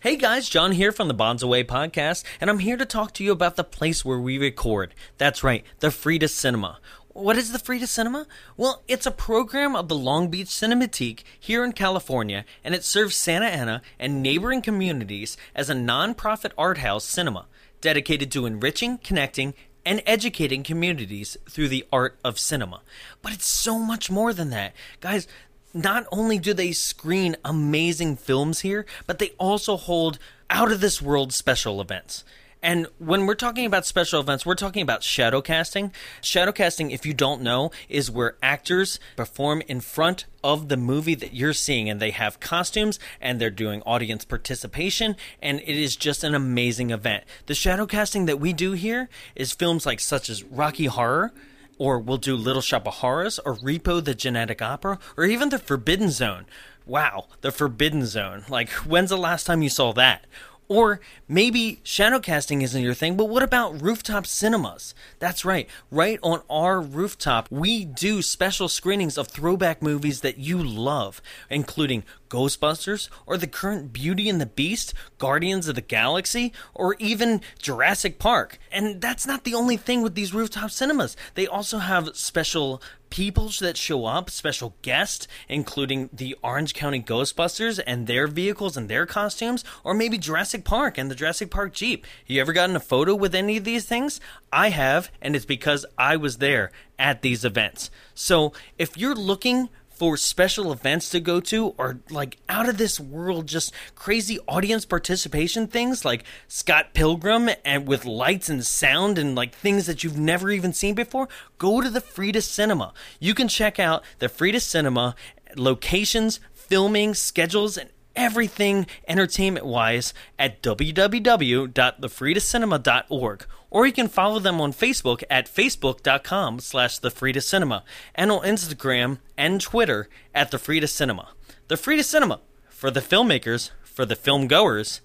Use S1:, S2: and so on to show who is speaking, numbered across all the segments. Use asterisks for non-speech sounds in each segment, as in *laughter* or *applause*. S1: Hey guys, John here from the Bonds Away podcast, and I'm here to talk to you about the place where we record. That's right, the Frida Cinema. What is the Frida Cinema? Well, it's a program of the Long Beach Cinematique here in California, and it serves Santa Ana and neighboring communities as a nonprofit art house cinema dedicated to enriching, connecting, and educating communities through the art of cinema. But it's so much more than that. Guys, not only do they screen amazing films here, but they also hold out of this world special events. And when we're talking about special events, we're talking about shadow casting. Shadow casting, if you don't know, is where actors perform in front of the movie that you're seeing and they have costumes and they're doing audience participation and it is just an amazing event. The shadow casting that we do here is films like such as Rocky Horror, or we'll do Little Shop of Horrors, or Repo the Genetic Opera, or even The Forbidden Zone. Wow, The Forbidden Zone. Like, when's the last time you saw that? Or maybe shadowcasting isn't your thing, but what about rooftop cinemas? That's right, right on our rooftop, we do special screenings of throwback movies that you love, including Ghostbusters, or the current Beauty and the Beast, Guardians of the Galaxy, or even Jurassic Park. And that's not the only thing with these rooftop cinemas, they also have special people that show up, special guests, including the Orange County Ghostbusters and their vehicles and their costumes, or maybe Jurassic Park and the Jurassic Park Jeep. You ever gotten a photo with any of these things? I have, and it's because I was there at these events. So if you're looking for special events to go to or like out of this world just crazy audience participation things like Scott Pilgrim and with lights and sound and like things that you've never even seen before go to the Frida Cinema you can check out the Frida Cinema locations filming schedules and everything entertainment wise at www.thefridacinema.org or you can follow them on facebook at facebook.com slash thefridacinema and on instagram and twitter at the frida cinema the frida cinema for the filmmakers for the film goers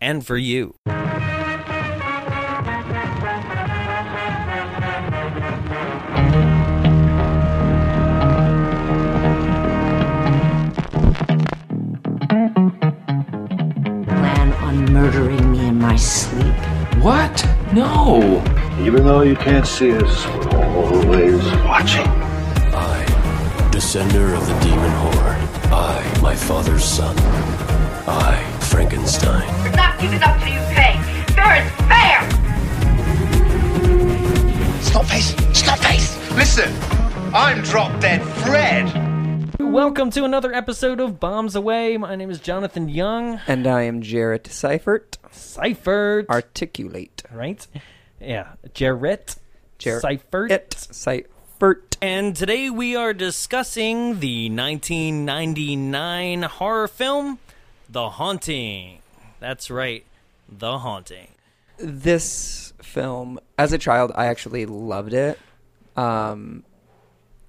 S1: and for you
S2: plan on murdering me in my sleep.
S3: What? No.
S4: Even though you can't see us, we're always watching.
S5: I, descender of the demon horde. I, my father's son. I, Frankenstein.
S6: We're not giving up till you pay. Fair is fair.
S7: Stop face! Stop face! Listen, I'm drop dead Fred.
S1: welcome to another episode of bombs away my name is jonathan young
S8: And I am Jarrett Seifert.
S1: seifert
S8: Articulate.
S1: right yeah jarrett
S8: Jarrett
S1: seifert
S8: Seifert.
S1: And today we are discussing the 1999 horror film, The Haunting. That's right, The Haunting.
S8: This film, as a child, I actually loved it. Um,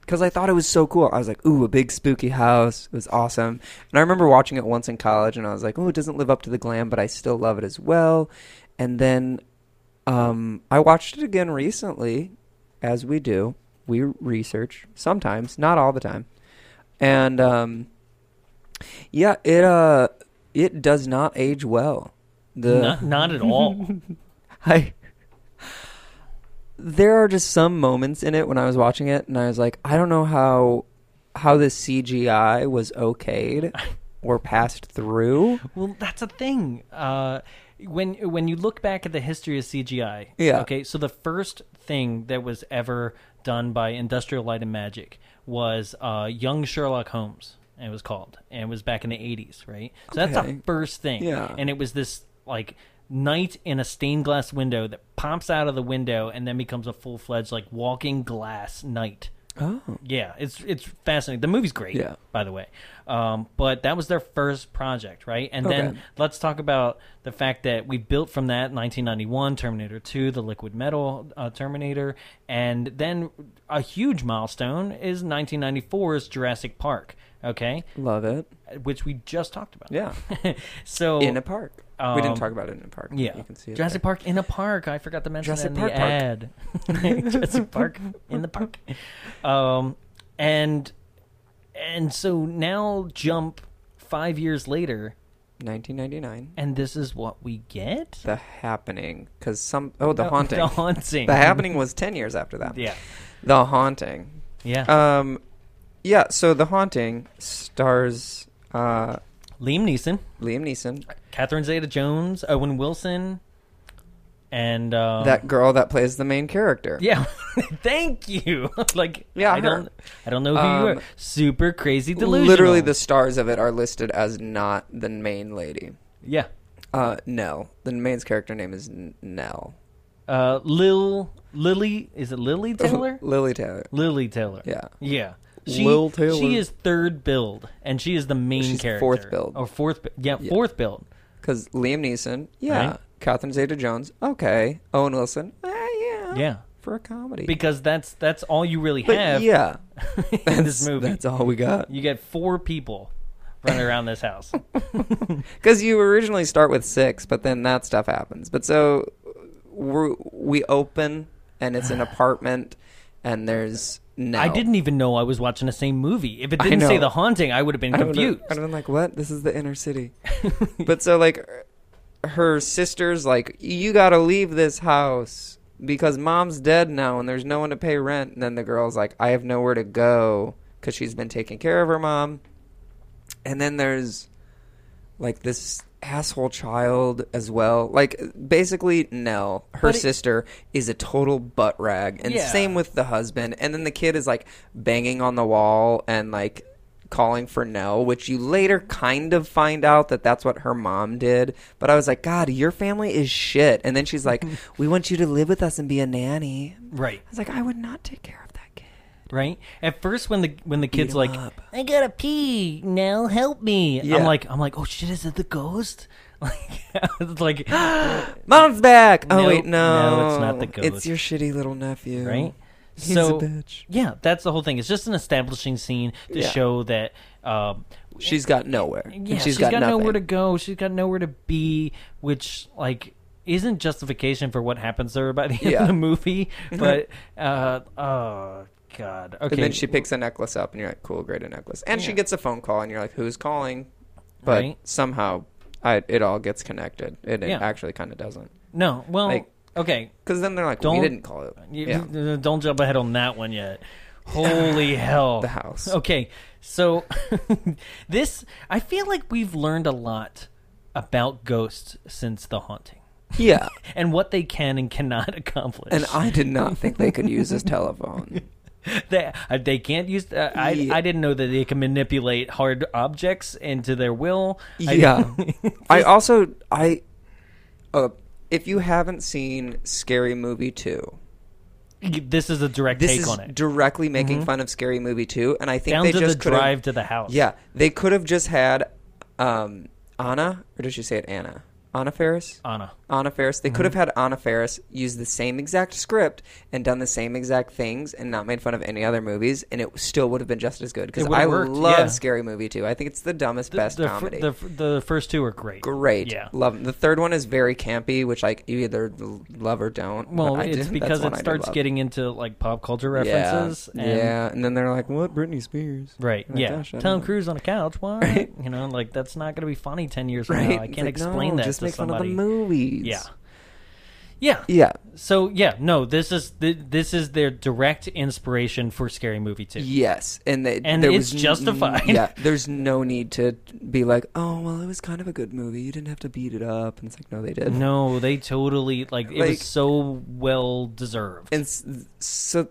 S8: because I thought it was so cool. I was like, ooh, a big spooky house. It was awesome. And I remember watching it once in college and I was like, ooh, it doesn't live up to the glam, but I still love it as well. And then um, I watched it again recently, as we do. We research sometimes, not all the time. And um, yeah, it uh, it does not age well. The
S1: Not, not at all.
S8: I there are just some moments in it when I was watching it and I was like, I don't know how how this CGI was
S1: *laughs*
S8: okayed or passed through.
S1: well, that's a thing. Uh, when when you look back at the history of CGI,
S8: Yeah.
S1: okay, so the first thing that was ever done by Industrial Light and Magic was uh, Young Sherlock Holmes. It was called, and it was back in the eighties, right? So that's the
S8: Okay.
S1: first thing.
S8: Yeah.
S1: And it was this like knight in a stained glass window that pops out of the window and then becomes a full fledged like walking glass knight. Oh. Yeah, it's it's fascinating. The movie's great,
S8: Yeah.
S1: by the way. Um, but that was their first project, right? And then
S8: Okay.
S1: let's talk about the fact that we built from that 1991 Terminator 2, the liquid metal uh, Terminator, and then a huge milestone is 1994's Jurassic Park, okay?
S8: Love it.
S1: Which we just talked about.
S8: Yeah.
S1: *laughs* so
S8: In a park. we
S1: um,
S8: didn't talk about it in a park.
S1: yeah,
S8: You can see it.
S1: Jurassic Park in a park. I forgot to mention
S8: Jurassic
S1: that in the ad. *laughs* Jurassic Park in the park, um, and and so now jump five years later
S8: 1999.
S1: And this is what we get?
S8: The Happening, because some oh the
S1: No, *laughs*
S8: *laughs* haunting,
S1: The Haunting.
S8: The Happening was 10 years after that.
S1: Yeah.
S8: The Haunting.
S1: Yeah.
S8: Um, yeah. So The Haunting stars uh,
S1: Liam Neeson,
S8: Liam Neeson,
S1: Catherine Zeta Jones, Owen Wilson, and. Um,
S8: that girl that plays the main character.
S1: Yeah. *laughs* Thank you. *laughs* like
S8: Yeah,
S1: I
S8: her.
S1: don't I don't know who you
S8: Um,
S1: are. Super crazy delusional.
S8: Literally, the stars of it are listed as not the main lady.
S1: Yeah.
S8: Uh, Nell. The main's character name is N- Nell.
S1: Uh Lil Lily is it
S8: *laughs*
S1: Lily Taylor?
S8: Lily Taylor.
S1: Lily Taylor.
S8: Yeah.
S1: Yeah. She,
S8: Lil Taylor.
S1: she is third build, and she is the main
S8: She's
S1: character.
S8: fourth build.
S1: or fourth, bu- yeah, fourth build.
S8: Because Liam Neeson, yeah.
S1: Right.
S8: Catherine Zeta-Jones, okay. Owen Wilson, eh, yeah.
S1: Yeah,
S8: For a comedy.
S1: because that's that's all you really
S8: but
S1: have
S8: yeah,
S1: *laughs* in this movie.
S8: that's all we got.
S1: You get four people running around this
S8: *laughs*
S1: house.
S8: Because you originally start with six, but then that stuff happens. But so we we open, and
S1: *sighs*
S8: it's an apartment, and there's no.
S1: I didn't even know I was watching the same movie. If it
S8: I
S1: didn't say
S8: know.
S1: The Haunting, I would have been
S8: I would've-
S1: confused.
S8: I'd have been like, "What? This is the inner city." but so like, her sister's like, "You gotta leave this house because mom's dead now, and there's no one to pay rent." And then the girl's like, "I have nowhere to go because she's been taking care of her mom." And then there's like this asshole child as well. Like basically, Nell, her
S1: But it-
S8: sister, is a total butt rag, and
S1: Yeah.
S8: same with the husband. And then the kid is like banging on the wall and like calling for Nell, which you later kind of find out that that's what her mom did. But I was like, God, your family is shit. And then
S1: *laughs*
S8: she's like, We want you to live with us and be a nanny. I
S1: Right.
S8: was like, I would not take care of that kid.
S1: right? At first, when the when the kid's
S8: 'em
S1: like,
S8: up.
S1: "I gotta pee now, help me,"
S8: Yeah.
S1: I'm like, I'm like, "Oh shit, is it the ghost?" *laughs* Like, it's
S8: *gasps*
S1: like,
S8: Mom's back. Oh
S1: Nope.
S8: wait, no,
S1: No, it's not the ghost.
S8: It's your shitty little nephew,
S1: right?
S8: He's a bitch.
S1: yeah, that's the whole thing. It's just an establishing scene to
S8: Yeah.
S1: show that. Um,
S8: She's got nowhere.
S1: yeah,
S8: she's got, nothing.
S1: nowhere to go. She's got nowhere to be, which like isn't justification for what happens to her by the end
S8: Yeah.
S1: of the
S8: *laughs*
S1: movie. But uh, oh god, okay.
S8: And then she picks a necklace up, and you're like, "Cool, great, a necklace." And she gets a phone call, and you're like, "Who's calling?" But
S1: Right.
S8: somehow, I, it all gets connected. It, it
S1: Yeah.
S8: actually kind of doesn't,
S1: no, well,
S8: like-
S1: okay.
S8: because then they're like, "We
S1: Don't-
S8: didn't call it."
S1: You-
S8: Yeah.
S1: uh, Don't jump ahead on that one yet.
S8: *laughs*
S1: Holy hell.
S8: The house.
S1: Okay. So *laughs* this I feel like we've learned a lot about ghosts since the haunting
S8: *laughs* yeah.
S1: and what they can and cannot *laughs* accomplish.
S8: And I did not think they could use this
S1: *laughs*
S8: telephone.
S1: they, uh, they can't use uh, I
S8: Yeah.
S1: I didn't know that they can manipulate hard objects into their will. I- *laughs*
S8: Yeah. I also I uh, if you haven't seen Scary Movie 2,
S1: this is a direct
S8: this
S1: take
S8: is
S1: on it. Mm-hmm.
S8: directly making fun of Scary Movie 2 and I think
S1: Down
S8: they
S1: to the
S8: just could
S1: drive to the house.
S8: Yeah, they could have just had um Anna or did she say it Anna? Anna Ferris?
S1: Anna.
S8: Anna Ferris. They could
S1: mm-hmm.
S8: have had Anna Ferris use the same exact script and done the same exact things and not made fun of any other movies, and it still would have been just as good. Because
S1: It would have
S8: I
S1: worked,
S8: love
S1: yeah.
S8: Scary Movie 2. I think it's the dumbest, best
S1: the, fir-
S8: comedy
S1: the, fir- the first two are great.
S8: great.
S1: Yeah.
S8: love 'em. The third one is very campy, which like you either l- love or don't.
S1: Well,
S8: but I
S1: it's
S8: did- that's
S1: because
S8: one
S1: it
S8: I did
S1: starts
S8: love.
S1: getting into like pop culture
S8: Yeah.
S1: references.
S8: Yeah,
S1: And,
S8: and, then they're like, "What, Britney Spears?"
S1: Right.
S8: Like,
S1: yeah.
S8: gosh, I
S1: Tom
S8: don't-
S1: Cruise on a couch. Why? You know, like that's not going to be funny ten years from
S8: *laughs* Right?
S1: now. I
S8: It's
S1: can't
S8: like,
S1: explain
S8: no,
S1: that
S8: Just
S1: to
S8: make
S1: somebody.
S8: fun of the movies.
S1: Yeah. Yeah.
S8: Yeah.
S1: So yeah, no, this is th- this is their direct inspiration for Scary Movie Two.
S8: Yes, and they,
S1: And
S8: there
S1: it's
S8: was n-
S1: justified. *laughs*
S8: yeah, there's no need to be like, "Oh, well, it was kind of a good movie. You didn't have to beat it up." And it's like, no, they did.
S1: No, they totally like it
S8: Like-
S1: was so well deserved.
S8: and s- so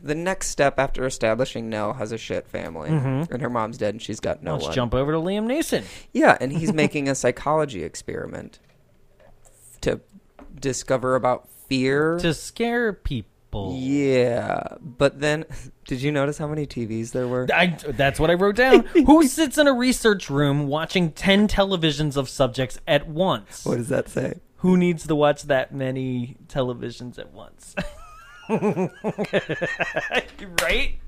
S8: the next step after establishing Nell has a shit family, and her mom's dead, and she's got no
S1: Mm-hmm. Let's
S8: one.
S1: jump over to Liam Neeson.
S8: Yeah,
S1: *laughs*
S8: and he's making a psychology experiment to discover about fear.
S1: to scare people.
S8: yeah, but then *laughs* did you notice how many TVs there were?
S1: I, that's what I wrote
S8: *laughs*
S1: down. Who sits in a research room watching 10 televisions of subjects at once?
S8: What does that say?
S1: Who needs to watch that many televisions at
S8: *laughs*
S1: once? *laughs* right?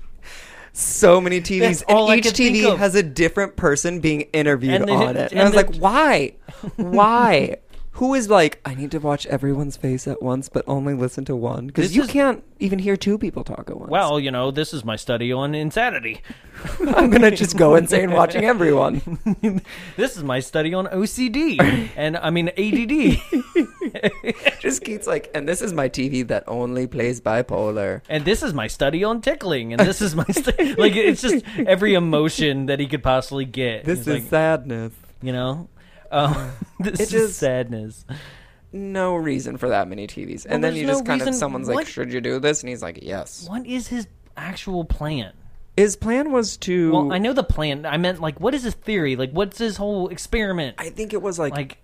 S8: So many TVs,
S1: That's all I
S8: and each
S1: could think
S8: TV
S1: of.
S8: has a different person being interviewed
S1: And they- *laughs*
S8: on it. And,
S1: and
S8: I was
S1: they-
S8: like, why? Why? Who is like, I need to watch everyone's face at once, but only listen to one because
S1: This
S8: you
S1: is-
S8: can't even hear two people talk at once.
S1: Well, you know, this is my study on insanity.
S8: *laughs* I'm gonna just
S1: *laughs*
S8: go insane watching everyone.
S1: This is my study on
S8: *laughs*
S1: OCD and I mean ADD.
S8: just Keats like, and this is my TV that only plays bipolar.
S1: and this is my study on tickling and this is my study like it's just every emotion that he could possibly get.
S8: This
S1: He's
S8: is
S1: like,
S8: sadness.
S1: you know. Um, *laughs* this is
S8: just-
S1: sadness.
S8: No reason for that many TVs, and then
S1: there's
S8: you just
S1: no
S8: kind of
S1: reason-
S8: someone's
S1: what-
S8: like, should you do this? And he's like, yes.
S1: What is his actual plan?
S8: His plan was to.
S1: Well, I know the plan. I meant like what is his theory? Like what's his whole experiment?
S8: I think it was like
S1: like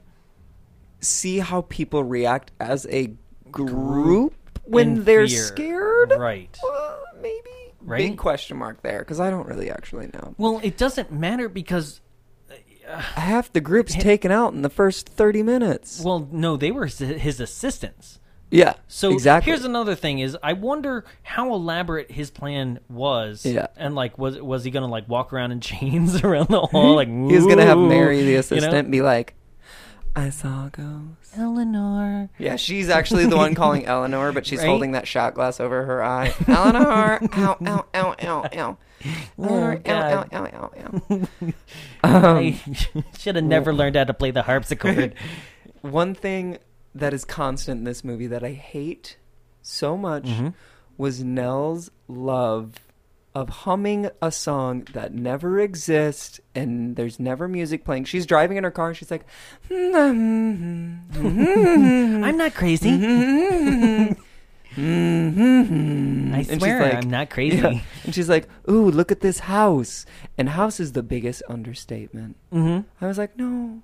S8: see how people react as a group when they're
S1: fear.
S8: scared.
S1: Right.
S8: Uh, maybe.
S1: Right?
S8: Big question mark there because I don't really actually know.
S1: Well, it doesn't matter because
S8: Half the group's taken out in the first thirty minutes.
S1: well, no, they were his, his assistants.
S8: yeah.
S1: So
S8: exactly.
S1: here's another thing: is I wonder how elaborate his plan was.
S8: Yeah.
S1: And like, was was he gonna like walk around in *laughs* chains around the hall? Like
S8: *laughs* he was gonna have
S1: "Ooh,"
S8: Mary the
S1: you know?
S8: assistant be like, "I saw a ghost."
S1: Eleanor.
S8: Yeah, she's actually the one calling Eleanor, but she's
S1: Right?
S8: holding that shot glass over her eye. Eleanor, ow, ow, ow, ow, *laughs* ow. Eleanor, ow, ow,
S1: God.
S8: ow, ow, ow. *laughs* Um.
S1: I *laughs* should have never learned how to play the
S8: *laughs*
S1: harpsichord.
S8: One thing that is constant in this movie that I hate so much was Nell's love of humming a song that never exists and there's never music playing. She's driving in her car and she's like, *laughs*
S1: I'm not crazy. I
S8: Mm-hmm. she's
S1: swear,
S8: like-
S1: I'm not crazy.
S8: Yeah. And she's like, "Ooh, look at this house." And house is the biggest understatement. Mm-hmm. I was like, "No,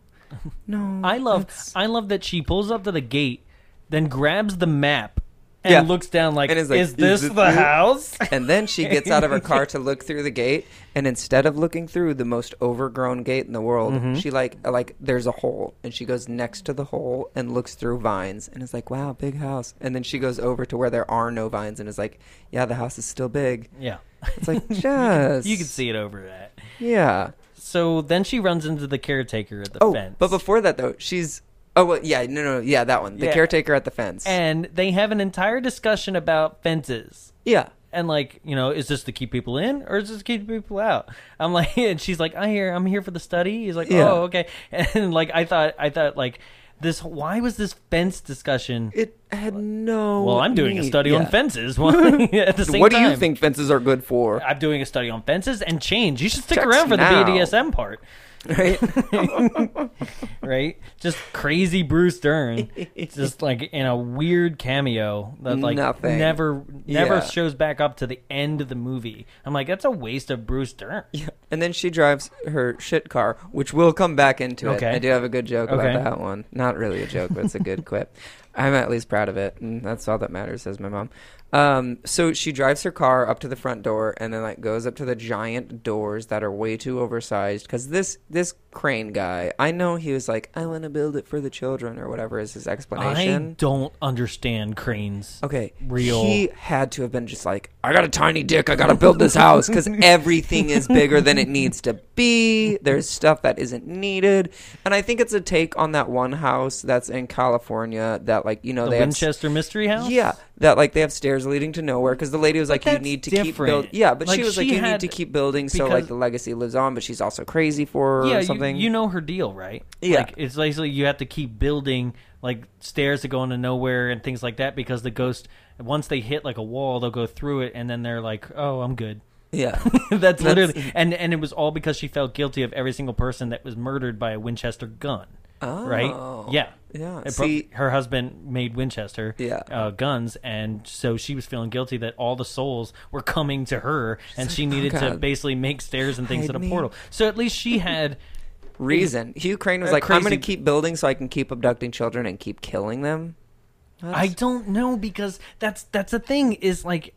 S8: no."
S1: I love
S8: that's-
S1: I love that she pulls up to the gate, then grabs the map and
S8: Yeah.
S1: looks down like,
S8: And is like,
S1: is this
S8: "Is this
S1: the
S8: it?"
S1: house?
S8: And then she gets out of her car to look through the gate, and instead of looking through the most overgrown gate in the world,
S1: Mm-hmm.
S8: she like like there's a hole, and she goes next to the hole and looks through vines, and is like, "Wow, big house." And then she goes over to where there are no vines, and is like, "Yeah, the house is still big."
S1: *laughs* yeah.
S8: It's like just
S1: *laughs* You can see it over that.
S8: yeah.
S1: So then she runs into the caretaker at the
S8: Oh,
S1: fence.
S8: but before that though, she's oh well, yeah, no, no, yeah, that one, the
S1: Yeah.
S8: caretaker at the fence.
S1: and they have an entire discussion about fences.
S8: yeah,
S1: And like, you know, is this to keep people in or is this to keep people out? I'm like *laughs* and she's like, I hear I'm here for the study. He's like,
S8: Yeah.
S1: Oh, okay. *laughs* And like I thought I thought like this why was this fence discussion
S8: it had no.
S1: well, I'm doing a
S8: need-
S1: study on
S8: yeah.
S1: fences. *laughs* at
S8: *laughs*
S1: the same
S8: What do you
S1: time.
S8: think fences are good for?
S1: I'm doing a study on fences and change. You should stick
S8: Text
S1: around for
S8: now.
S1: the BDSM part,
S8: Right?
S1: *laughs* right? Just crazy Bruce
S8: *laughs*
S1: Dern, just like in a weird cameo that like
S8: Nothing.
S1: never never
S8: Yeah.
S1: shows back up to the end of the movie. I'm like, that's a waste of Bruce Dern.
S8: and then she drives her shit car, which we'll come back into
S1: Okay.
S8: it. I do have a good joke
S1: Okay.
S8: about that one. Not really a joke, but it's
S1: *laughs*
S8: a good quip. I'm at least proud of it, and that's all that matters, says my mom. Um, so she drives her car up to the front door, and then like goes up to the giant doors that are way too oversized. Because this this crane guy, I know he was like, I want to build it for the children or whatever is his explanation.
S1: I don't understand cranes.
S8: Okay.
S1: real.
S8: He had to have been just like, I got a tiny dick. I got to build this
S1: *laughs*
S8: house because everything is bigger than it needs to be. There's stuff that isn't needed. And I think it's a take on that one house that's in California that, like, you know,
S1: the
S8: they
S1: Winchester Mystery
S8: have.
S1: House.
S8: Yeah, that like they have stairs leading to nowhere because the lady was like, "You
S1: that's
S8: need to keep
S1: different.
S8: building." Yeah, but
S1: Like,
S8: she was like,
S1: she
S8: "You
S1: had-
S8: need to keep building," so like
S1: because-
S8: the legacy lives on. But she's also crazy for her
S1: yeah,
S8: or
S1: you-
S8: something.
S1: You, know her deal, right?
S8: Yeah.
S1: Like, it's basically you have to keep building like stairs that go into nowhere and things like that because the ghost once they hit like a wall they'll go through it and then they're like, oh, I'm good. *laughs*
S8: yeah, *laughs*
S1: That's literally and and it was all because she felt guilty of every single person that was murdered by a Winchester gun. Oh. Right? Yeah.
S8: Yeah,
S1: It
S8: see-
S1: prob- her husband made Winchester
S8: Yeah.
S1: uh, guns, and so she was feeling guilty that all the souls were coming to her, and she
S8: like, "Oh,
S1: needed to
S8: God.
S1: basically make stairs and things
S8: Hide
S1: at a
S8: me."
S1: portal. So at least
S8: *laughs*
S1: she had
S8: reason. Hugh Crane was
S1: Uh,
S8: like, "I'm going
S1: crazy-
S8: to keep building so I can keep abducting children and keep killing them."
S1: I don't know because that's that's the thing is like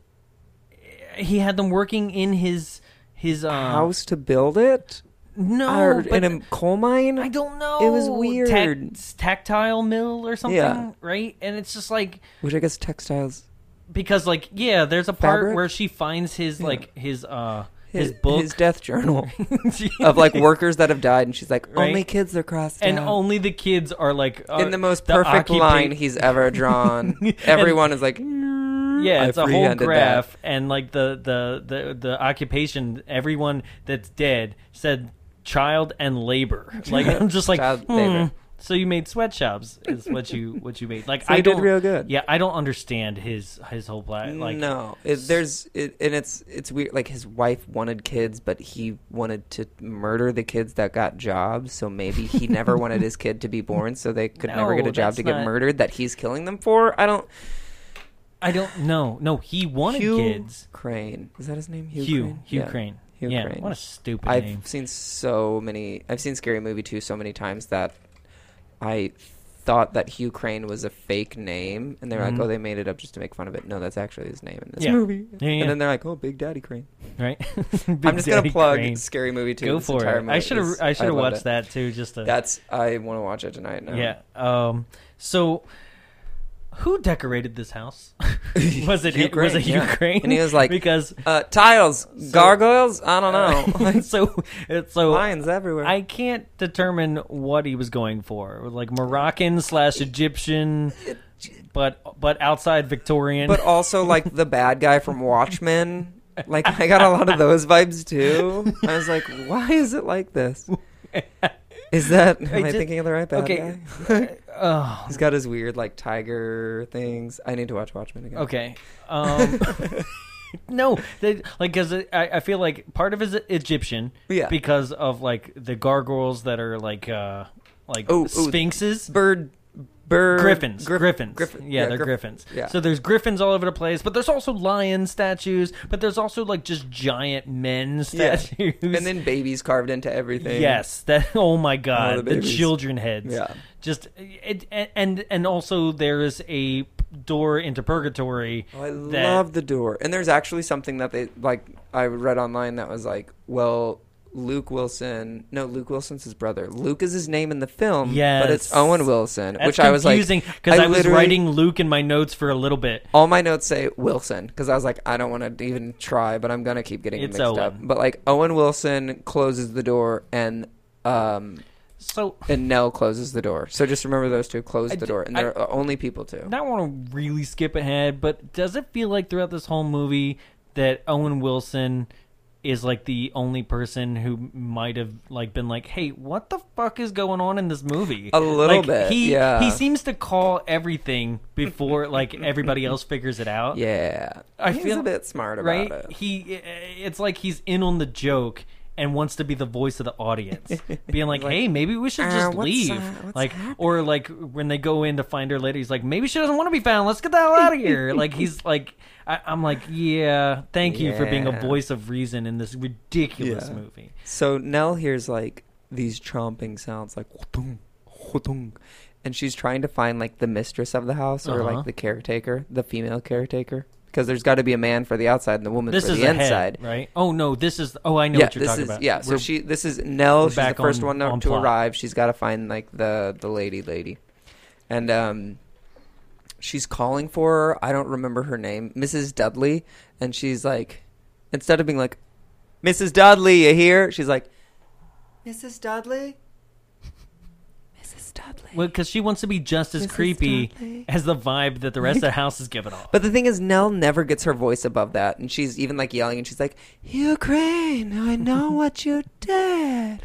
S1: he had them working in his his uh,
S8: house to build it
S1: No,
S8: or
S1: but
S8: in a coal mine.
S1: I don't know.
S8: It was
S1: Tac-
S8: weird.
S1: tactile mill or something,
S8: Yeah.
S1: right? And it's just like
S8: Which I guess textiles.
S1: because like yeah, there's a part
S8: Fabric?
S1: where she finds his like his uh his,
S8: his
S1: book
S8: his
S1: *laughs*
S8: death journal of like workers that have died, and she's like,
S1: Right.
S8: only kids are crossed
S1: and
S8: out.
S1: only the kids are like uh, are
S8: in the most perfect
S1: occupa-
S8: line he's ever
S1: *laughs*
S8: drawn. Everyone is like,
S1: yeah,
S8: I
S1: it's a whole
S8: freehanded that.
S1: graph, and like the the the the occupation, everyone that's dead said child and
S8: *laughs*
S1: labor. Like I'm just like,
S8: Child
S1: hmm,
S8: labor.
S1: so you made sweatshops is what you what you made. Like
S8: So
S1: I
S8: he did
S1: don't
S8: real good.
S1: Yeah, I don't understand his his whole plan. Like
S8: no, it, there's it, and it's it's weird. Like his wife wanted kids, but he wanted to murder the kids that got jobs. So maybe he never wanted his kid to be born, so
S1: *laughs*
S8: they could never get
S1: No,
S8: a job
S1: that's
S8: to
S1: not-
S8: get murdered. That he's killing them for. I don't.
S1: I don't know. No, he wanted
S8: Hugh
S1: kids.
S8: Crane is that his name? Hugh.
S1: Hugh
S8: Crane?
S1: Hugh
S8: Yeah.
S1: Crane.
S8: Hugh
S1: yeah,
S8: Crane.
S1: what a stupid
S8: I've
S1: name.
S8: seen so many. I've seen Scary Movie two so many times that I thought that Hugh Crane was a fake name, and they're like, "Oh, they made it up just to make fun of it." No, that's actually his name in this
S1: Mm-hmm. Yeah.
S8: movie.
S1: Yeah, yeah.
S8: And then they're like, "Oh, Big
S1: *laughs*
S8: Daddy Crane."
S1: Right?
S8: I'm just gonna plug Scary Movie two.
S1: Go
S8: this
S1: for
S8: entire
S1: it.
S8: Movie.
S1: I should have.
S8: It's-
S1: I should have
S8: loved
S1: watched
S8: it.
S1: that too. Just to,
S8: That's I want to watch it tonight. Now. *laughs*
S1: Yeah. Um. So, who decorated this house? *laughs* was
S8: *laughs*
S1: it
S8: Hugh
S1: was it
S8: Crane, yeah.
S1: Ukraine?
S8: And he was
S1: *laughs*
S8: like,
S1: because
S8: Uh, tiles, gargoyles.
S1: *laughs*
S8: I don't know.
S1: so so
S8: "Oh, Lions everywhere.
S1: I can't determine what he was going for, like Moroccan slash Egyptian, but but outside Victorian.
S8: *laughs* but also like the bad guy from Watchmen. Like I got a lot of those vibes too. I was like, why is it like this? Is that am I,
S1: just-
S8: thinking of the right bad
S1: okay. Oh.
S8: guy? He's got his weird like tiger things. I need to watch Watchmen
S1: *laughs*
S8: again.
S1: Okay. Um, *laughs* no, they, like because I, I feel like part of it is Egyptian,
S8: Yeah.
S1: because of like the gargoyles that are like uh like
S8: Oh, oh.
S1: sphinxes.
S8: Bird, bird,
S1: Griffins,
S8: griff-
S1: griffins,
S8: griffin-
S1: yeah, they're
S8: griff-
S1: griffins.
S8: Yeah.
S1: So there's griffins all over the place, but there's also lion statues, but there's also like just giant men *laughs*
S8: Yeah.
S1: statues,
S8: and then babies carved into everything.
S1: Yes, that. *laughs* Oh my
S8: Oh, the
S1: God, the,
S8: babies.
S1: children heads.
S8: Yeah.
S1: Just it, and and also there is a door into purgatory.
S8: Oh, I
S1: that-
S8: love the door. And there's actually something that they like I read online that was like, well, Luke Wilson. No, Luke Wilson's his brother. Luke is his name in the film, but it's
S1: Yes.
S8: Owen Wilson,
S1: That's
S8: which I was like
S1: confusing because I, was
S8: literally-
S1: writing Luke in my notes for a little bit.
S8: All my notes say Wilson because I was like, I don't want to even try, but I'm gonna keep getting it
S1: It's
S8: mixed up.
S1: Owen.
S8: But like Owen Wilson closes the door and um
S1: So
S8: and Nell closes the door. So just remember those two close the
S1: d-
S8: door, and
S1: I-
S8: they're uh, only people two.
S1: not want to really skip ahead, but does it feel like throughout this whole movie that Owen Wilson is like the only person who might have like been like, "Hey, what the fuck is going on in this movie?"
S8: A little
S1: Like,
S8: bit,
S1: He
S8: yeah.
S1: he seems to call everything before like everybody else figures it out.
S8: Yeah,
S1: I
S8: he's
S1: feel-
S8: a bit smart about
S1: right?
S8: it.
S1: He, it's like he's in on the joke and wants to be the voice of the
S8: *laughs*
S1: audience, being like, "Hey, maybe we should
S8: uh,
S1: just
S8: what's,
S1: leave."
S8: uh, what's
S1: like, or like when they go in to find her later, he's like, "Maybe she doesn't want to be found. Let's get the hell out of
S8: *laughs*
S1: here." like he's like, I, "I'm like, yeah, thank you for being a
S8: Yeah.
S1: voice of reason in this ridiculous
S8: Yeah.
S1: movie."
S8: So Nell hears like these chomping sounds, like "Whutung, whutung," and she's trying to find like the mistress of the house or
S1: Uh-huh.
S8: like the caretaker, the female caretaker, because there's got to be a man for the outside and the woman
S1: This
S8: for
S1: is
S8: the
S1: a head,
S8: inside.
S1: right? Oh no, this is. Oh, I know
S8: Yeah,
S1: what you're
S8: this
S1: talking
S8: is
S1: about.
S8: yeah. So
S1: We're-
S8: she this is Nell. She's the
S1: back
S8: first
S1: on-
S8: one to
S1: on
S8: to
S1: plot.
S8: arrive. She's got to find like the the lady lady, and um, she's calling for her. I don't remember her name, Mrs. Dudley, and she's like, instead of being like, Mrs. Dudley, you here? She's like, Mrs. *laughs* Dudley. Mrs. Dudley.
S1: well, because she wants to be just as
S8: Mrs.
S1: creepy
S8: Dudley.
S1: as the vibe that the rest of the house is giving
S8: *laughs*
S1: off.
S8: But the thing is, Nell never gets her voice above that, and she's even like yelling, and she's like, "Ukraine, I know
S1: *laughs*
S8: what you did."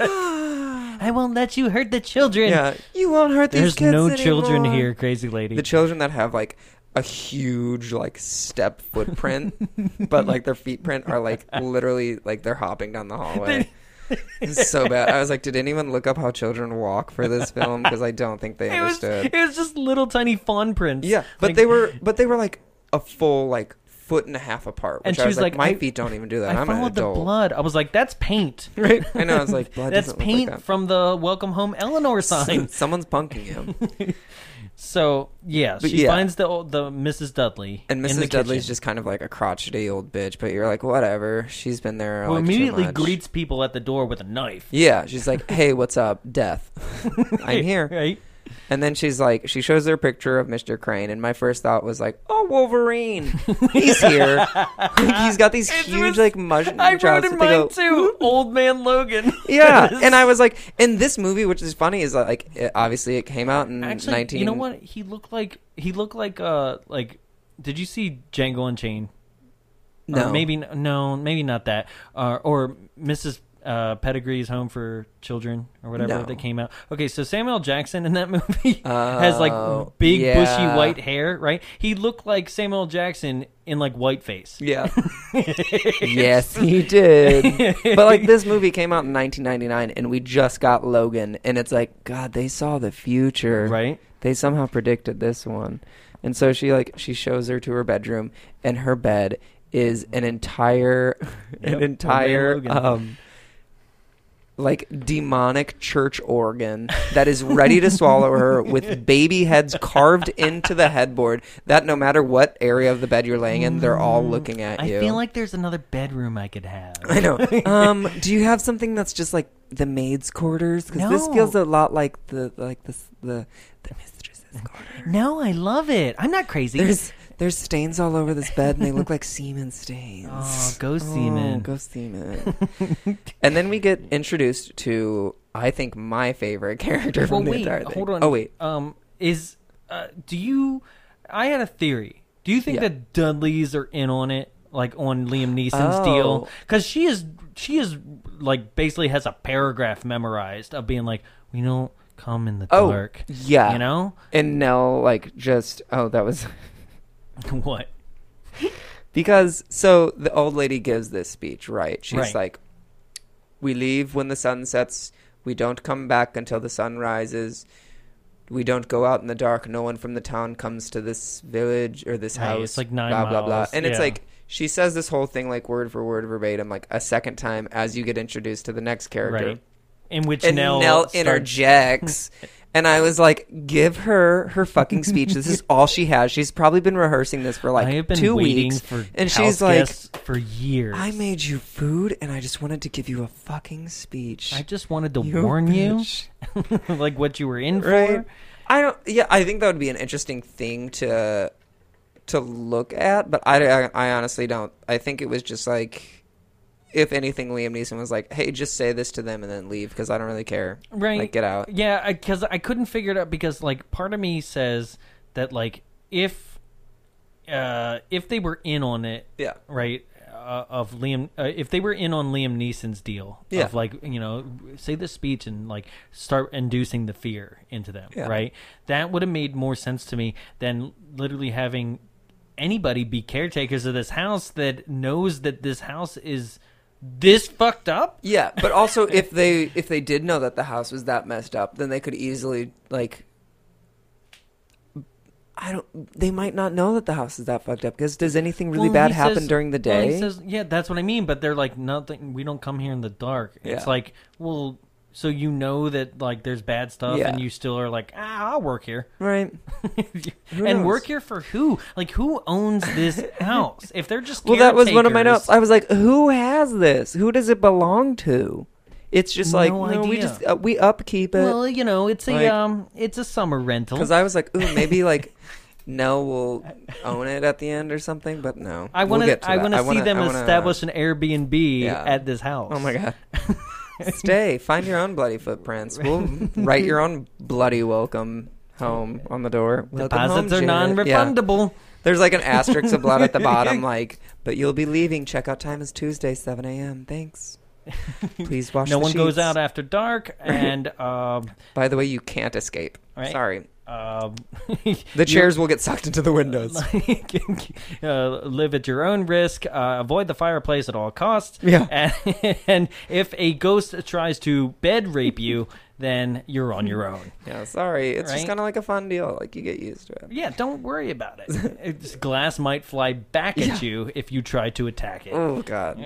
S1: I won't let you hurt the children.
S8: Yeah, you won't hurt these
S1: There's
S8: kids
S1: no children
S8: anymore.
S1: here, crazy lady.
S8: The children that have like a huge like step
S1: *laughs*
S8: footprint, but like their feet print are like literally like they're hopping down the hallway. It's so bad. I was like, did anyone look up how children walk for
S1: *laughs*
S8: this film? Because I don't think they
S1: it was
S8: understood.
S1: it was just little tiny fawn prints.
S8: yeah, but
S1: Like,
S8: they were but they were like a full like foot and a half apart. Which
S1: And she
S8: I
S1: was like,
S8: my
S1: I-
S8: feet don't even do that.
S1: I
S8: am an
S1: followed the
S8: adult.
S1: blood. I was like, that's paint.
S8: *laughs* Right? I know. I was like, blood
S1: that's
S8: doesn't look
S1: paint
S8: like that.
S1: from the Welcome Home
S8: *laughs*
S1: Eleanor sign.
S8: Someone's punking him,
S1: so yeah,
S8: But
S1: she
S8: yeah.
S1: finds the old- the Mrs. Dudley
S8: and
S1: in the
S8: Mrs. Dudley's
S1: kitchen,
S8: just kind of like a crotchety old bitch. But you're like, whatever. She's been there.
S1: who
S8: like, too
S1: immediately
S8: much.
S1: greets people at the door with a knife. *laughs*
S8: Yeah, she's like, "Hey, what's up, death? I'm here."
S1: right?
S8: And then she's like, she shows her picture of Mr. Crane, and my first thought was like, oh, Wolverine,
S1: *laughs*
S8: he's here. Like, he's got these
S1: It's
S8: huge
S1: with-
S8: like mushroom
S1: I wrote
S8: jaws
S1: in
S8: that they
S1: mine
S8: go,
S1: too. Old Man Logan.
S8: *laughs*
S1: *laughs*
S8: Yeah,
S1: Yes.
S8: and I was like, in this movie, which is funny, is like it, obviously it came out in
S1: actually,
S8: nineteen.
S1: you know what? He looked like he looked like uh like. Did you see Django Unchained? Or
S8: No,
S1: maybe no, maybe not that. Uh, or Mrs. Uh, Pedigree's Home for Children or whatever
S8: No.
S1: that came out. Okay, so Samuel Jackson in that *laughs* movie has
S8: Oh,
S1: like big bushy
S8: yeah.
S1: white hair, right? He looked like Samuel Jackson in like whiteface. *laughs*
S8: Yeah. yes, he did. But like this movie came out in 1999, and we just got Logan, and it's like, God, they saw the future,
S1: Right.
S8: They somehow predicted this one, and so she like she shows her to her bedroom, and her bed is an entire,
S1: *laughs* Yep,
S8: an entire
S1: Logan.
S8: um. Like demonic church organ that is ready to swallow
S1: *laughs*
S8: her with baby heads carved into the headboard. That no matter what area of the bed you're laying in, they're all looking at
S1: I
S8: you.
S1: feel like there's another bedroom I could have.
S8: *laughs*
S1: *laughs*
S8: I know. Um, do you have something that's just like the maid's quarters? Because this
S1: No.
S8: feels a lot like the like the the, the mistress's quarters.
S1: No, I love it. I'm not crazy.
S8: There's there's stains all over this bed, and they
S1: *laughs*
S8: look like semen stains.
S1: Oh, go semen. *laughs*
S8: go semen. and then we get introduced to I think my favorite character
S1: well,
S8: from the
S1: wait,
S8: entire thing.
S1: hold on.
S8: Oh wait,
S1: um, is uh, do you? I had a theory. Do you think
S8: Yeah.
S1: that Dudleys are in on it, like on Liam Neeson's deal?
S8: Oh.
S1: Because she is, she is like basically has a paragraph memorized of being like, we don't come in the
S8: Oh,
S1: dark.
S8: yeah.
S1: you know
S8: and Nell like just oh that was.
S1: *laughs* what?
S8: Because so the old lady gives this speech, right? She's
S1: Right.
S8: like, "We leave when the sun sets. We don't come back until the sun rises. We don't go out in the dark. No one from the town comes to this village or this
S1: Right,
S8: house.
S1: it's like nine
S8: blah blah blah."
S1: miles,
S8: And it's
S1: yeah.
S8: like she says this whole thing like word for word verbatim, like a second time as you get introduced to the next character.
S1: Right. In which
S8: And
S1: Nell,
S8: Nell,
S1: starts- *laughs*
S8: interjects. And I was like, give her her fucking speech. This is all she has. She's probably been rehearsing this for like
S1: I have been
S8: two
S1: waiting
S8: weeks.
S1: for
S8: and
S1: house
S8: she's like,
S1: guests for years.
S8: I made you food and I just wanted to give you a fucking speech.
S1: I just wanted to
S8: *laughs* You
S1: warn
S8: bitch.
S1: you, *laughs* like what you were in
S8: right?
S1: for.
S8: I don't yeah, I think that would be an interesting thing to to look at, but I, I, I honestly don't. I think it was just like if anything Liam Neeson was like, "Hey, just say this to them and then leave because I don't really care."
S1: right
S8: Like get out.
S1: yeah because I, couldn't figure it out because like part of me says that like if uh if they were in on it
S8: Yeah.
S1: right uh, of liam uh, if they were in on liam neeson's deal
S8: Yeah.
S1: of like you know say this speech and like start inducing the fear into them
S8: Yeah.
S1: right that would have made more sense to me than literally having anybody be caretakers of this house that knows that this house is this fucked up
S8: Yeah,
S1: *laughs*
S8: but also if they if they did know that the house was that messed up, then they could easily like I don't they might not know that the house is that fucked up because does anything really
S1: Well,
S8: bad
S1: he
S8: happen
S1: says-
S8: during the
S1: well, he
S8: day?
S1: says- yeah, that's what I mean. But they're like, nothing. We don't come here in the dark. It's
S8: Yeah.
S1: like, well, so you know that like there's bad stuff,
S8: Yeah.
S1: and you still are like, ah, I'll work here, *laughs*
S8: right.
S1: and
S8: knows?
S1: work here for who? Like, who owns
S8: *laughs*
S1: this house? If they're just
S8: Well, that was one of my
S1: caretakers-
S8: notes. I was like, who has this? Who does it belong to? It's just like
S1: No
S8: no, we
S1: idea.
S8: just uh, we upkeep
S1: well,
S8: it
S1: you know, it's a
S8: like-
S1: um, it's a summer rental.
S8: because I was like, ooh, maybe like Nell will own it at the end or something, but no.
S1: I want
S8: we'll get
S1: to.
S8: to
S1: I
S8: that.
S1: want to see
S8: wanna-
S1: them
S8: I wanna-
S1: establish an Airbnb
S8: Yeah.
S1: at this house.
S8: Oh my
S1: *laughs*
S8: god. Stay. Find your own bloody footprints. We'll write your own bloody welcome home on the door. Welcome
S1: Deposits
S8: home,
S1: are
S8: Janet.
S1: non-refundable.
S8: Yeah. There's like an asterisk of blood at
S1: *laughs*
S8: the bottom, like, but you'll be leaving. Checkout time is Tuesday, 7 a.m. Thanks.
S1: *laughs*
S8: Please wash.
S1: No
S8: the
S1: one goes
S8: sheets.
S1: out after dark, and *laughs* um,
S8: By the way, you can't escape.
S1: Right.
S8: Sorry.
S1: um, *laughs*
S8: The chairs will get sucked into the windows.
S1: uh, live at your own risk. Uh, avoid the fireplace at all costs.
S8: Yeah.
S1: *laughs* And, and if a ghost tries to bed rape you, then you're on your own.
S8: yeah, sorry. It's
S1: Right.
S8: just kind of like a fun deal. Like you get used to it.
S1: Yeah, don't worry about it.
S8: *laughs*
S1: It's, glass might fly back at you if you try to attack it.
S8: Oh God.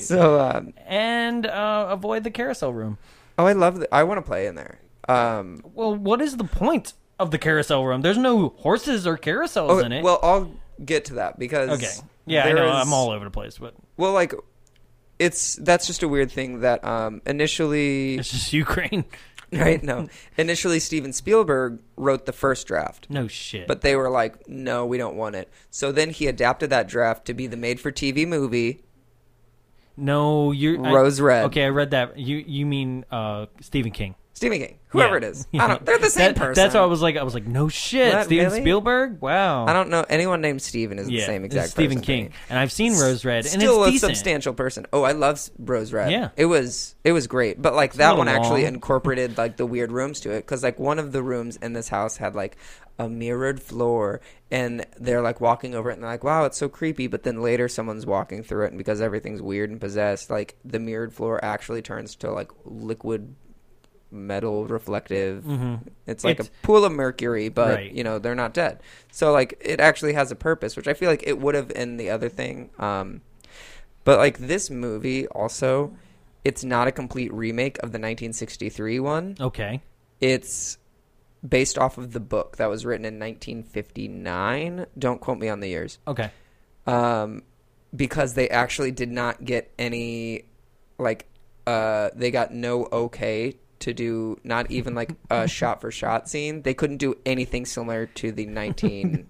S8: so um,
S1: *laughs* And uh, avoid the carousel room.
S8: oh, I love. The, I want to play in there. Um,
S1: Well, what is the point of the carousel room? There's no horses or carousels
S8: Oh,
S1: in it.
S8: Well, I'll get to that because
S1: okay. Yeah, I
S8: there
S1: know.
S8: is-
S1: I'm all over the place, but *laughs*
S8: well. Like it's that's just a weird thing that um initially
S1: it's just Ukraine.
S8: *laughs*
S1: *laughs*
S8: right? No. Initially, Steven Spielberg wrote the first draft.
S1: No shit.
S8: But they were like, no, we don't want it. So then he adapted that draft to be the made for TV movie.
S1: no, you're I-
S8: Rose red.
S1: Okay, I read that. You you mean uh, Stephen King?
S8: Stephen King, whoever
S1: Yeah.
S8: it is.
S1: *laughs* Yeah.
S8: I don't, they're the same
S1: That-
S8: person.
S1: That's what I was like. I was like, no shit,
S8: What,
S1: Steven
S8: really?
S1: Spielberg. Wow.
S8: I don't know. Anyone named Steven is the same
S1: it's
S8: exact
S1: Stephen
S8: person to
S1: King,
S8: me.
S1: and I've seen Rose Red, and
S8: Still
S1: it's
S8: a
S1: decent.
S8: substantial person. Oh, I love S- Rose Red.
S1: Yeah.
S8: it was it was great. But like that
S1: not
S8: one actually
S1: long. *laughs*
S8: incorporated like the weird rooms to it because like one of the rooms in this house had like a mirrored floor, and they're like walking over it and they're like, "Wow, it's so creepy." But then later someone's walking through it, and because everything's weird and possessed, like the mirrored floor actually turns to like liquid metal reflective. It's like
S1: Mm-hmm. It's-
S8: a pool of mercury, but
S1: Right.
S8: you know they're not dead. So like it actually has a purpose, which I feel like it would have in the other thing. Um, but like this movie also, it's not a complete remake of the 1963 one.
S1: Okay.
S8: It's based off of the book that was written in 1959. Don't quote me on the years
S1: Okay. *laughs*
S8: um, because they actually did not get any like uh, they got no okay to do not even like
S1: *laughs*
S8: a shot for shot scene they couldn't do anything similar to the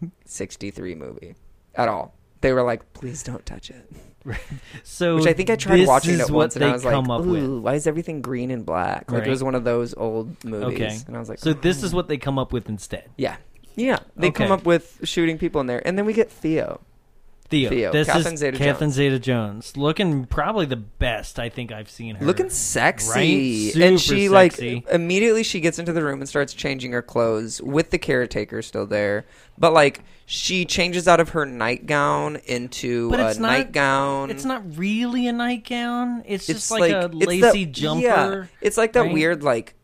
S8: 1963 movie at all they were like please don't touch it
S1: So
S8: which i think i tried
S1: this
S8: watching
S1: is
S8: it
S1: what
S8: once and
S1: they
S8: i was like
S1: come up with.
S8: Ooh, why is everything green and black like
S1: Right.
S8: it was one of those old movies
S1: Okay.
S8: and i was like "Hmm."
S1: so this is what they come up with instead.
S8: yeah yeah they come
S1: Okay.
S8: up with shooting people in there and then we get theo
S1: Theo.
S8: Theo,
S1: This
S8: Catherine
S1: is
S8: Zeta-Jones.
S1: Catherine Zeta-Jones, looking probably the best I think I've seen her.
S8: looking sexy
S1: Right?
S8: and
S1: Super
S8: she
S1: sexy.
S8: like immediately she gets into the room and starts changing her clothes with the caretaker still there but like she changes out of her nightgown into
S1: But
S8: a
S1: it's not-
S8: nightgown
S1: It's not really a nightgown. It's,
S8: It's
S1: just like, a
S8: it's that-
S1: lacy
S8: yeah.
S1: jumper.
S8: it's like that
S1: right?
S8: weird like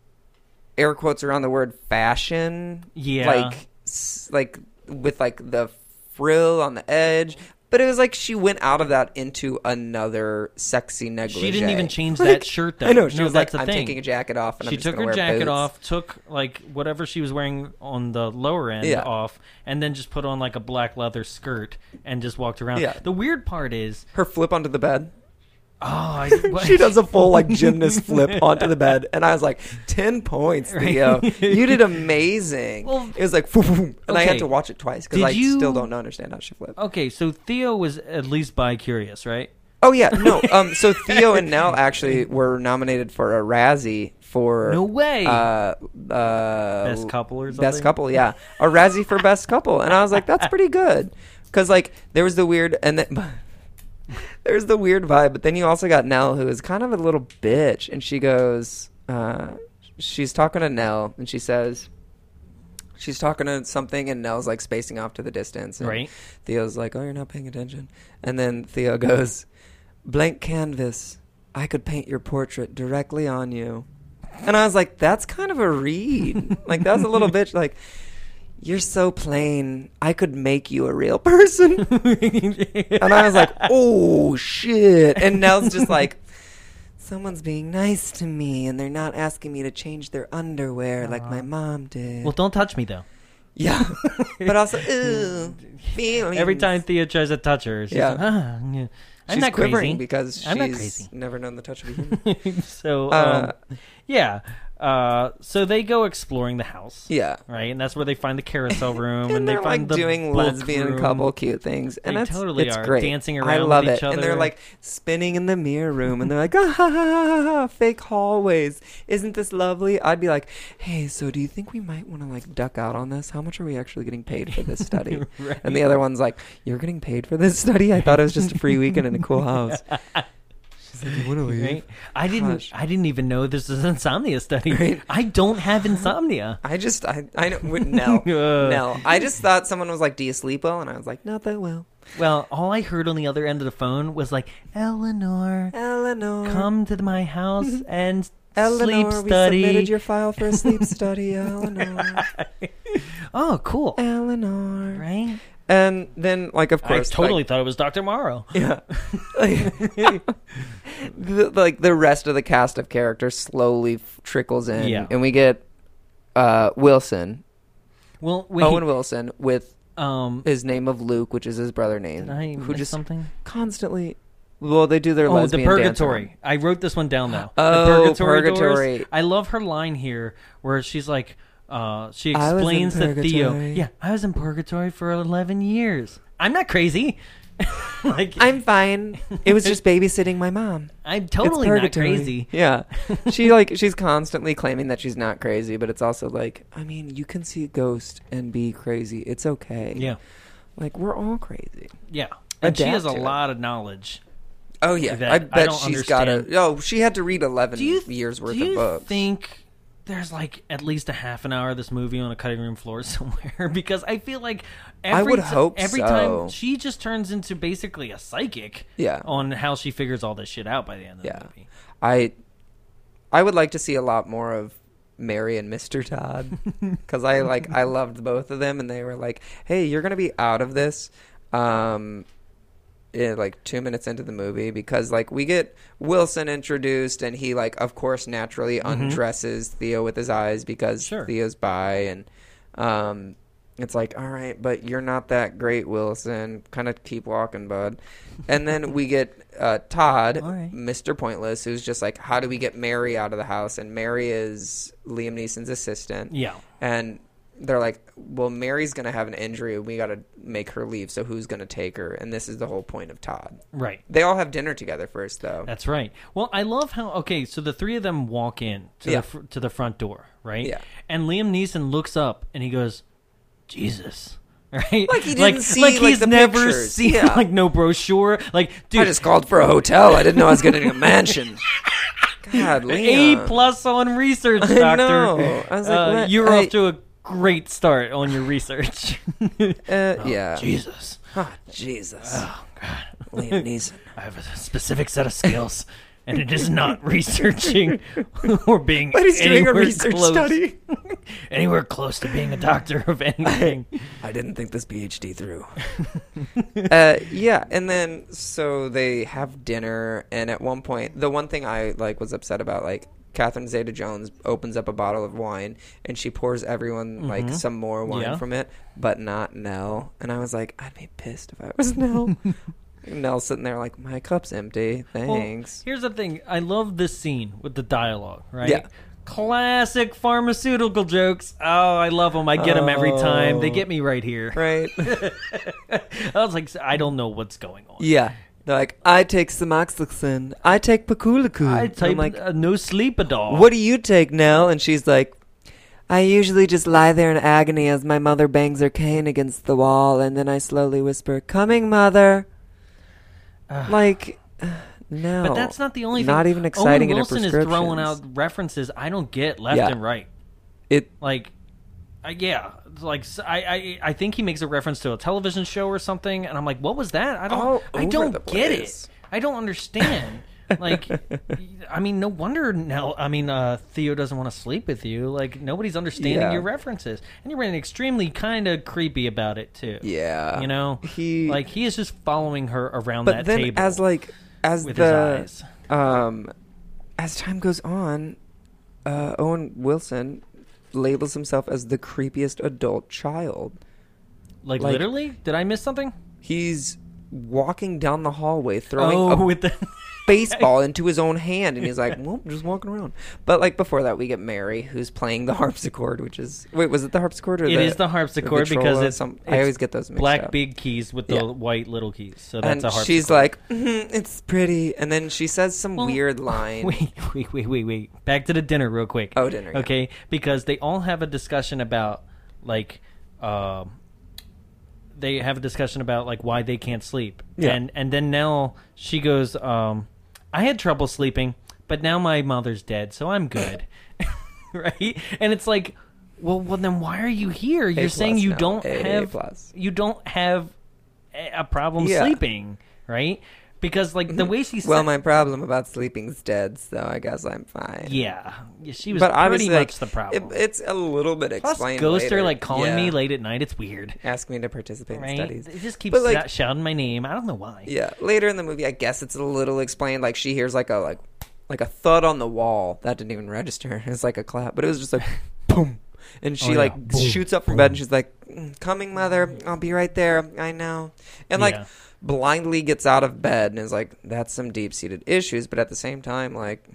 S8: air quotes around the word fashion
S1: Yeah.
S8: like s- like with like the frill on the edge but it was like she went out of that into another sexy negligee.
S1: She didn't even change
S8: Like,
S1: that shirt though.
S8: I know she
S1: no,
S8: was
S1: that's the
S8: like, "I'm
S1: thing.
S8: taking a jacket off." And
S1: she
S8: I'm just
S1: took
S8: gonna
S1: her
S8: wear
S1: jacket
S8: boots."
S1: off, took like whatever she was wearing on the lower end
S8: Yeah.
S1: off, and then just put on like a black leather skirt and just walked around.
S8: Yeah.
S1: The weird part is,
S8: her flip onto the bed.
S1: oh, I,
S8: *laughs* She does a
S1: *laughs*
S8: full like gymnast flip onto the bed, and I was like, ten points, Theo. You
S1: *laughs*
S8: did amazing.
S1: Well,
S8: it was like, "Foom, foom, foom," and I
S1: okay.
S8: had to watch it twice because
S1: Did
S8: I
S1: you- Oh.
S8: still don't understand how she flipped.
S1: Okay, so Theo was at least bi curious, right?
S8: Oh yeah, no.
S1: *laughs*
S8: Um, so Theo and Nell actually were nominated for a Razzie for
S1: No way.
S8: uh, uh,
S1: Best couple or something?
S8: Best couple, yeah, a Razzie for best couple, and I was like, that's pretty good because like there was the weird and then *laughs* there's the weird vibe, but then you also got Nell who is kind of a little bitch, and she goes, uh, she's talking to Nell and she says. She's talking to something, and Nell's like spacing off to the distance. And
S1: Right.
S8: Theo's like, "Oh, you're not paying attention," and then Theo *laughs* goes, blank canvas. I could paint your portrait directly on you. And I was like, that's kind of a
S1: *laughs*
S8: read. like, that was a little bitch. Like, you're so plain. I could make you a
S1: *laughs*
S8: real person. and I was like, oh, shit. And Nell's just like, someone's being nice to me and they're not asking me to change their underwear like my mom did.
S1: Well, don't touch me though. *laughs*
S8: yeah. but also, ooh, feelings.
S1: Every time Theo tries to touch her, she's
S8: Yeah.
S1: like, ah, yeah. I'm
S8: she's
S1: not
S8: quivering
S1: crazy
S8: because she's
S1: I'm not crazy.
S8: never known the touch of a
S1: *laughs*
S8: human.
S1: so,
S8: Uh,
S1: um, yeah. Uh, so they go exploring the house.
S8: yeah.
S1: Right, and that's where they find the
S8: *laughs*
S1: carousel room, and,
S8: and
S1: they
S8: they're
S1: find
S8: like
S1: the
S8: doing
S1: book
S8: lesbian
S1: room.
S8: couple cute things, and
S1: They
S8: it's,
S1: totally
S8: it's
S1: are,
S8: great.
S1: dancing
S8: I
S1: around
S8: love
S1: with
S8: it,
S1: each
S8: and they're
S1: other.
S8: like spinning in the mirror room, and they're like, *laughs* ah, ha, ha, ha, ha, fake hallways. Isn't this lovely? I'd be like, hey, so do you think we might want to like duck out on this? How much are we actually getting paid
S1: *laughs*
S8: for this study? And the other one's like, you're getting paid for this study? I thought it was just a free weekend in a
S1: *laughs*
S8: cool house. She's like, you want to leave?
S1: Right? I didn't.
S8: Gosh.
S1: I didn't even know this is an *laughs* insomnia study.
S8: Right.
S1: I don't have insomnia.
S8: I just I I don't
S1: *laughs*
S8: with Nell
S1: Ugh.
S8: Nell I just thought someone was like, do you sleep well? And I was like, not that well.
S1: Well, all I heard on the other end of the phone was like, Eleanor,
S8: Eleanor,
S1: come to my house and
S8: Mm. Mm-hmm. Eleanor,
S1: sleep
S8: we submitted
S1: study.
S8: your file for
S1: *laughs*
S8: a sleep study, Eleanor.
S1: oh, cool.
S8: Eleanor.
S1: Right?
S8: And then, like, of
S1: I
S8: course,
S1: totally
S8: like,
S1: thought it was Dr.
S8: *laughs*
S1: Morrow. *laughs*
S8: yeah. Like, the, like the rest of the cast of characters slowly f- trickles in,
S1: Yeah.
S8: and we get uh, Wilson,
S1: Well, wait.
S8: Owen Wilson, with
S1: um,
S8: his name of Luke, which is his brother name,
S1: did I miss something?
S8: constantly Well, they do their
S1: Oh, the
S8: lesbian dance around.
S1: purgatory. I wrote this one down now.
S8: Oh,
S1: the purgatory,
S8: purgatory.
S1: Doors. I love her line here where she's like, uh, she
S8: I was in
S1: explains to Theo,
S8: purgatory.
S1: yeah, I was in purgatory for 11 years. I'm not crazy. *laughs* like, I'm,
S8: I'm fine.
S1: *laughs*
S8: It was just babysitting my mom. It's
S1: totally not
S8: purgatory.
S1: crazy. *laughs*
S8: Yeah. she like she's constantly claiming that she's not crazy, but it's also like, I mean, you can see a ghost and be crazy. It's okay.
S1: Yeah.
S8: Like we're all crazy.
S1: Yeah. And she has a
S8: Adapt to it.
S1: lot of knowledge.
S8: Oh yeah.
S1: That- I
S8: I bet
S1: don't
S8: she's got a
S1: understand.
S8: Oh, she had to read 11
S1: Do you
S8: Mm, years worth
S1: do you
S8: of books.
S1: think there's like at least a half an hour of this movie on a cutting room floor *laughs* somewhere? because I feel like every
S8: would
S1: ti-
S8: hope
S1: every
S8: so.
S1: time she just turns into basically a psychic.
S8: Yeah.
S1: On how she figures all this shit out by the end of
S8: Yeah.
S1: the movie.
S8: I I would like to see a lot more of Mary and Mr. Todd cuz I like I loved both of them and they were like, "Hey, you're going to be out of this." Um yeah, like 2 minutes into the movie because like we get Wilson introduced and he like of course naturally undresses Theo with his eyes because
S1: Sure.
S8: Theo's by and um it's like, all right, but you're not that great, Wilson. Kind of keep walking, bud. And then we get uh, Todd,
S1: *laughs* All right.
S8: Mr. Pointless, who's just like, how do we get Mary out of the house? And Mary is Liam Neeson's assistant.
S1: Yeah.
S8: And they're like, well, Mary's going to have an injury. We got to make her leave. So who's going to take her? And this is the whole point of Todd.
S1: Right.
S8: They all have dinner together first, though.
S1: That's right. Well, I love how okay. So the three of them walk in to
S8: Yeah.
S1: the fr- to the front door, right?
S8: Yeah.
S1: And Liam Neeson looks up and he goes, "Jesus." *laughs* Right?
S8: Like he didn't see,
S1: like
S8: like,
S1: he's
S8: the
S1: never
S8: pictures.
S1: seen *laughs*
S8: Yeah.
S1: like no brochure. Like dude,
S8: I just called for a hotel. I didn't know I was getting a mansion. *laughs* God, Liam.
S1: A plus on research,
S8: I
S1: doctor.
S8: know. I was like,
S1: Uh,
S8: what?
S1: you're
S8: I-
S1: off to a great start on your research.
S8: *laughs* Uh, yeah.
S1: Oh, Jesus,
S8: Ah, Jesus. Oh, God. *laughs* Liam Neeson.
S1: I have a specific set of skills, and it is not researching
S8: *laughs*
S1: or being
S8: But he's doing a
S1: anywhere
S8: research
S1: close-
S8: study.
S1: *laughs* anywhere close to
S8: *laughs*
S1: being a doctor of anything.
S8: I didn't think this PhD through. *laughs* uh, yeah, and then so they have dinner, and at one point, the one thing I like was upset about, like Catherine Zeta-Jones opens up a bottle of wine and she pours everyone like some more wine
S1: Yeah.
S8: from it, but not Nell. And I was like, I'd be pissed if I was *laughs* Nell. Nell's sitting there like, my cup's empty.
S1: Well,
S8: *laughs* Thanks.
S1: here's the thing. I love this scene with the dialogue, right?
S8: Yeah.
S1: Classic pharmaceutical jokes. Oh, I love them. I get them every time. They get me right here.
S8: right. *laughs*
S1: I was like, I don't know what's going on.
S8: yeah. They're like, I take Sumoxiflin. I take Pakuliku.
S1: I
S8: And
S1: type
S8: I'm like,
S1: uh, no sleep at all.
S8: What do you take, Nell? And she's like, I usually just lie there in agony as my mother bangs her cane against the wall, and then I slowly whisper, Coming, mother. like, no.
S1: But that's not the only.
S8: Not
S1: thing.
S8: even exciting
S1: Owen
S8: in a
S1: Wilson is throwing out
S8: prescriptions.
S1: references I don't get left
S8: Yeah.
S1: and right.
S8: It,
S1: Like, I, yeah, it's like s- I, I I think he makes a reference to a television show or something, and I'm like, what was that? I don't
S8: All
S1: I
S8: Oh, over
S1: don't
S8: the
S1: get it.
S8: place.
S1: I don't
S8: *laughs*
S1: understand. like, I mean, no wonder now. I mean, uh, Theo doesn't want to sleep with you. Like, nobody's understanding
S8: Yeah.
S1: your references, and you're being extremely kind of creepy about it too.
S8: yeah.
S1: You know,
S8: He-
S1: like he is just following her around
S8: But
S1: that
S8: then,
S1: table
S8: as like, as
S1: with
S8: the,
S1: his eyes.
S8: um, as time goes on, uh, Owen Wilson labels himself as the creepiest adult child.
S1: Like,
S8: like-
S1: literally? Did I miss something?
S8: He's walking down the hallway throwing a
S1: Oh, with the
S8: baseball into his own hand, and he's like, "Well, just walking around." But like before that, we get Mary, who's playing the harpsichord, which is wait, was it the harpsichord or
S1: it
S8: the,
S1: is the harpsichord
S8: the
S1: because
S8: viola?
S1: it's,
S8: Some-
S1: it's
S8: I always get those mixed
S1: black
S8: up.
S1: big keys with the
S8: Yeah.
S1: white little keys. So that's
S8: and
S1: a harpsichord.
S8: she's like, "Mhm, "It's pretty," and then she says some
S1: Well,
S8: weird *laughs* line.
S1: Wait, wait, wait, wait, wait. Back to the dinner real quick.
S8: Oh, dinner, yeah.
S1: Okay, because they all have a discussion about like um they have a discussion about like why they can't sleep.
S8: Yeah.
S1: And and then Nell she goes um I had trouble sleeping, but now my mother's dead, so I'm
S8: *laughs*
S1: good. *laughs* right? And it's like well, well then why are you here? You're saying
S8: plus
S1: you
S8: now.
S1: don't
S8: A
S1: have
S8: plus.
S1: you don't have a a problem
S8: Yeah. Mm-hmm.
S1: sleeping, right? Because like the way she
S8: Well,
S1: said-
S8: my problem about sleeping's dead, so I guess I'm fine.
S1: yeah, Yeah, she was
S8: but
S1: pretty
S8: obviously,
S1: much
S8: like,
S1: the problem.
S8: it- it's a little bit
S1: Plus,
S8: explained.
S1: ghosts
S8: later.
S1: are like calling me
S8: Yeah.
S1: late at night. It's weird,
S8: asking me to participate
S1: right?
S8: in studies.
S1: They just keep
S8: But, like,
S1: sou- shouting my name. I don't know why.
S8: Yeah, later in the movie, I guess it's a little explained. Like she hears like a like like a thud on the wall
S1: *laughs*
S8: that *laughs* didn't even register. It's like a clap, but it was just like boom, and she
S1: Oh, yeah.
S8: like
S1: Boom,
S8: shoots up from bed and she's like, "Mm, coming, mother. I'll be right there. I know. And like
S1: Yeah.
S8: blindly gets out of bed and is like, that's some deep seated issues. But at the same time, like,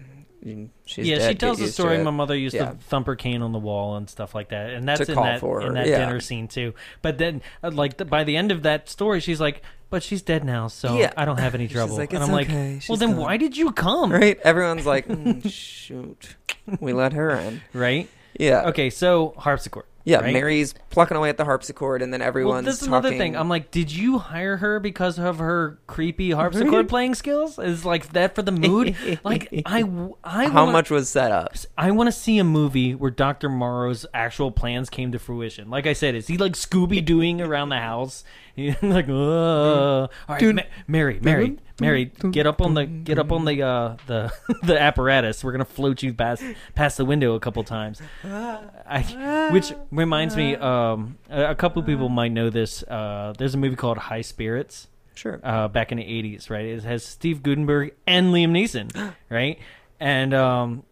S8: mm, she's
S1: yeah,
S8: dead.
S1: she
S8: Get
S1: tells the
S8: used to
S1: story.
S8: it.
S1: My mother used
S8: Yeah.
S1: to thump her cane on the wall and stuff like that, and that's in
S8: call
S1: that
S8: for
S1: in
S8: her,
S1: that
S8: yeah.
S1: dinner scene too. But then, uh, like the, by the end of that story, she's like, "But she's dead now, so
S8: Yeah.
S1: I don't have any
S8: *laughs* She's
S1: trouble."
S8: like,
S1: and
S8: "It's
S1: I'm like,
S8: okay,
S1: "Well,
S8: she's
S1: then
S8: gone."
S1: why did you come?"
S8: Right? Everyone's like, "Mm, *laughs* shoot. We let her in.
S1: Right?
S8: Yeah.
S1: Okay, so harpsichord.
S8: Yeah.
S1: right?
S8: Mary's plucking away at the harpsichord and then
S1: Well,
S8: everyone's
S1: this is
S8: talking.
S1: another thing. I'm like, did you hire her because of her creepy
S8: *laughs*
S1: harpsichord playing skills? Is like that for the mood? like, I, w- I
S8: how
S1: wanna-
S8: much was set up?
S1: I want to see a movie where Dr. Morrow's actual plans came to fruition. Like I said, is he like Scooby Dooing around the house? *laughs* like, "Ugh." all right, Ma- Mary, Mary, Mary, get up on the get up on the uh, the *laughs* the apparatus. We're gonna float you past past the window a couple times. I, which reminds me, um, a, a couple people might know this. Uh, there's a movie called High Spirits
S8: Sure.
S1: uh, back in the '80s, right? It has Steve Gutenberg and Liam Neeson, *gasps* right? And um,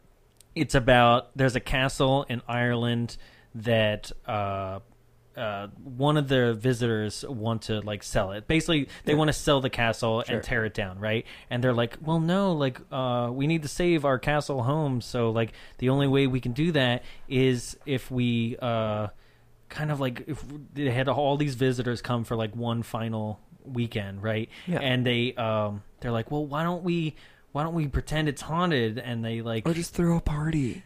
S1: it's about there's a castle in Ireland that uh, uh, one of the visitors want to like sell it. Basically, they want to sell the castle and tear it down, right? And they're like, "Well, no, like uh, we need to save our castle home. So like the only way we can do that is if we." Uh, kind of like if they had all these visitors come for like one final weekend, right?
S8: Yeah.
S1: And they um they're like, "Well, why don't we why don't we pretend it's haunted?" And they like
S8: Or Oh, just throw
S1: *laughs*
S8: a party.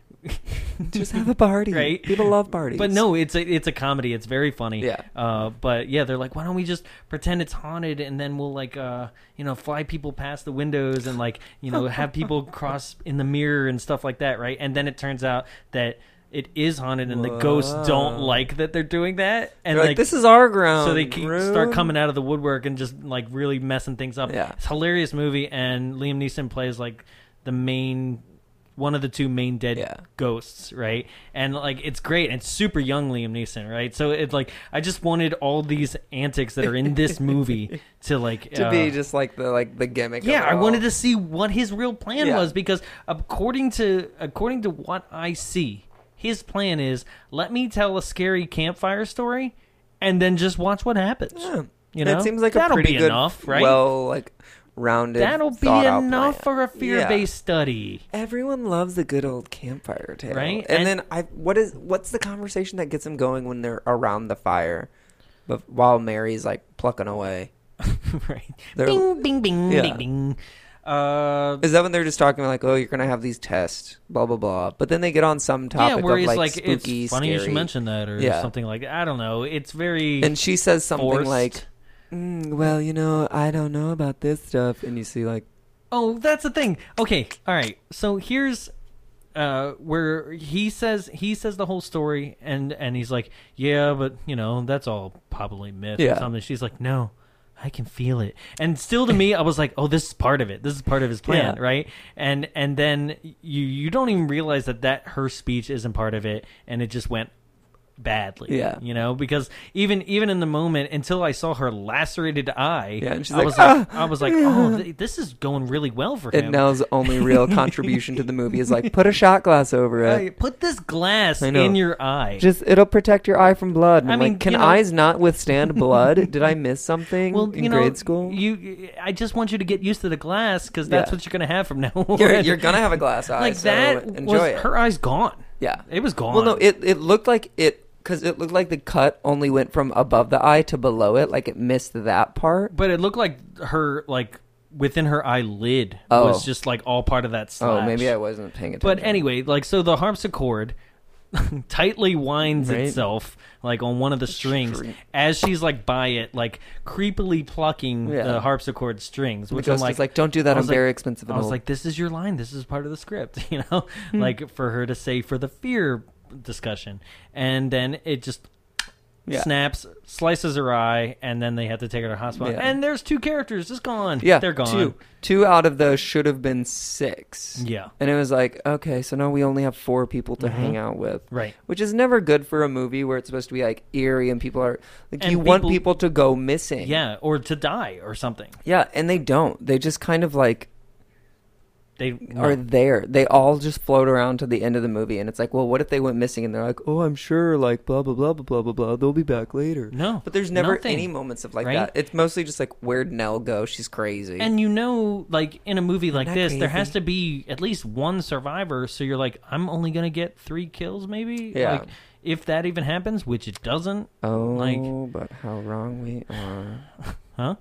S8: just have a party.
S1: Right?
S8: People love parties.
S1: But no, it's a it's a comedy. It's very funny.
S8: Yeah.
S1: Uh, but yeah, they're like, why don't we just pretend it's haunted, and then we'll like, uh, you know, fly people past the windows and like, you know, have
S8: *laughs*
S1: people cross in the mirror and stuff like that, right? And then it turns out that it is haunted, and the ghosts don't like that they're doing that, and
S8: They're like, this is our ground.
S1: so they keep, start coming out of the woodwork and just like really messing things up.
S8: Yeah.
S1: It's a hilarious movie, and Liam Neeson plays like the main one of the two main dead
S8: Yeah.
S1: ghosts, right? And like it's great and it's super young Liam Neeson, right? So it's like I just wanted all these antics that are in this
S8: *laughs*
S1: movie to like
S8: to be
S1: uh,
S8: just like the like the gimmick.
S1: yeah,
S8: of it
S1: I wanted
S8: all.
S1: to see what his real plan
S8: Yeah.
S1: was because according to according to what I see, his plan is let me tell a scary campfire story and then just watch what happens. You know,
S8: it seems like a
S1: that'll
S8: pretty
S1: be
S8: good,
S1: enough, right?
S8: well, like rounded.
S1: that'll be
S8: thought-out
S1: enough
S8: plan.
S1: for a fear-based study. *laughs*
S8: Yeah. Everyone loves the good old campfire tale,
S1: Right? And-
S8: And, then I, what is what's the conversation that gets them going when they're around the fire, but while Mary's like plucking away?
S1: right?
S8: They're-
S1: Bing, bing, bing,
S8: Yeah.
S1: bing, bing. Uh,
S8: Is that when they're just talking like, oh, you're gonna have these tests, blah blah blah? But then they get on some
S1: yeah,
S8: topic
S1: where
S8: of
S1: he's
S8: like,
S1: like,
S8: spooky,
S1: it's funny you should
S8: scary.
S1: mention that or
S8: Yeah.
S1: something like that. I don't know. It's very
S8: and she says something
S1: forced.
S8: like, "Mm, "Well, you know, I don't know about this stuff," and you see like,
S1: Oh, that's the thing. Okay, all right. So here's uh where he says he says the whole story and and he's like, "Yeah, but, you know, that's all probably myth or
S8: Yeah.
S1: something." She's like, "No, I can feel it." And still to me, I was like, "Oh, this is part of it. This is part of his plan,
S8: Yeah.
S1: right?" And and then you you don't even realize that that her speech isn't part of it and it just went badly.
S8: Yeah.
S1: You know, because even even in the moment until I saw her lacerated eye,
S8: Yeah, and she's
S1: I
S8: like, "Ah!"
S1: was like I was like, "Oh, th- this is going really well for him."
S8: and Nell's only
S1: *laughs*
S8: real contribution to the movie is like, put a shot glass over it.
S1: Hey, put this glass
S8: I know.
S1: in your eye.
S8: Just it'll protect your eye from blood. And
S1: I
S8: I'm
S1: mean,
S8: like, can
S1: you know-
S8: eyes not withstand blood? Did I miss something
S1: well,
S8: in
S1: you know,
S8: grade school?
S1: You, I just want you to get used to the glass because that's
S8: Yeah.
S1: what you're gonna have from *laughs* now on.
S8: You're, you're gonna have a glass
S1: *laughs*
S8: eye.
S1: like
S8: so
S1: that.
S8: Enjoy
S1: was,
S8: it.
S1: Her eyes gone.
S8: Yeah,
S1: it was gone.
S8: Well, no, it it looked like it because it looked like the cut only went from above the eye to below it. Like it missed that part.
S1: but it looked like her like within her eyelid
S8: Oh.
S1: was just like all part of that
S8: Oh,
S1: slash.
S8: maybe I wasn't paying attention.
S1: But anyway, like so, the harpsichord *laughs* tightly winds
S8: Right.
S1: itself like on one of the strings
S8: String.
S1: as she's like by it, like creepily plucking
S8: Yeah.
S1: the harpsichord strings. Which I'm
S8: ghost is
S1: like,
S8: like, "Don't do that,
S1: I was
S8: I'm very expensive and
S1: I was
S8: old." Hmm.
S1: like, this is your line. This is part of the script, *laughs* you know, like for her to say for the fear discussion, and then it just.
S8: Yeah.
S1: Snaps, slices her eye, and then they have to take her to the hospital.
S8: Yeah.
S1: And there's two characters just gone.
S8: Yeah,
S1: they're gone.
S8: Two, two out of those should have been six.
S1: Yeah. Mm-hmm.
S8: and it was like, okay, so now we only have four people to hang out with,
S1: Right.
S8: Which is never good for a movie where it's supposed to be like eerie and people are like,
S1: And
S8: you want
S1: people-
S8: people to go missing,
S1: Yeah, or to die or something.
S8: yeah, and they don't. They just kind of like
S1: They
S8: are there. They all just float around to the end of the movie, and it's like, well, what if they went missing? And they're like, oh, I'm sure, like blah blah blah blah blah blah blah. They'll be back later.
S1: No,
S8: but there's never
S1: nothing,
S8: any moments of like
S1: right?
S8: that. It's mostly just like, where'd Nell go? She's crazy.
S1: and you know, like in a movie like
S8: that
S1: this, there
S8: crazy?
S1: has to be at least one survivor. So you're like, I'm only gonna get three kills, maybe.
S8: Yeah.
S1: Like, if that even happens, which it doesn't.
S8: oh,
S1: like-
S8: but how wrong we are.
S1: Huh?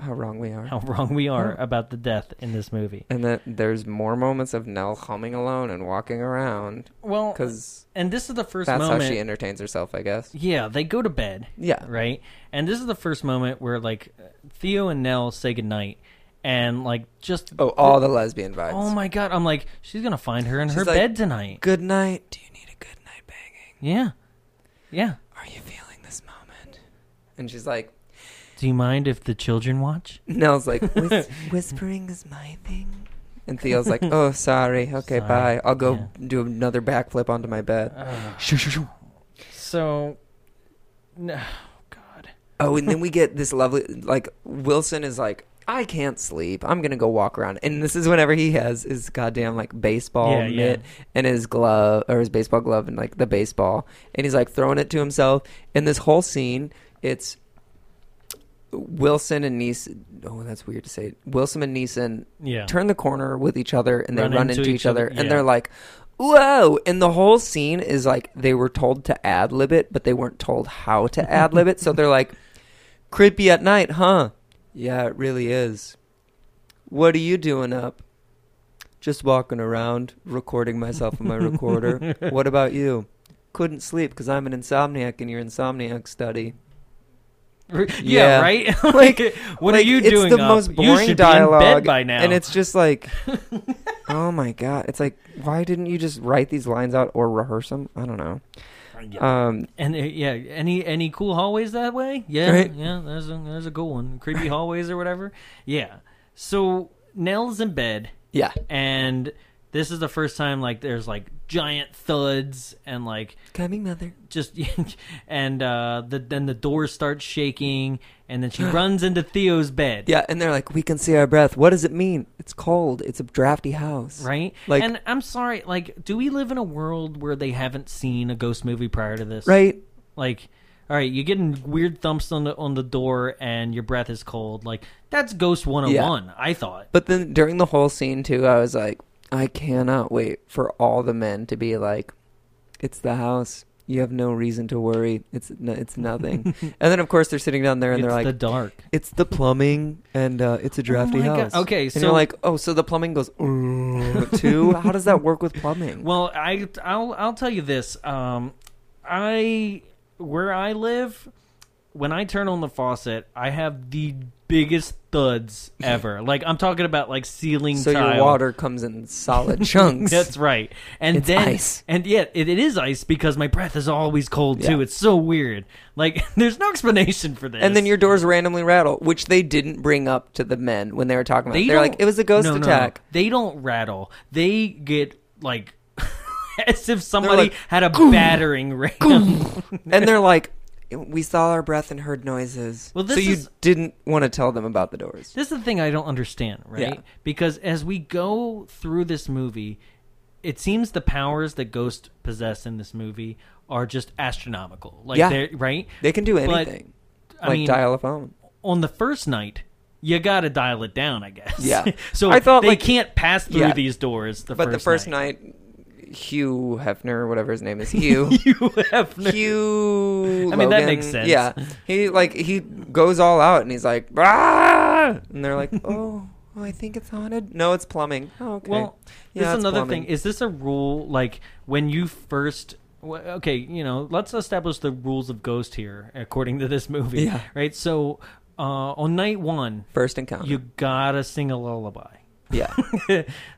S8: How wrong we are.
S1: How wrong we are about the death in this movie.
S8: And that there's more moments of Nell humming alone and walking around
S1: Well,
S8: because
S1: and this is the first
S8: that's
S1: moment.
S8: how she entertains herself, I guess.
S1: yeah, they go to bed.
S8: Yeah.
S1: Right? And this is the first moment where, like, Theo and Nell say goodnight. And, like, just.
S8: Oh, all the lesbian vibes.
S1: Oh my God. I'm like, she's going to find her in her
S8: She's like,
S1: bed tonight.
S8: Good night. Do you need a good night banging?
S1: Yeah. Yeah.
S8: Are you feeling this moment? And she's like,
S1: Do you mind if the children watch?
S8: Nell's
S1: *laughs*
S8: like, Whis- whispering is my thing. And
S1: *laughs*
S8: Theo's like, oh, sorry. Okay,
S1: Sorry. Uh,
S8: bye. I'll go do another backflip onto my bed. Shoo, shoo, shoo.
S1: So.
S8: *sighs*
S1: No. God.
S8: Oh, and then we
S1: *laughs*
S8: get this lovely, like, Wilson is like, I can't sleep. I'm going to go walk around. And this is whenever he has his goddamn, like, baseball
S1: Yeah, yeah.
S8: mitt and his glove, or his baseball glove and, like, the baseball. And he's, like, throwing it to himself. And this whole scene, it's Wilson and Neeson. Oh, that's weird to say. Wilson and Neeson
S1: Yeah.
S8: turn the corner with each other and they
S1: Run
S8: run,
S1: into
S8: into,
S1: each
S8: each, other,
S1: other, yeah.
S8: and they're like, whoa. And the whole scene is like they were told to ad lib it, but they weren't told how to ad lib it. So they're like, *laughs* creepy at night, huh? Yeah, it really is. What are you doing up? Just walking around, recording myself on my
S1: *laughs*
S8: recorder. what about you? Couldn't sleep because I'm an insomniac in your
S1: *laughs*
S8: insomniac study.
S1: *laughs* Yeah,
S8: Yeah.
S1: right? *laughs*
S8: Like-
S1: what
S8: Like,
S1: are you
S8: it's
S1: doing?
S8: the
S1: up?
S8: most
S1: you
S8: boring
S1: should
S8: dialogue,
S1: Be in bed by now.
S8: and it's just like, oh my god! It's like, why didn't you just write these lines out or rehearse them? I don't know. Um,
S1: *laughs* And uh, yeah, any any cool hallways that way? Yeah,
S8: Right.
S1: yeah. There's a there's a good one, creepy hallways or whatever. Yeah. So Nell's in bed,
S8: yeah,
S1: and this is the first time like there's like giant thuds and like
S8: coming mother.
S1: just *laughs* and uh the, then the door starts shaking, and
S8: *gasps*
S1: then she runs into Theo's bed.
S8: Yeah, and they're like, we can see our breath. What does it mean? It's cold. It's a drafty house,
S1: Right?
S8: Like,
S1: and I'm sorry, like, do we live in a world where they haven't seen a ghost movie prior to this?
S8: right?
S1: Like, all right, you're getting weird thumps on the on the door, and your breath is cold. Like that's Ghost 101. I thought.
S8: But then during the whole scene too, I was like, I cannot wait for all the men to be like, "It's the house. You have no reason to worry. It's no,
S1: *laughs*
S8: it's nothing." and then of course they're sitting down there and
S1: it's
S8: they're like,
S1: the dark.
S8: it's the plumbing and uh, it's a drafty
S1: Oh my God.
S8: house.
S1: Okay,
S8: and
S1: so-
S8: you're like, oh, so the plumbing goes *laughs* "Ooh," too. How does that work with plumbing?
S1: Well, I I'll I'll tell you this. Um, I where I live, when I turn on the faucet, I have the biggest
S8: *laughs*
S1: thuds ever. like I'm talking about like ceiling.
S8: so
S1: tile.
S8: your water comes
S1: *laughs*
S8: in solid chunks.
S1: That's right. And
S8: It's
S1: then
S8: ice.
S1: and yeah, it, it is ice because my breath is always cold too.
S8: Yeah.
S1: It's so weird. Like *laughs* there's no explanation for this.
S8: and then your doors randomly rattle, which they didn't bring up to the men when they were talking about.
S1: They
S8: it. They're like,
S1: don't-
S8: it was a ghost
S1: No, no, no.
S8: attack.
S1: They don't rattle. They get like *laughs* as if somebody
S8: like,
S1: had a battering *laughs* ram.
S8: and they're like, we saw our breath and heard noises.
S1: Well,
S8: so
S1: this
S8: you
S1: is-
S8: didn't want to tell them about the doors.
S1: this is the thing I don't understand, right?
S8: Yeah.
S1: Because as we go through this movie, it seems the powers that ghosts possess in this movie are just astronomical. Like
S8: Yeah.
S1: they're right?
S8: They can do
S1: But,
S8: anything,
S1: I
S8: like
S1: mean,
S8: dial a phone.
S1: on the first night, you gotta dial it down, I guess.
S8: Yeah.
S1: *laughs* so
S8: I thought,
S1: they
S8: like-
S1: can't pass through
S8: Yeah.
S1: these doors. The
S8: But
S1: first
S8: the first night. Hugh Hefner, whatever his name is, Hugh.
S1: *laughs* you have no-
S8: Hugh.
S1: I mean, that
S8: Logan.
S1: makes sense.
S8: Yeah, he like he goes all out and he's like, "Ah!" and
S1: *laughs*
S8: they're like, oh, well, I think it's haunted. No, it's plumbing. Oh, okay.
S1: Well,
S8: yeah,
S1: this is
S8: it's
S1: another
S8: plumbing.
S1: thing. Is this a rule? Like when you first, wh- okay, you know, let's establish the rules of Ghost here according to this movie.
S8: Yeah.
S1: Right. So uh, on night one,
S8: first encounter.
S1: you gotta sing a lullaby. *laughs*
S8: yeah,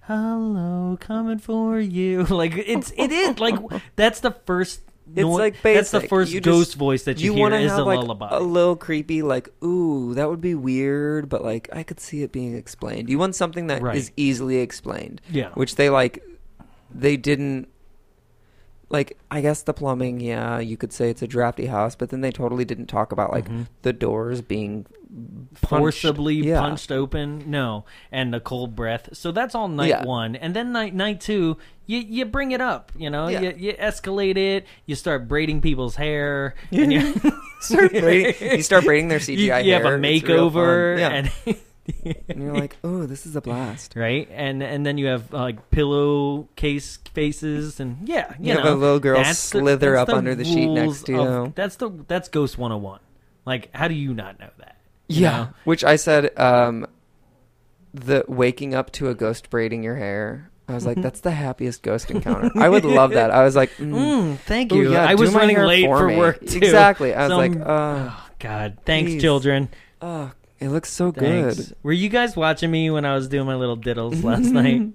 S1: Hello, coming for you. *laughs* Like it's it is
S8: *laughs*
S1: like that's the first.
S8: it's
S1: noi-
S8: like basic.
S1: that's the first
S8: You just-
S1: ghost voice that you, hear
S8: wanna
S1: is
S8: have,
S1: a
S8: like,
S1: lullaby.
S8: A little creepy, like ooh, that would be weird, but like I could see it being explained. You want something that is
S1: Right.
S8: easily explained.
S1: Yeah.
S8: which they like. They didn't like I guess the
S1: Mm-hmm.
S8: plumbing, yeah, you could say it's a drafty house, but then they totally didn't talk about like the doors being punched.
S1: forcibly
S8: Yeah.
S1: punched open. No, and the cold breath. So that's all night
S8: Yeah.
S1: one, and then night night two, you you bring it up. You know,
S8: Yeah.
S1: you, you escalate it. You start braiding people's
S8: *laughs*
S1: hair. And you,
S8: Start braiding, you start braiding their
S1: *laughs*
S8: CGI
S1: you,
S8: hair.
S1: you have a
S8: It's real fun.
S1: makeover,
S8: Yeah.
S1: and *laughs*
S8: and you're like, oh, this is a blast.
S1: right, and and then you have uh, like pillowcase faces, and yeah, you,
S8: You have
S1: know,
S8: a little girl
S1: that's the-
S8: slither
S1: that's
S8: up under the sheet next to
S1: rules
S8: you.
S1: of- that's the that's Ghost One Hundred One. Like, how do you not know that? you
S8: Yeah.
S1: know?
S8: Which I said, um, the waking up to a ghost braiding your hair. I was
S1: Mm-hmm.
S8: like, that's the happiest
S1: *laughs*
S8: ghost encounter. I would love that. I was like, mm,
S1: Mm, thank
S8: Ooh,
S1: you.
S8: yeah,
S1: I
S8: do
S1: was
S8: my
S1: running
S8: hair
S1: late
S8: for
S1: for,
S8: me.
S1: work too.
S8: Exactly. I was
S1: So
S8: like,
S1: I'm-
S8: uh,
S1: oh god, thanks,
S8: please.
S1: children.
S8: oh, it looks so
S1: Thanks.
S8: good.
S1: Were you guys watching me when I was doing my little diddles last
S8: *laughs*
S1: night?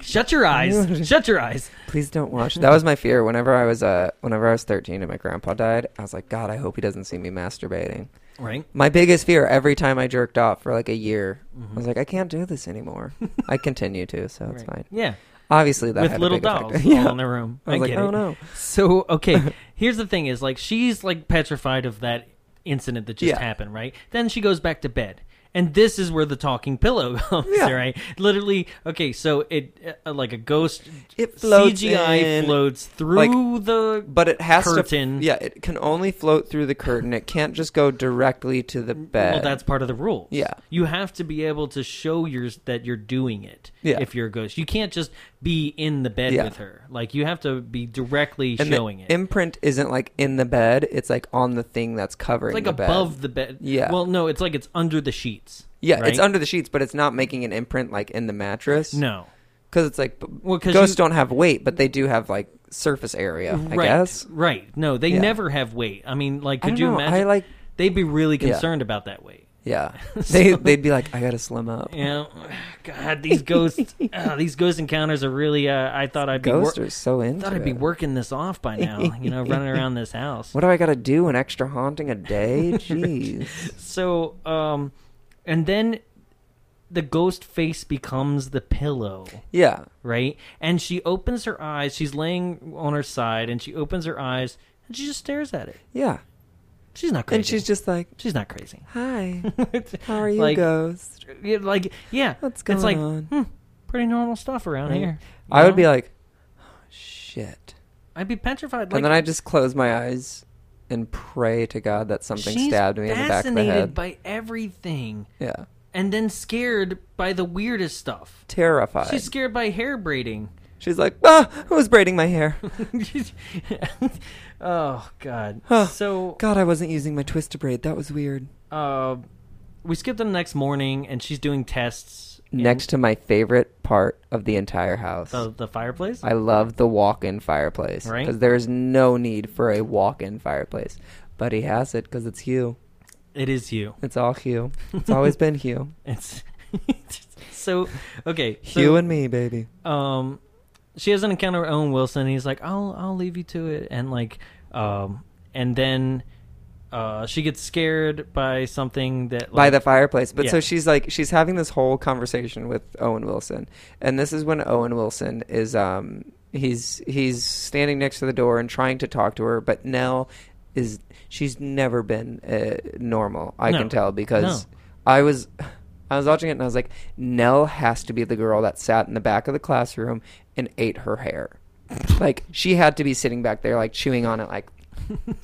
S1: Shut your eyes. Shut your eyes. *laughs*
S8: Please don't watch. That was my fear. Whenever I was uh, whenever I was 13 and my grandpa died, I was like, God, I hope he doesn't see me masturbating.
S1: Right.
S8: My biggest fear every time I jerked off for like a year, I was like, I can't do this
S1: *laughs*
S8: anymore. I continue to, so it's
S1: Mm-hmm. Right.
S8: fine.
S1: Yeah.
S8: Obviously, that
S1: With
S8: had
S1: little
S8: a big effect.
S1: dolls
S8: *laughs*
S1: all in the room.
S8: I was like,
S1: get
S8: oh
S1: it.
S8: no.
S1: So okay, here's the thing: is like she's like petrified of that incident that just
S8: Yeah.
S1: happened, right? Then she goes back to bed, and this is where the talking pillow *laughs* comes,
S8: Yeah.
S1: right? Literally, okay, so it uh, like a ghost
S8: It floats
S1: CGI
S8: in,
S1: floats through
S8: like,
S1: the
S8: But it has
S1: curtain.
S8: to. Yeah, it can only float through the curtain. It can't just go directly to the bed.
S1: Well, that's part of the rules.
S8: Yeah.
S1: you have to be able to show yours that you're doing it.
S8: Yeah.
S1: if you're a ghost, you can't just be in the bed
S8: Yeah.
S1: with her. Like you have to be directly
S8: and
S1: showing
S8: the
S1: it.
S8: Imprint isn't like in the bed. It's like on the thing that's covering.
S1: It's like
S8: the bed.
S1: above the bed.
S8: Yeah.
S1: Well, no, it's like it's under the sheets.
S8: Yeah,
S1: right?
S8: it's under the sheets, but it's not making an imprint like in the mattress.
S1: No.
S8: because it's like b-
S1: Well, 'cause
S8: ghosts
S1: you-
S8: don't have weight, but they do have like surface area. I
S1: right.
S8: guess.
S1: Right. No, they
S8: Yeah.
S1: never have weight. I mean, like,
S8: I
S1: could
S8: don't
S1: you
S8: know.
S1: imagine?
S8: I like.
S1: They'd be really concerned about that weight.
S8: Yeah,
S1: *laughs*
S8: they they'd be like, I gotta slim up.
S1: You know, *sighs* God, these
S8: *laughs*
S1: ghosts, uh, these ghost encounters are really. Uh, I thought I'd be.
S8: Ghosts
S1: wor-
S8: are so into.
S1: thought I'd be
S8: it.
S1: working this off by
S8: *laughs*
S1: now. You know, running around this house.
S8: What do I gotta do? An extra haunting
S1: *laughs*
S8: a day? Jeez.
S1: So, um, and then the ghost face becomes the pillow.
S8: Yeah.
S1: right? And she opens her eyes. She's laying on her side, and she opens her eyes, and she just stares at it.
S8: Yeah.
S1: She's not crazy.
S8: And she's just like,
S1: she's not crazy.
S8: "Hi, *laughs*
S1: *laughs*
S8: how are you,
S1: Like-
S8: ghost?"
S1: Yeah, like yeah,
S8: What's
S1: it's like
S8: going on?
S1: hmm, pretty normal stuff around
S8: Right.
S1: here.
S8: I
S1: You
S8: would be
S1: know?
S8: like, oh, "Shit,"
S1: I'd be petrified. Like,
S8: and then I just close my eyes and pray to God that something
S1: she's
S8: stabbed me in the back of the
S1: fascinated
S8: head.
S1: by everything,
S8: yeah,
S1: and then scared by the weirdest stuff.
S8: terrified.
S1: She's
S8: She's,
S1: scared by hair braiding. *laughs*
S8: *laughs* like, "Ah, who's braiding my hair? *sighs*
S1: oh God!
S8: Huh.
S1: So
S8: Ah. God, I wasn't using my twist to braid. That was weird."
S1: uh, we skip to the next morning, and she's doing tests. in
S8: Next to my favorite part of the entire house.
S1: the, the fireplace.
S8: I love the walk-in fireplace
S1: Right.
S8: because there is no need for a walk-in fireplace, but he has it because it's Hugh.
S1: It is you.
S8: It's all Hugh. It's
S1: *laughs*
S8: always been Hugh.
S1: It's *laughs* so okay. so,
S8: Hugh and me, baby.
S1: um, she has an encounter with Owen Wilson. And he's like, "I'll I'll leave you to it," and like, um, and then uh, she gets scared by something that
S8: By
S1: like, *laughs*
S8: the fireplace. But
S1: Yeah.
S8: so she's like she's having this whole conversation with Owen Wilson. And this is when Owen Wilson is um he's he's standing next to the door and trying to talk to her, but Nell is she's never been uh, normal, I
S1: No.
S8: can tell because
S1: No.
S8: I was I was watching it and I was like, Nell has to be the girl that sat in the back of the classroom and ate her hair. like she had to be sitting back there like chewing on
S1: *laughs*
S8: it like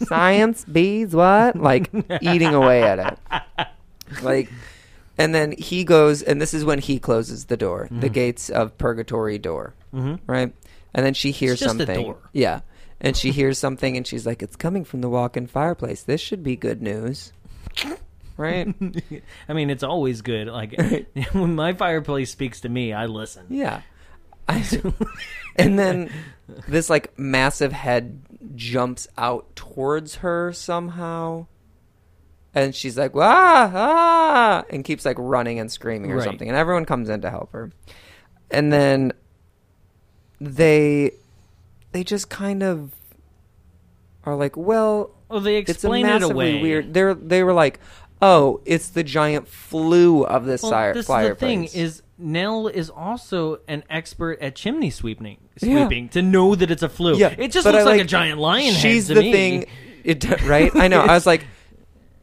S8: science bees what like eating away at it like and then he goes and this is when he closes the door
S1: Mm-hmm.
S8: the gates of purgatory door right and then she hears
S1: It's just a
S8: something
S1: door.
S8: yeah and she hears something and she's like it's coming from the walk-in fireplace this should be good news right
S1: *laughs* I mean, it's always good. Like *laughs* when my fireplace speaks to me, I listen.
S8: *laughs* Yeah. I-
S1: *laughs*
S8: and then this like massive head jumps out towards her somehow. And she's like, ah, ah, and keeps like running and screaming or
S1: Right.
S8: something. And everyone comes in to help her. And then they they just kind of are like, well,
S1: Oh, they explain
S8: it's a
S1: it
S8: massively
S1: away.
S8: weird. They're they were like, oh, it's the giant flu of this,
S1: Well,
S8: sire-
S1: this
S8: fireplace.
S1: is the thing is Nell is also an expert at chimney sweeping.
S8: Yeah.
S1: Sweeping to know that it's a flu. it just
S8: but
S1: looks
S8: I
S1: like, a giant lion.
S8: She's
S1: head to
S8: the
S1: me. *laughs*
S8: thing, it, d- right? I know. I was like,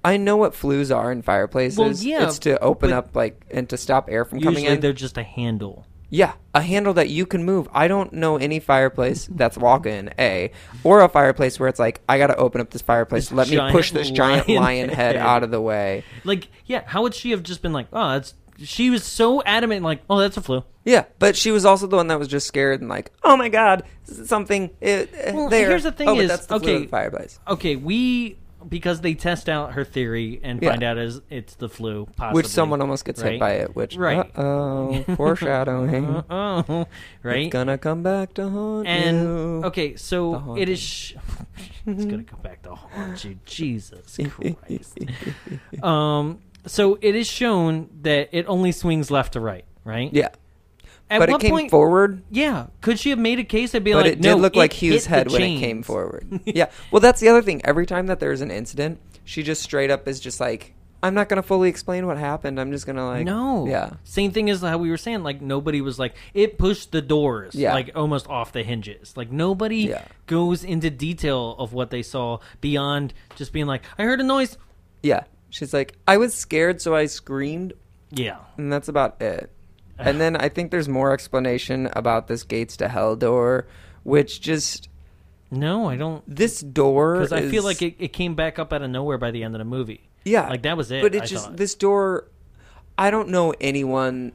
S8: I know what flues are in fireplaces.
S1: Well, yeah,
S8: it's to open
S1: but-
S8: up like and to stop air from
S1: Usually
S8: coming in.
S1: they're just a handle.
S8: Yeah, a handle that you can move. I don't know any fireplace that's walk-in a or a fireplace where it's like I got to open up this fireplace.
S1: This
S8: Let me
S1: giant
S8: push this giant
S1: lion
S8: lion
S1: head.
S8: head out of the way.
S1: Like, yeah, how would she have just been like, oh, that's. She was so adamant, like, oh, that's a flu.
S8: Yeah, but she was also the one that was just scared and like, oh my god, this is something it, eh,
S1: Well,
S8: there.
S1: here's the thing
S8: oh, but
S1: is,
S8: that's the flu
S1: okay,
S8: of the fireplace,
S1: Okay, we. Because they test out her theory and
S8: Yeah.
S1: find out is it's the flu, possibly.
S8: which someone almost gets hit
S1: right?
S8: by it. Which
S1: Right. *laughs*
S8: oh, foreshadowing.
S1: Oh, *laughs* right?
S8: It's gonna come back to haunt
S1: And
S8: you.
S1: okay, so
S8: The
S1: it is. Sh- *laughs* it's gonna come back to haunt
S8: *laughs*
S1: you, Jesus Christ. um, so it is shown that it only swings left to right, right?
S8: Yeah,
S1: At
S8: but
S1: what
S8: it came
S1: point,
S8: forward.
S1: Yeah, could she have made a case of being
S8: but
S1: like,
S8: it did
S1: no,
S8: look like Hugh's
S1: hit the
S8: head when it came
S1: chains.
S8: forward.
S1: *laughs*
S8: yeah. Well, that's the other thing. Every time that there's an incident, she just straight up is just like, I'm not going to fully explain what happened. I'm just going to like.
S1: No.
S8: Yeah.
S1: Same thing as how we were saying. Like nobody was like it pushed the doors.
S8: Yeah.
S1: Like almost off the hinges. Like nobody
S8: Yeah.
S1: goes into detail of what they saw beyond just being like, I heard a noise.
S8: Yeah. She's like, I was scared, so I screamed,
S1: Yeah.
S8: and that's about it. And then I think there's more explanation about this gates to hell door, which just
S1: No, I don't.
S8: this door
S1: because I feel
S8: is-
S1: like it, it came back up out of nowhere by the end of the movie.
S8: Yeah,
S1: like that was it.
S8: But
S1: I
S8: it's just
S1: thought.
S8: this door. I don't know anyone.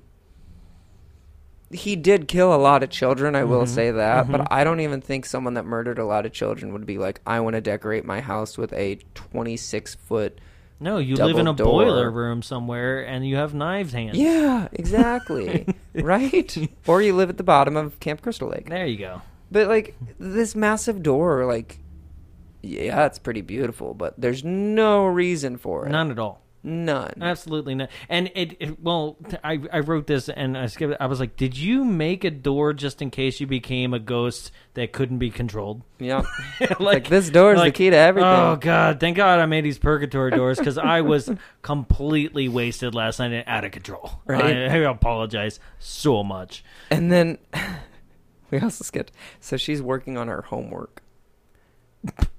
S8: He did kill a lot of children. I
S1: Mm-hmm.
S8: will say that, but I don't even think someone that murdered a lot of children would be like, "I want to decorate my house with a twenty-six foot."
S1: no, you live in
S8: double
S1: a
S8: door.
S1: boiler room somewhere and you have knives hand.
S8: Yeah,
S1: *laughs*
S8: exactly. right, or you live at the bottom of Camp Crystal Lake.
S1: there you go.
S8: But like this massive door, like, yeah, it's pretty beautiful, but there's no reason for it.
S1: None at all.
S8: None.
S1: Absolutely not. And it, it well, t- I I wrote this and I skipped. it. I was like, did you make a door just in case you became a ghost that couldn't be controlled? *laughs*
S8: yeah. Like, this door is the key to everything.
S1: Oh God! Thank God I made these purgatory doors because I was *laughs* completely wasted last night and out of control.
S8: Right.
S1: I, I apologize so much.
S8: And then *laughs* we also skipped. So she's working on her homework.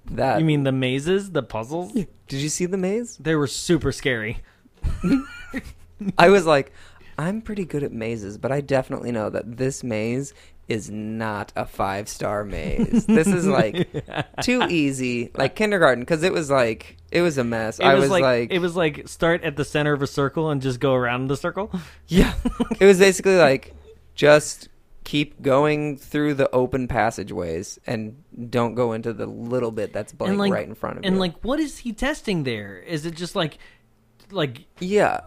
S8: That Uh,
S1: You mean the mazes, the puzzles?
S8: Did you see the maze?
S1: They were super scary.
S8: I was like, I'm pretty good at mazes, but I definitely know that this maze is not a five star
S1: *laughs*
S8: maze. this is like too easy, like kindergarten, because it was like it was a mess.
S1: It
S8: I
S1: was, like,
S8: like
S1: it was like start at the center of a circle and just go around the
S8: *laughs*
S1: circle. *laughs*
S8: Yeah. it was basically like just keep going through the open passageways and don't go into the little bit that's blank right in front of
S1: and
S8: you.
S1: like, what is he testing there? Is it just like, like?
S8: Yeah.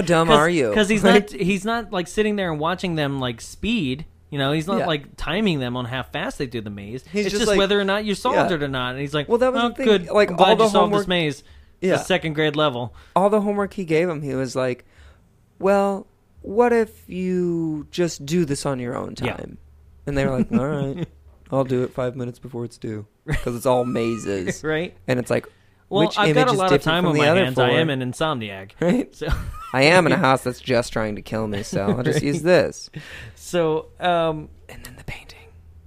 S1: *laughs*
S8: dumb are you?
S1: Because he's
S8: Like, *laughs*
S1: not he's not like sitting there and watching them like speed. You know, he's not
S8: Yeah.
S1: like timing them on how fast they do the maze.
S8: He's
S1: it's
S8: just
S1: just,
S8: like-
S1: whether or not you solved
S8: yeah.
S1: it or not. And he's like,
S8: Well, that was
S1: oh,
S8: the thing,
S1: good.
S8: like,
S1: I'm glad
S8: all the
S1: you solved
S8: homework-
S1: this maze.
S8: Yeah.
S1: It's a second grade level.
S8: all the homework he gave him, he was like, "Well, what if you just do this on your own
S1: Yeah.
S8: time?" And they were like,
S1: *laughs*
S8: "All right, I'll do it five minutes before it's due because it's all mazes,
S1: *laughs* Right.
S8: And it's like,
S1: Well,
S8: which
S1: I've
S8: image
S1: got a
S8: is
S1: lot of
S8: different
S1: time
S8: from
S1: on
S8: the
S1: my
S8: other
S1: hands. I
S8: four?
S1: am
S8: *laughs*
S1: an insomniac.
S8: Right?
S1: So,
S8: I
S1: *laughs*
S8: am in a house that's just trying to kill me, so I'll just use this.
S1: so um,
S8: And then the painting.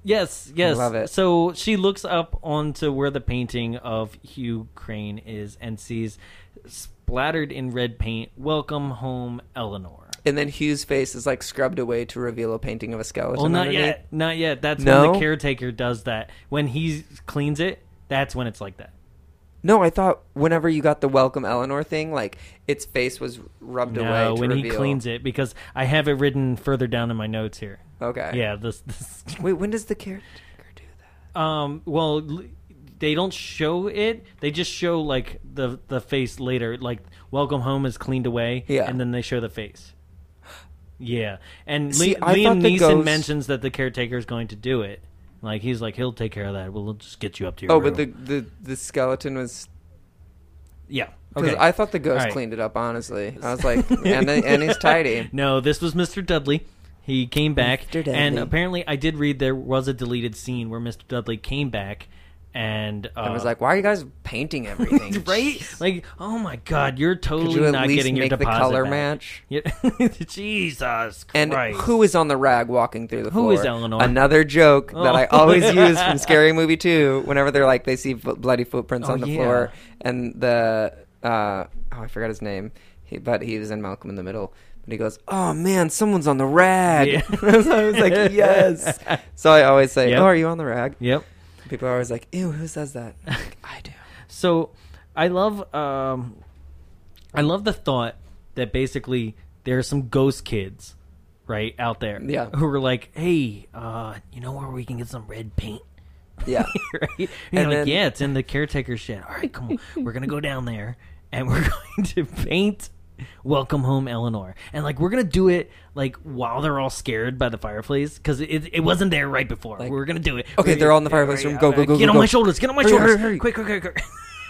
S1: Yes, yes.
S8: love it.
S1: So she looks up onto where the painting of Hugh Crane is and sees splattered in red paint, "Welcome home, Eleanor."
S8: And then Hugh's face is like scrubbed away to reveal a painting of a skeleton.
S1: Well, not
S8: underneath.
S1: yet. Not yet. That's when
S8: No?
S1: the caretaker does that. When he cleans it, that's when it's like that.
S8: No, I thought whenever you got the welcome Eleanor thing, like its face was rubbed away.
S1: No,
S8: to
S1: when he
S8: reveal-
S1: cleans it because I have it written further down in my notes here.
S8: Okay.
S1: Yeah, this this
S8: Wait, when does the character do that?
S1: Um. Well, l- they don't show it. They just show like the the face later. Like welcome home is cleaned away.
S8: Yeah.
S1: And then they show the face. Yeah. And
S8: See,
S1: Le-
S8: I
S1: Liam
S8: thought the
S1: Neeson
S8: ghost-
S1: mentions that the caretaker is going to do it. Like he's like he'll take care of that. We'll just get you up to your
S8: Oh,
S1: room.
S8: but the the, the skeleton was
S1: yeah.
S8: because
S1: Okay.
S8: I thought the ghost
S1: All right.
S8: cleaned it up. Honestly,
S1: *laughs*
S8: I was like, and and he's tidy.
S1: No, this was Mr. Dudley. He came back,
S8: Mr. Dudley.
S1: and apparently, I did read there was a deleted scene where Mr. Dudley came back, and uh,
S8: I was like, why are you guys
S1: *laughs*
S8: painting *laughs* everything?
S1: right? Like, oh my god, you're
S8: Could
S1: totally
S8: you at
S1: not
S8: least
S1: getting your
S8: make the
S1: deposit
S8: color
S1: back.
S8: match?
S1: Yeah. *laughs* Jesus Christ.
S8: And who is on the rag walking through the
S1: Who
S8: floor?
S1: is Eleanor?
S8: Another joke that I
S1: Oh. *laughs*
S8: always use from Scary Movie 2 whenever they're like, they see foot, bloody footprints
S1: Oh,
S8: on the
S1: yeah.
S8: floor and the uh, oh, I forgot his name, he, but he was in Malcolm in the Middle. But he goes, "Oh man, someone's on the rag." *laughs*
S1: Yeah.
S8: so I was
S1: *laughs*
S8: like, "Yes." So I always say,
S1: Yep.
S8: "Oh, are you on the rag?"
S1: Yep.
S8: People are always like, "Ew, who says that?"
S1: *laughs*
S8: I'm like, I do.
S1: So I love um I love the thought that basically there are some ghost kids right out there
S8: Yeah.
S1: who are like, "Hey, uh, you know where we can get some red paint?" *laughs*
S8: Yeah.
S1: right? And you're like,
S8: And then-
S1: "Yeah, it's in the caretaker shed." All right, come on. We're going to go down there and we're *laughs* going to paint Welcome home, Eleanor, and like we're gonna do it like while they're all scared by the fireplace because it, it wasn't there right before.
S8: Like-
S1: we're gonna do it.
S8: Okay,
S1: We're-
S8: they're all in the
S1: yeah,
S8: fireplace
S1: right,
S8: room.
S1: yeah,
S8: Go,
S1: right.
S8: go, go,
S1: Get
S8: go,
S1: on my
S8: go.
S1: shoulders. Get on my
S8: Hurry,
S1: shoulders.
S8: hurry, hurry.
S1: Quick, quick, quick, *laughs*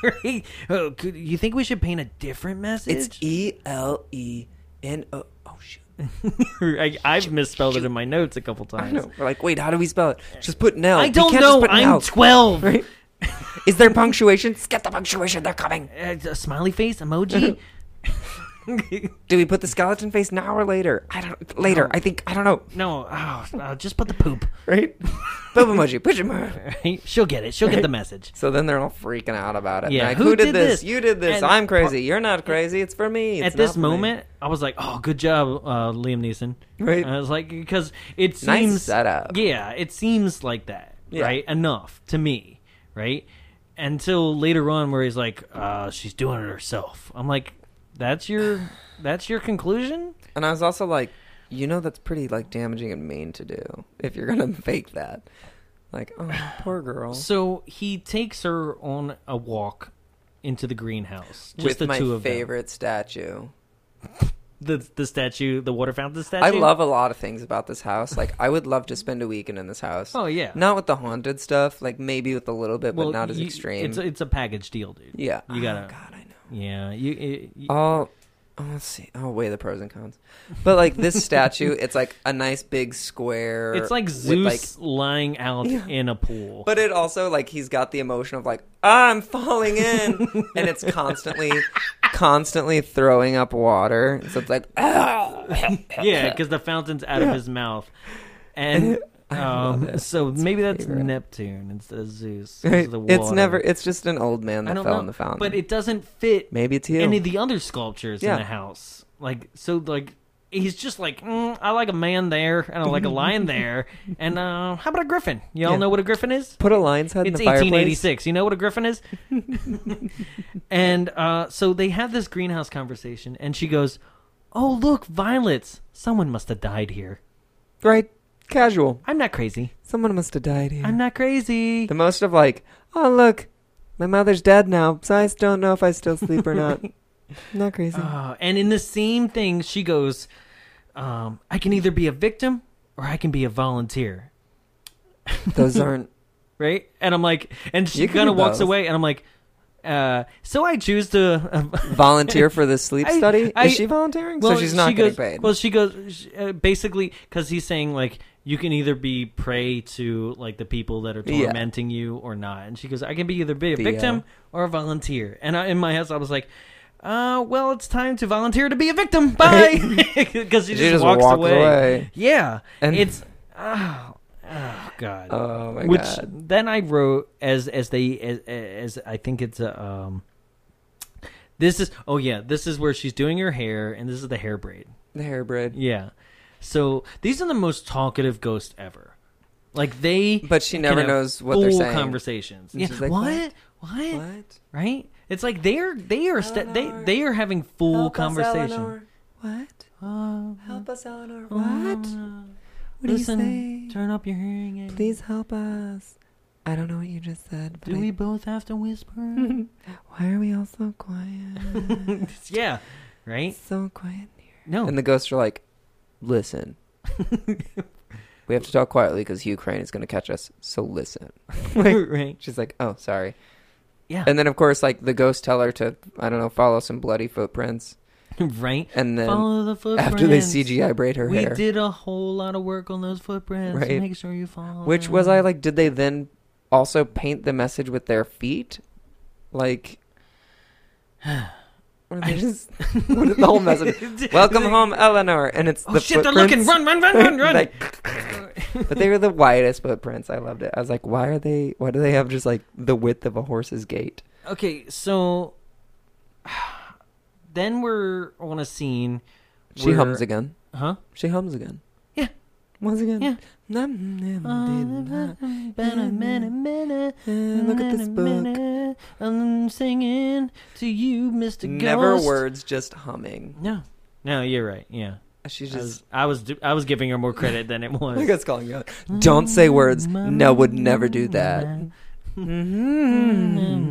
S1: quick. Right? oh, could, you think we should paint a different message? *laughs*
S8: It's E L E N O. Oh shoot.
S1: I, I've misspelled it in my notes a couple times.
S8: I know. We're like, wait, how do we spell it? Just put an L.
S1: I
S8: We
S1: don't
S8: can't just
S1: know.
S8: put an
S1: I'm
S8: L.
S1: 12.
S8: Right? *laughs* Is there punctuation? Skip the punctuation. They're coming.
S1: Uh, A smiley face
S8: *laughs*
S1: emoji.
S8: Do we put the skeleton face now or later? I don't. Later. I think. I don't know.
S1: no, oh, uh, just put the poop.
S8: Right? *laughs* Boob emoji. Push emoji.
S1: Right? She'll get it. She'll
S8: *laughs*
S1: get the message.
S8: So then they're all freaking out about it.
S1: Yeah,
S8: They're Like,
S1: who
S8: who, did,
S1: did
S8: this?
S1: this?
S8: You did this.
S1: And
S8: I'm
S1: par-
S8: crazy. You're not crazy. It's for me. It's
S1: At this
S8: not for me.
S1: moment, I was like, "Oh, good job, uh, Liam Neeson."
S8: Right.
S1: I was like, because it seems
S8: Nice setup.
S1: Yeah, it seems like that,
S8: Yeah.
S1: right? Enough to me, right? Until later on, where he's like, uh, "She's doing it herself." I'm like, "That's
S8: *sighs*
S1: your, that's your conclusion."
S8: And I was also like, you know, that's pretty like damaging and mean to do if you're gonna *laughs* fake that. Like, oh, poor
S1: *sighs*
S8: girl.
S1: So he takes her on a walk into the greenhouse, just
S8: With
S1: the
S8: my
S1: two of
S8: favorite statue.
S1: them. The the statue, the water fountain statue.
S8: I love a lot of things about this house. Like, I would love to spend a weekend in this house.
S1: Oh, yeah.
S8: Not with the haunted stuff. Like, maybe with a little bit,
S1: Well,
S8: but not as
S1: you-
S8: extreme.
S1: It's a, it's a package deal, dude.
S8: yeah.
S1: you gotta.
S8: Oh, God, I know.
S1: Yeah, you. It, you
S8: I'll, oh, let's see. I'll weigh the pros and cons. But like this statue, it's like a nice big square.
S1: It's like
S8: with,
S1: Zeus lying out
S8: Yeah.
S1: in a pool.
S8: but it also like he's got the emotion of like I'm falling
S1: *laughs*
S8: in, and it's constantly, constantly throwing up water. So it's like ah.
S1: *laughs* yeah, because the fountain's out of his
S8: *laughs*
S1: mouth. And um, so maybe that's Neptune instead of Zeus. 'cause of the
S8: *laughs* it's
S1: water.
S8: never. It's just an old man
S1: I
S8: that
S1: don't
S8: fell
S1: know,
S8: in the fountain.
S1: but it doesn't fit
S8: maybe it's you.
S1: any of the other sculptures
S8: Yeah.
S1: in the house. Like so, like he's just like mm, I like a man there and I like a
S8: *laughs*
S1: lion there. And uh, how about a griffin? Y'all
S8: Yeah.
S1: know what a griffin is?
S8: Put a lion's head
S1: It's
S8: in the fireplace.
S1: 1886. You know what a griffin
S8: *laughs*
S1: is? and uh, so they have this greenhouse conversation, and she goes, "Oh, look, violets. Someone must have died here.
S8: Right, casual.
S1: I'm not crazy.
S8: Someone must have died here.
S1: I'm not crazy."
S8: The most of like, oh look, my mother's dead now, so I don't know if I still sleep or
S1: *laughs*
S8: not. not crazy.
S1: Uh, and in the same thing, she goes, um, "I can either be a victim or I can be a volunteer."
S8: *laughs* Those aren't.
S1: Right? And I'm like, and she
S8: You can
S1: kind of
S8: be
S1: walks
S8: both.
S1: away, and I'm like, uh, "So I choose to." uh,
S8: *laughs*
S1: *laughs*
S8: Volunteer for the sleep
S1: I-
S8: study?
S1: I-
S8: Is she volunteering?
S1: Well,
S8: so she's not
S1: she
S8: getting
S1: goes,
S8: paid.
S1: Well, she goes sh- uh, basically because he's saying like you can either be prey to like the people that are
S8: Yeah.
S1: tormenting you or not, and she goes, I can be either be a
S8: The,
S1: victim
S8: uh,
S1: or a volunteer. And I, in my head, I was like. Uh, well, it's time to volunteer to be a
S8: *laughs*
S1: victim. Bye, *laughs* because she,
S8: She
S1: just
S8: just
S1: walks,
S8: walks
S1: away.
S8: away.
S1: Yeah, and
S8: And-
S1: it's oh, oh god.
S8: oh my
S1: Which
S8: god.
S1: then I wrote as as they as, as I think it's a um. This is oh yeah, this is where she's doing her hair, and this is the hair braid.
S8: The hair braid.
S1: Yeah. So these are the most talkative ghosts ever. Like they,
S8: But she
S1: can
S8: never
S1: have
S8: knows what they're
S1: full
S8: saying.
S1: Conversations. Yeah.
S8: she's like,
S1: what? what?
S8: What?
S1: Right? It's like they're they are sta they they are having full conversation. Uh, Oh,
S8: What? help us, Eleanor. What? what
S1: Listen, turn up your hearing aid.
S8: Please help us. I don't know what you just said, but
S1: Do
S8: I-
S1: we both have to
S8: *laughs*
S1: whisper?
S8: why are we all so quiet?
S1: *laughs* yeah. Right?
S8: so quiet in here.
S1: No.
S8: And the ghosts are like,
S1: *laughs*
S8: listen. we have to talk quietly because Hugh Crane is going to catch us. So listen.
S1: *laughs* right.
S8: She's like, oh, sorry.
S1: Yeah.
S8: And then, of course, like the ghosts tell her to, I don't know, follow some bloody footprints.
S1: *laughs* right.
S8: And then
S1: Follow the footprints.
S8: after they CGI braid her
S1: we
S8: hair,
S1: did a whole lot of work on those footprints.
S8: Right.
S1: Make sure you follow.
S8: which
S1: them. *laughs*
S8: was I like, did they then also paint the message with their feet?
S1: *sighs*
S8: Like, or they just what is the
S1: *laughs*
S8: whole message? Welcome home, Eleanor. And it's
S1: Oh
S8: the
S1: shit! They're looking.
S8: footprints.
S1: Run! Run! Run! Run! Run! *laughs*
S8: *laughs* Like- but they were the widest footprints. I loved it. I was like, why are they? Why do they have just like the width of a horse's gait?
S1: Okay, so *sighs* then we're on a scene.
S8: She
S1: where-
S8: hums again.
S1: Huh?
S8: She hums again.
S1: Yeah.
S8: Once again.
S1: Yeah.
S8: Nom, nom, nom, nom.
S1: Look
S8: look at this book.
S1: I'm singing to you, Mr.
S8: Never
S1: Ghost.
S8: words, just humming.
S1: No, no, you're right. Yeah,
S8: She's
S1: I
S8: just.
S1: was, I was, do- I was giving her more credit
S8: *laughs*
S1: than it
S8: I think
S1: was.
S8: that's calling you out.
S1: Mm,
S8: Don't say words. No, would never do that. Mm.
S1: And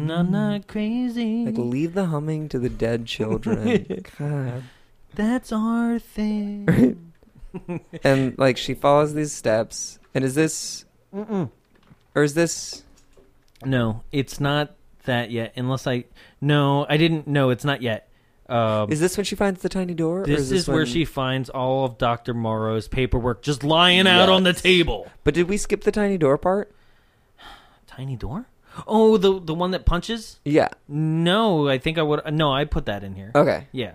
S1: Mm-hmm. I'm not crazy.
S8: Like leave the humming to the
S1: *laughs*
S8: dead children. God.
S1: That's our
S8: *laughs*
S1: thing.
S8: And like she follows these steps. And is this? Or is this?
S1: no, it's not that yet. Unless I, no, I didn't. No, it's not yet. Um,
S8: Is this when she finds the tiny door? or
S1: this is, where
S8: when-
S1: she finds all of Doctor Morrow's paperwork just lying out on the
S8: Yes.
S1: table.
S8: But did we skip the tiny door part?
S1: Tiny door. Oh, the the one that punches.
S8: Yeah.
S1: No, I think I would. No, I put that in here.
S8: Okay.
S1: Yeah.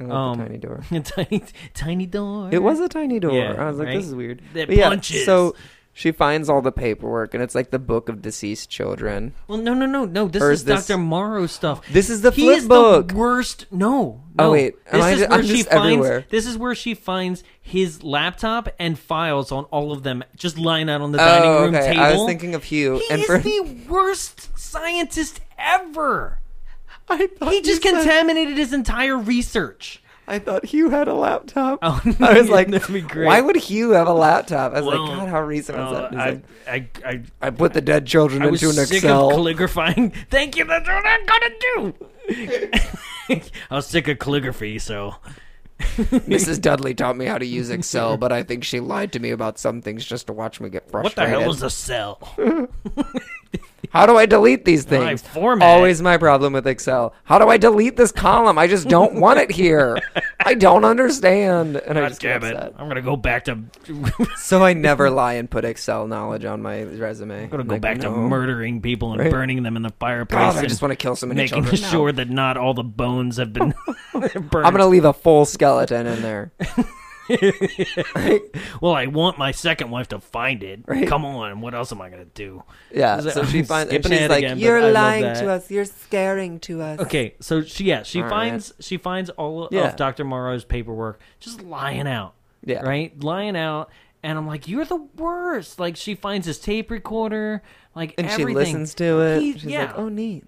S8: I love
S1: Um,
S8: the tiny door.
S1: *laughs* tiny, tiny door.
S8: It was a tiny door.
S1: Yeah,
S8: I was like,
S1: right?
S8: this is weird.
S1: That
S8: But yeah,
S1: punches.
S8: So she finds all the paperwork, and it's like the book of deceased children.
S1: Well, no, no, no, no. This
S8: Or
S1: is,
S8: is this-
S1: Dr. Morrow stuff.
S8: This is the
S1: he
S8: flip
S1: is
S8: book.
S1: The worst. No.
S8: Oh,
S1: no.
S8: wait. Am
S1: This
S8: I
S1: is
S8: ju-
S1: where
S8: I'm
S1: she
S8: just
S1: finds.
S8: everywhere.
S1: This is where she finds his laptop and files on all of them, just lying out on the dining
S8: Oh,
S1: room
S8: okay.
S1: table.
S8: I was thinking of Hugh.
S1: He
S8: and
S1: is
S8: for
S1: the worst scientist ever.
S8: I thought
S1: He just
S8: you said-
S1: contaminated his entire research.
S8: I thought Hugh had a laptop.
S1: Oh,
S8: *laughs* I was like,
S1: that'd be great.
S8: why would Hugh have a laptop? I was
S1: Well,
S8: like, Oh God, how recent was that?
S1: Uh,
S8: And he's
S1: I,
S8: like,
S1: I, I,
S8: I put the dead children
S1: I was
S8: into an
S1: sick
S8: Excel.
S1: of calligraphing. *laughs* Thank you. That's what I'm gonna do. *laughs* I was sick of calligraphy, so *laughs*
S8: Mrs. Dudley taught me how to use Excel, but I think she lied to me about some things just to watch me get
S1: what
S8: frustrated.
S1: the hell is a
S8: *laughs*
S1: cell?
S8: How do I delete these
S1: do I
S8: things?
S1: format it?
S8: Always my problem with Excel. How do I delete this column? I just don't want it here. I don't understand. And I
S1: God
S8: just get
S1: damn it!
S8: upset.
S1: I'm gonna go back to. *laughs* I'm
S8: So I never lie and put Excel knowledge on my resume. I'm
S1: gonna go back to murdering people and burning them in the fireplace.
S8: God, I
S1: and
S8: just want to kill so many
S1: making
S8: children now.
S1: sure that not all the bones have
S8: *laughs*
S1: been *laughs* burned.
S8: I'm gonna leave a full skeleton in there.
S1: Well, I want my second wife to find it. Come on, what else am I gonna do?
S8: Yeah.
S1: Is it-
S8: So she
S1: *laughs* I'm
S8: finds. And
S1: skipping
S8: she's
S1: ahead
S8: like,
S1: again, but I
S8: "You're
S1: love
S8: lying
S1: that."
S8: to us. You're scaring to us."
S1: Okay, so she yeah, she finds she finds all
S8: Yeah.
S1: of Dr. Morrow's paperwork just lying out.
S8: Yeah.
S1: Right? Lying out and I'm like, You're the worst. Like she finds his tape recorder, like
S8: And
S1: everything.
S8: she listens to it.
S1: He-
S8: she's
S1: yeah.
S8: like, "Oh, neat."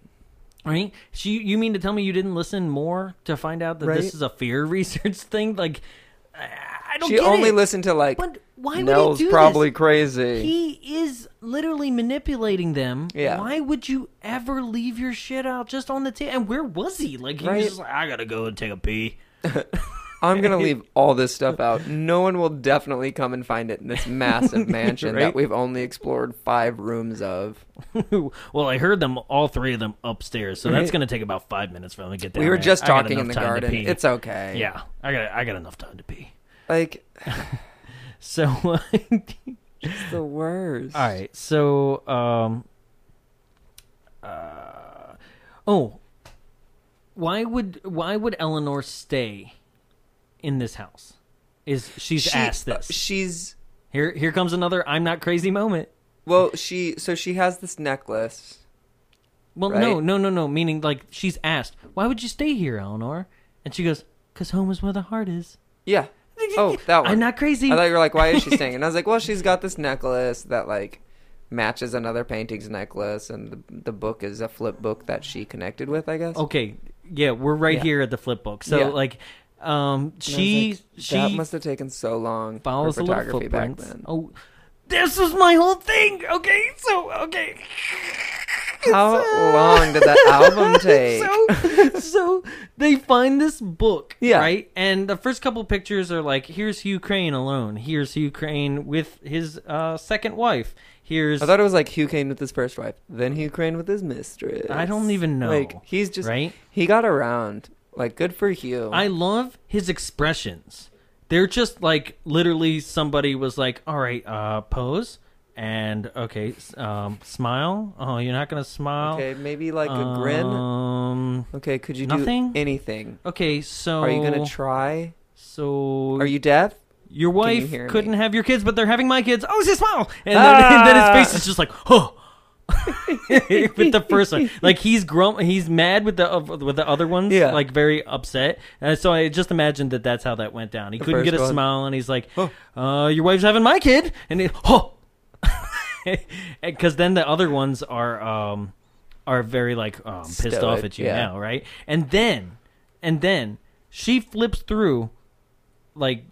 S1: Right? She you mean to tell me you didn't listen more to find out that
S8: Right.
S1: this is a fear *laughs* research thing? Like I I don't
S8: She
S1: get
S8: only
S1: it.
S8: listened to like.
S1: But why would
S8: Nell's
S1: he do
S8: probably
S1: this?
S8: crazy.
S1: He is literally manipulating them.
S8: Yeah.
S1: Why would you ever leave your shit out just on the table? And where was he? Like he
S8: Right.
S1: was just like, I gotta go and take a pee. *laughs*
S8: I'm gonna leave all this stuff out. No one will definitely come and find it in
S1: *laughs*
S8: this massive mansion
S1: Right?
S8: that we've only explored five rooms of.
S1: well, I heard them all three of them upstairs, so that's
S8: Right.
S1: gonna take about five minutes for them to get down.
S8: We were
S1: there.
S8: just
S1: I got
S8: talking in
S1: enough
S8: the
S1: time to
S8: garden.
S1: pee.
S8: It's okay.
S1: yeah, I got I got enough time to pee.
S8: Like
S1: So, *laughs* all
S8: it's the worst.
S1: right, so um, uh, oh, why would why would Eleanor stay in this house? Is she's
S8: She-
S1: asked this?
S8: She's
S1: here here comes another I'm not crazy moment.
S8: well, she so she has this necklace.
S1: Well, no,
S8: right?
S1: no, no, no. Meaning, like, she's asked, "Why would you stay here, Eleanor?" And she goes, "Cause home is where the heart is." *laughs*
S8: Yeah. Oh, that one.
S1: I'm not crazy.
S8: I thought you were like, why
S1: *laughs*
S8: is she staying? And I was like, well, she's got this necklace that like matches another painting's necklace, and the, the book is a flip book that she connected with, I guess.
S1: Okay, yeah, we're right
S8: Yeah.
S1: here at the flip book. So,
S8: Yeah.
S1: like, um,
S8: And I was
S1: she
S8: like, that
S1: she
S8: must have taken so long
S1: follows
S8: for
S1: the little
S8: photography back
S1: footprints.
S8: then.
S1: Oh, this was my whole thing. Okay, so okay,
S8: How
S1: *laughs*
S8: long did that album take?
S1: so so they find this book,
S8: Yeah.
S1: right? And the first couple pictures are like, here's Hugh Crane alone. Here's Hugh Crane with his uh, second wife. Here's
S8: I thought it was like Hugh Crane with his first wife, then Hugh Crane with his mistress.
S1: I don't even know,
S8: Like he's just
S1: right?
S8: He got around. Like good for Hugh.
S1: I love his expressions. They're just like literally somebody was like, "All right, uh, pose and okay, s- um, smile. Oh, you're not gonna smile.
S8: okay, maybe like a grin.
S1: Um,
S8: Okay, could you
S1: nothing?
S8: do anything?
S1: okay, so
S8: Are you
S1: Oh.
S8: gonna try?
S1: So
S8: Are you deaf?
S1: your wife
S8: hear me?
S1: couldn't have your kids, but they're having my kids. Oh, she smile, and then,
S8: Ah!
S1: then his face is just like, "Huh." *laughs* with the first one. Like he's grum, he's mad with the uh, with the other ones.
S8: Yeah.
S1: like very upset. And so I just imagined that that's how that went down. He couldn't
S8: first
S1: get a
S8: one.
S1: smile, and he's like, uh, "Your wife's having my kid," and he, *laughs* oh, because then the other ones are um are very like oh, I'm pissed
S8: Stoic,
S1: off at you
S8: yeah.
S1: now, right? And then and then she flips through like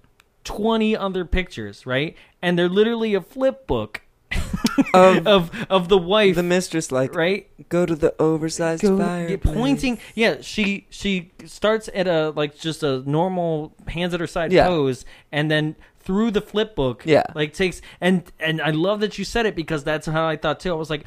S1: 20 other pictures, right? And they're literally a flip book *laughs* of of, the wife,
S8: The mistress, like,
S1: right?
S8: go to the oversized
S1: Yeah,
S8: fireplace.
S1: pointing. Yeah, she she starts at a like just a normal hands at her side
S8: Yeah.
S1: pose, and then through the flip book,
S8: Yeah.
S1: like takes and and I love that you said it because that's how I thought too. I was like.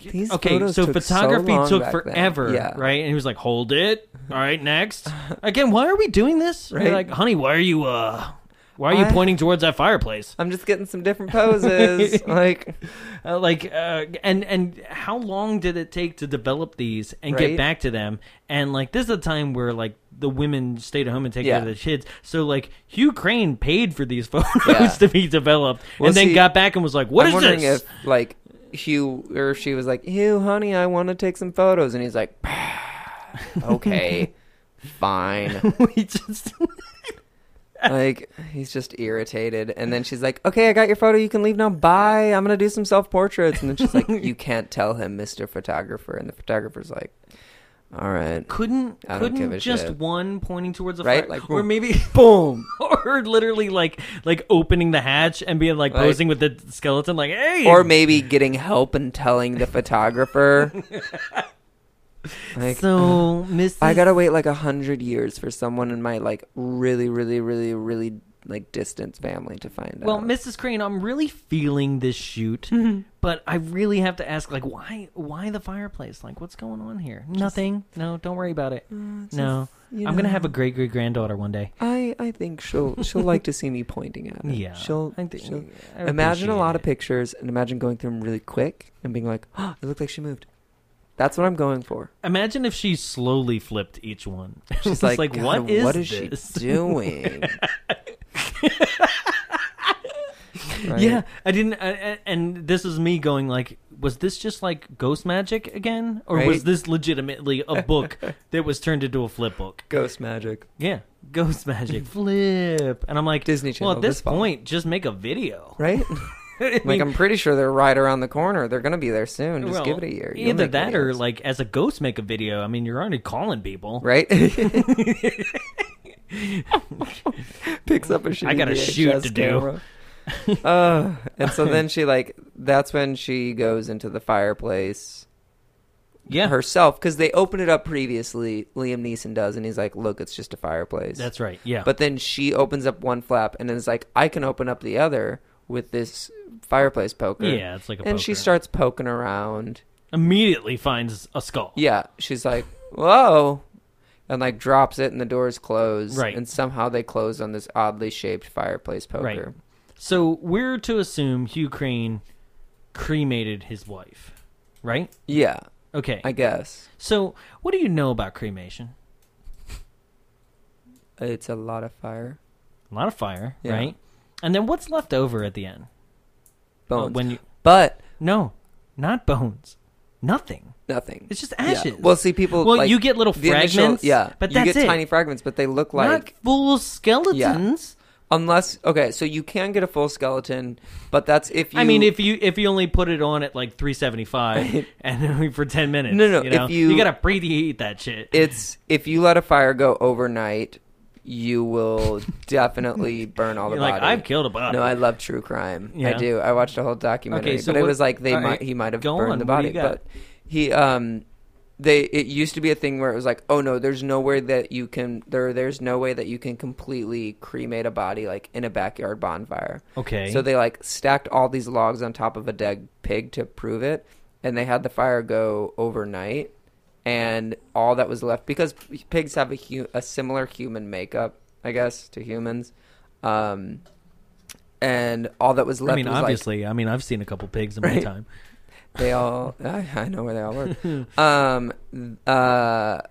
S8: These
S1: okay,
S8: photos
S1: so
S8: took so
S1: photography
S8: long
S1: took
S8: back then.
S1: forever,
S8: Yeah.
S1: right? And he was like, "Hold
S8: *laughs*
S1: it, all right, next." Again, why are we doing this? And they're
S8: Right.
S1: Like, honey, why are you uh, why are you
S8: Why-
S1: pointing towards that
S8: *laughs*
S1: fireplace?
S8: I'm just getting some
S1: *laughs*
S8: different poses. like,
S1: Uh, like uh, and and how long did it take to develop these and get
S8: Right.
S1: back to them and like this is a time where like the women stayed at home and take
S8: Yeah.
S1: care of the kids so like hugh crane paid for these *laughs* photos
S8: Yeah.
S1: to be developed
S8: Well,
S1: and then
S8: see,
S1: got back and was like "What
S8: I'm
S1: is
S8: wondering
S1: this
S8: if, like, Hugh or she was like, Hugh, honey, I want to take some photos. And he's like,
S1: *laughs*
S8: okay, fine.
S1: *laughs* we just
S8: Like, he's just irritated. And then she's like, okay, I got your photo. You can leave now. Bye. I'm going to do some self portraits. And then
S1: *laughs*
S8: she's like, you can't tell him, Mr. Photographer. And the photographer's like, all right.
S1: couldn't
S8: I don't give
S1: couldn't
S8: a
S1: just
S8: shit.
S1: one pointing towards a
S8: Right?
S1: fire
S8: Like,
S1: or
S8: boom.
S1: maybe *laughs*
S8: Boom.
S1: or literally like like opening the hatch and being like
S8: Right.
S1: posing with the skeleton like hey
S8: Or maybe getting help and telling
S1: *laughs*
S8: the photographer. like,
S1: so Mrs.
S8: I gotta wait like a hundred years for someone in my like really, really, really, really like distant family to find
S1: Well,
S8: out.
S1: Mrs. Crane, I'm really feeling this shoot,
S8: Mm-hmm.
S1: but I really have to ask, like, why, why the fireplace? Like, what's going on here? Nothing. No, don't worry about it. no, I'm
S8: Uh, you
S1: gonna
S8: know.
S1: have a great great granddaughter one day.
S8: I I think she'll she'll like to see me pointing
S1: *laughs*
S8: at it.
S1: Yeah,
S8: she'll.
S1: I think-
S8: she'll-
S1: I
S8: imagine a
S1: appreciate
S8: lot of
S1: it.
S8: pictures and imagine going through them really quick and being like, "Oh, it looked like she moved." That's what I'm
S1: *laughs*
S8: going for.
S1: Imagine if she slowly flipped each one. *laughs*
S8: She's like,
S1: like,
S8: "God,
S1: what is
S8: what is she
S1: this?" *laughs*
S8: *laughs* doing? Right?
S1: Yeah, I didn't. I, I- and this is me going like, was this just like ghost magic again, or was
S8: Right?
S1: this legitimately a book
S8: *laughs*
S1: that was turned into a flip book?
S8: ghost magic.
S1: Yeah, ghost
S8: *laughs*
S1: magic flip. And I'm like,
S8: Disney Channel
S1: Well, at this,
S8: this fall.
S1: point, just make a video.
S8: right?
S1: *laughs* I
S8: Like
S1: mean- *laughs*
S8: I'm pretty sure they're right around the corner. They're gonna be there soon. Just
S1: Well,
S8: give it a year. You'll
S1: Either
S8: make
S1: that or
S8: videos.
S1: like as a ghost make a video. I mean, you're already calling people. *laughs*
S8: right. *laughs* Picks up a shitty
S1: I got a
S8: VHS
S1: shoot to do. *laughs*
S8: camera. uh, and so then she like that's when she goes into the fireplace
S1: *laughs* Yeah,
S8: *laughs* herself because they opened it up previously. Liam Neeson does, and he's like, "Look, it's just a fireplace."
S1: that's right. Yeah,
S8: But then she opens up one flap and is like, I can open up the other with this fireplace poker.
S1: Yeah, it's like a
S8: And she
S1: poker.
S8: starts poking around.
S1: immediately finds a skull.
S8: Yeah, she's like, whoa. And like drops it and the doors close.
S1: Right.
S8: And somehow they close on this oddly shaped fireplace poker.
S1: Right. So we're to assume Hugh Crane cremated his wife, right?
S8: Yeah,
S1: Okay.
S8: I guess.
S1: so what do you know about cremation?
S8: It's a lot of fire.
S1: A lot of fire,
S8: Yeah.
S1: right? And then what's left over at the end? Uh,
S8: Bones.
S1: when you
S8: but
S1: no, not bones, nothing.
S8: nothing.
S1: It's just
S8: Yeah.
S1: ashes.
S8: Well, see, people.
S1: Well,
S8: like,
S1: you get little
S8: the initial-
S1: fragments,
S8: yeah.
S1: but
S8: you
S1: that's
S8: get
S1: it.
S8: tiny fragments, but they look
S1: not
S8: like.
S1: full skeletons.
S8: Unless. Okay, so you can get a full skeleton, but that's if you.
S1: I mean, if you if you only put it on at like
S8: *laughs*
S1: 375 and then for 10 minutes,
S8: No, no,
S1: you, know,
S8: if you-
S1: gotta preheat that shit.
S8: it's if you let a fire go overnight, you will definitely burn all the
S1: You're *laughs* like,
S8: body.
S1: "I've killed a body."
S8: No, I love true crime.
S1: Yeah.
S8: I do. I watched a whole documentary,
S1: Okay, so
S8: but
S1: what-
S8: it was like they
S1: all
S8: might
S1: right,
S8: he might have
S1: go
S8: burned
S1: on,
S8: the
S1: what do
S8: body,
S1: you got?
S8: but he um they it used to be a thing where it was like, oh no, there's no way that you can there there's no way that you can completely cremate a body like in a backyard bonfire.
S1: Okay.
S8: So they like stacked all these logs on top of a dead pig to prove it, and they had the fire go overnight, and all that was left because p- pigs have a hu- a similar human makeup, I guess, to humans. Um, and all that was left
S1: I mean,
S8: was
S1: obviously, I mean, I've seen a couple pigs in my
S8: Right.
S1: time.
S8: like they all. *laughs* I, I know where they
S1: *laughs*
S8: all work. um, uh,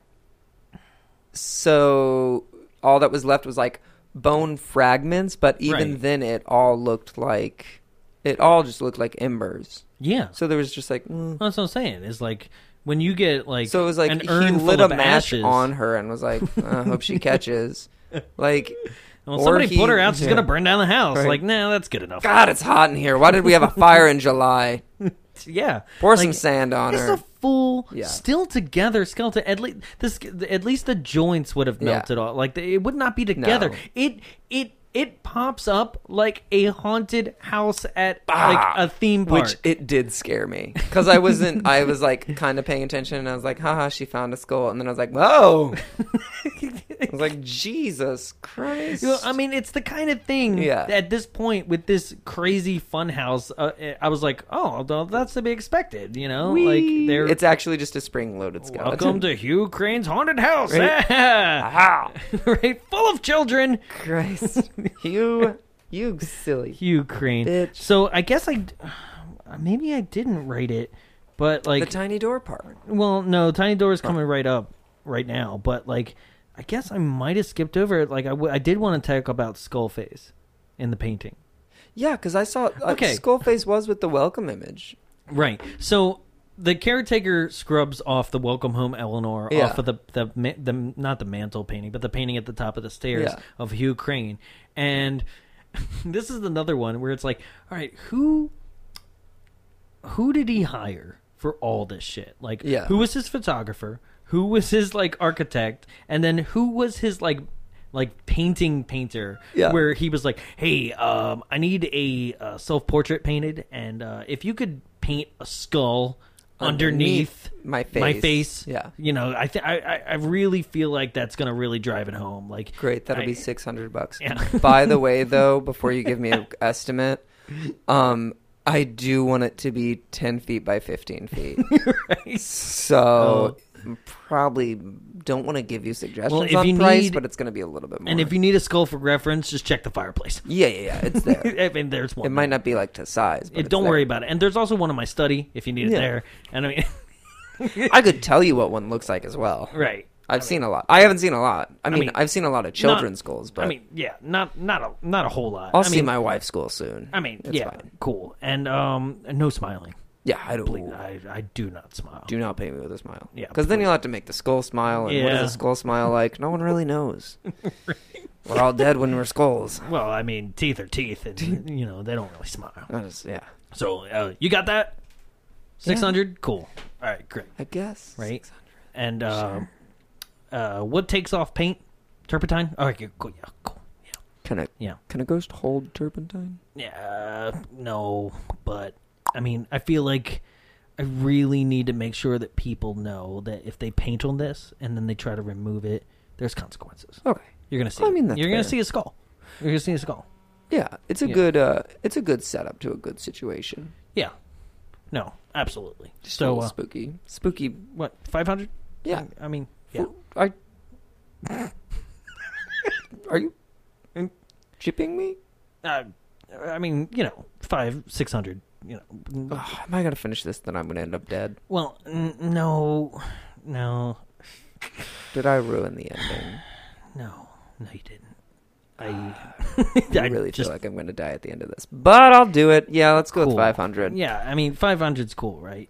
S8: so all that was left was like bone fragments, but even
S1: Right.
S8: then, it all looked like it all just looked like embers.
S1: Yeah.
S8: So there was just like, mm.
S1: That's what I'm saying. It's like when you get like
S8: so it was like
S1: an
S8: he
S1: urn full
S8: lit a
S1: of
S8: match
S1: ashes.
S8: on her and
S1: *laughs*
S8: was like, I hope she catches. Like,
S1: Well,
S8: or
S1: somebody
S8: he-
S1: put her out. She's
S8: yeah.
S1: gonna burn down the house.
S8: Right.
S1: Like, nah, that's good enough.
S8: God, it's hot in here. Why did we have a fire in July?
S1: Yeah, *laughs*
S8: Pour
S1: Like,
S8: some sand on
S1: It's
S8: her.
S1: a full,
S8: Yeah.
S1: still together skeleton. At least this, at least the joints would have
S8: Yeah.
S1: melted off. Like they- it would not be together.
S8: No.
S1: It it it pops up like a haunted house at
S8: Ah,
S1: like a theme park.
S8: Which it did scare me because I wasn't. I was
S1: *laughs*
S8: like kind of paying attention, and I was like, "Haha, she found a skull," and then I was
S1: *laughs*
S8: like, "Whoa!" I was like, "Jesus Christ!"
S1: You know, I mean, it's the kind of thing
S8: Yeah.
S1: that at this point with this crazy fun house. Uh, I was like, oh, well, that's to be expected. You know, like they're
S8: it's actually just a spring-loaded skeleton.
S1: welcome
S8: *laughs*
S1: to Hugh Crane's haunted house.
S8: Wow,
S1: *laughs* right, full of children.
S8: Christ, you, you silly.
S1: Hugh Crane.
S8: Bitch.
S1: So I guess I maybe I didn't write it, but
S8: The
S1: like,
S8: tiny door part.
S1: well, no, Tiny Door is coming right up right now, but like, I guess I might have skipped over it. Like, I, w- I did want to talk about Skullface in the painting.
S8: Yeah, because I saw uh,
S1: Okay.
S8: Skullface was with the welcome image.
S1: Right. So the caretaker scrubs off the welcome home Eleanor
S8: Yeah.
S1: off of the, the ma- the not the mantle painting, but the painting at the top of the stairs
S8: Yeah.
S1: of Hugh Crane. And *laughs* this is another one where it's like, all right, who who did he hire for all this shit? Like
S8: Yeah.
S1: who was his photographer? Who was his like architect? And then who was his like like painting painter
S8: Yeah.
S1: where he was like, "Hey, um, I need a uh, self portrait painted, and uh, if you could paint a skull underneath,
S8: Underneath my
S1: my
S8: face."
S1: face,
S8: Yeah.
S1: you know, I, th- I I- I really feel like that's gonna really drive it home. Like,
S8: Great, that'll
S1: I-
S8: be six hundred bucks.
S1: Yeah.
S8: *laughs* By
S1: *laughs*
S8: the way, though, before you give me an estimate, um, I do want it to be ten feet by
S1: *laughs*
S8: fifteen feet. So probably don't want to give you suggestions
S1: Oh. Well, if
S8: on
S1: you
S8: price,
S1: need-
S8: but it's going to be a little bit more.
S1: And if you need a skull for reference, just check the fireplace. *laughs*
S8: yeah, yeah, yeah, it's there.
S1: I mean, there's one.
S8: it might not be like to size. But
S1: It,
S8: it's
S1: don't
S8: there.
S1: worry about it. And there's also one in my study if you need it
S8: Yeah.
S1: there. And I mean, *laughs*
S8: I could tell you what one looks like as well.
S1: right.
S8: I've seen a lot. I haven't seen a lot. I mean,
S1: mean,
S8: I have seen a lot of children's schools, but
S1: I mean, yeah, not not a not a whole lot.
S8: I'll
S1: I
S8: see
S1: mean,
S8: my wife's school soon.
S1: I mean,
S8: It's
S1: yeah,
S8: fine.
S1: cool. And um, no smiling.
S8: yeah, I don't
S1: Please, I, I do not smile.
S8: Do not paint me with a smile.
S1: Yeah,
S8: Because then you'll have to make the skull smile. And what is
S1: Yeah.
S8: a skull smile like? No one
S1: *laughs*
S8: really knows. We're all dead when we're skulls.
S1: Well, I mean, teeth are teeth, and you know they don't really smile.
S8: I just- yeah.
S1: So uh, you got that? Six hundred, cool. All right, great,
S8: I guess.
S1: right? And uh, uh, what takes off paint? Turpentine. All right, cool. Yeah, cool.
S8: Can a,
S1: Yeah,
S8: can a ghost hold turpentine?
S1: yeah. Uh, no, but I mean, I feel like I really need to make sure that people know that if they paint on this and then they try to remove it, there's consequences.
S8: Okay.
S1: You're gonna see.
S8: Oh, I
S1: it.
S8: mean, that's
S1: you're gonna
S8: fair.
S1: see a skull. You're gonna see a skull.
S8: Yeah, it's a good uh, it's a good setup to a good situation.
S1: Yeah. No, absolutely.
S8: Just a
S1: so
S8: little
S1: uh,
S8: spooky, spooky.
S1: what? Five hundred?
S8: Yeah,
S1: I mean, yeah.
S8: I. *laughs* Are you chipping me?
S1: Uh, I mean, you know, five, six hundred. You know,
S8: Ugh, am I gonna finish this? Then I'm gonna end up dead.
S1: well, n- no, no,
S8: Did I ruin the ending?
S1: no, no, you didn't. I,
S8: I,
S1: *laughs* I
S8: Ah, really
S1: just-
S8: feel like I'm going to die at the end of this, but I'll do it. Yeah, let's go
S1: Cool.
S8: with 500.
S1: Yeah, I mean, five hundred's cool, right?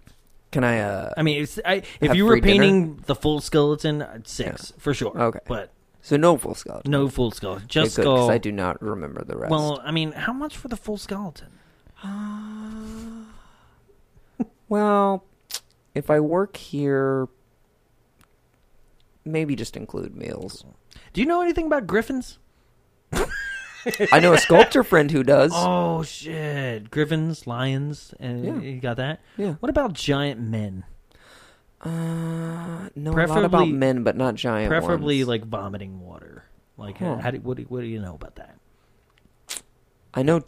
S8: Can I? uh
S1: I mean, it's, I, if
S8: Have
S1: you were
S8: free dinner?
S1: painting the full skeleton, I'd six for sure.
S8: Okay.
S1: but
S8: So no full skeleton.
S1: no full skull,
S8: Okay,
S1: just
S8: good, 'cause
S1: skull.
S8: I do not remember the rest.
S1: Well, I mean, how much for the full skeleton?
S8: well, if I work here, maybe just include meals.
S1: Do you know anything about griffins? *laughs*
S8: I know a sculptor friend who does.
S1: Oh shit! Griffins, lions, and
S8: Yeah.
S1: you got that.
S8: Yeah.
S1: What about giant men?
S8: Uh, know a lot about
S1: preferably-
S8: men, but not giant.
S1: Preferably
S8: ones.
S1: like vomiting water. Like, uh,
S8: Huh.
S1: how do, what, do, what do you know about that?
S8: I know.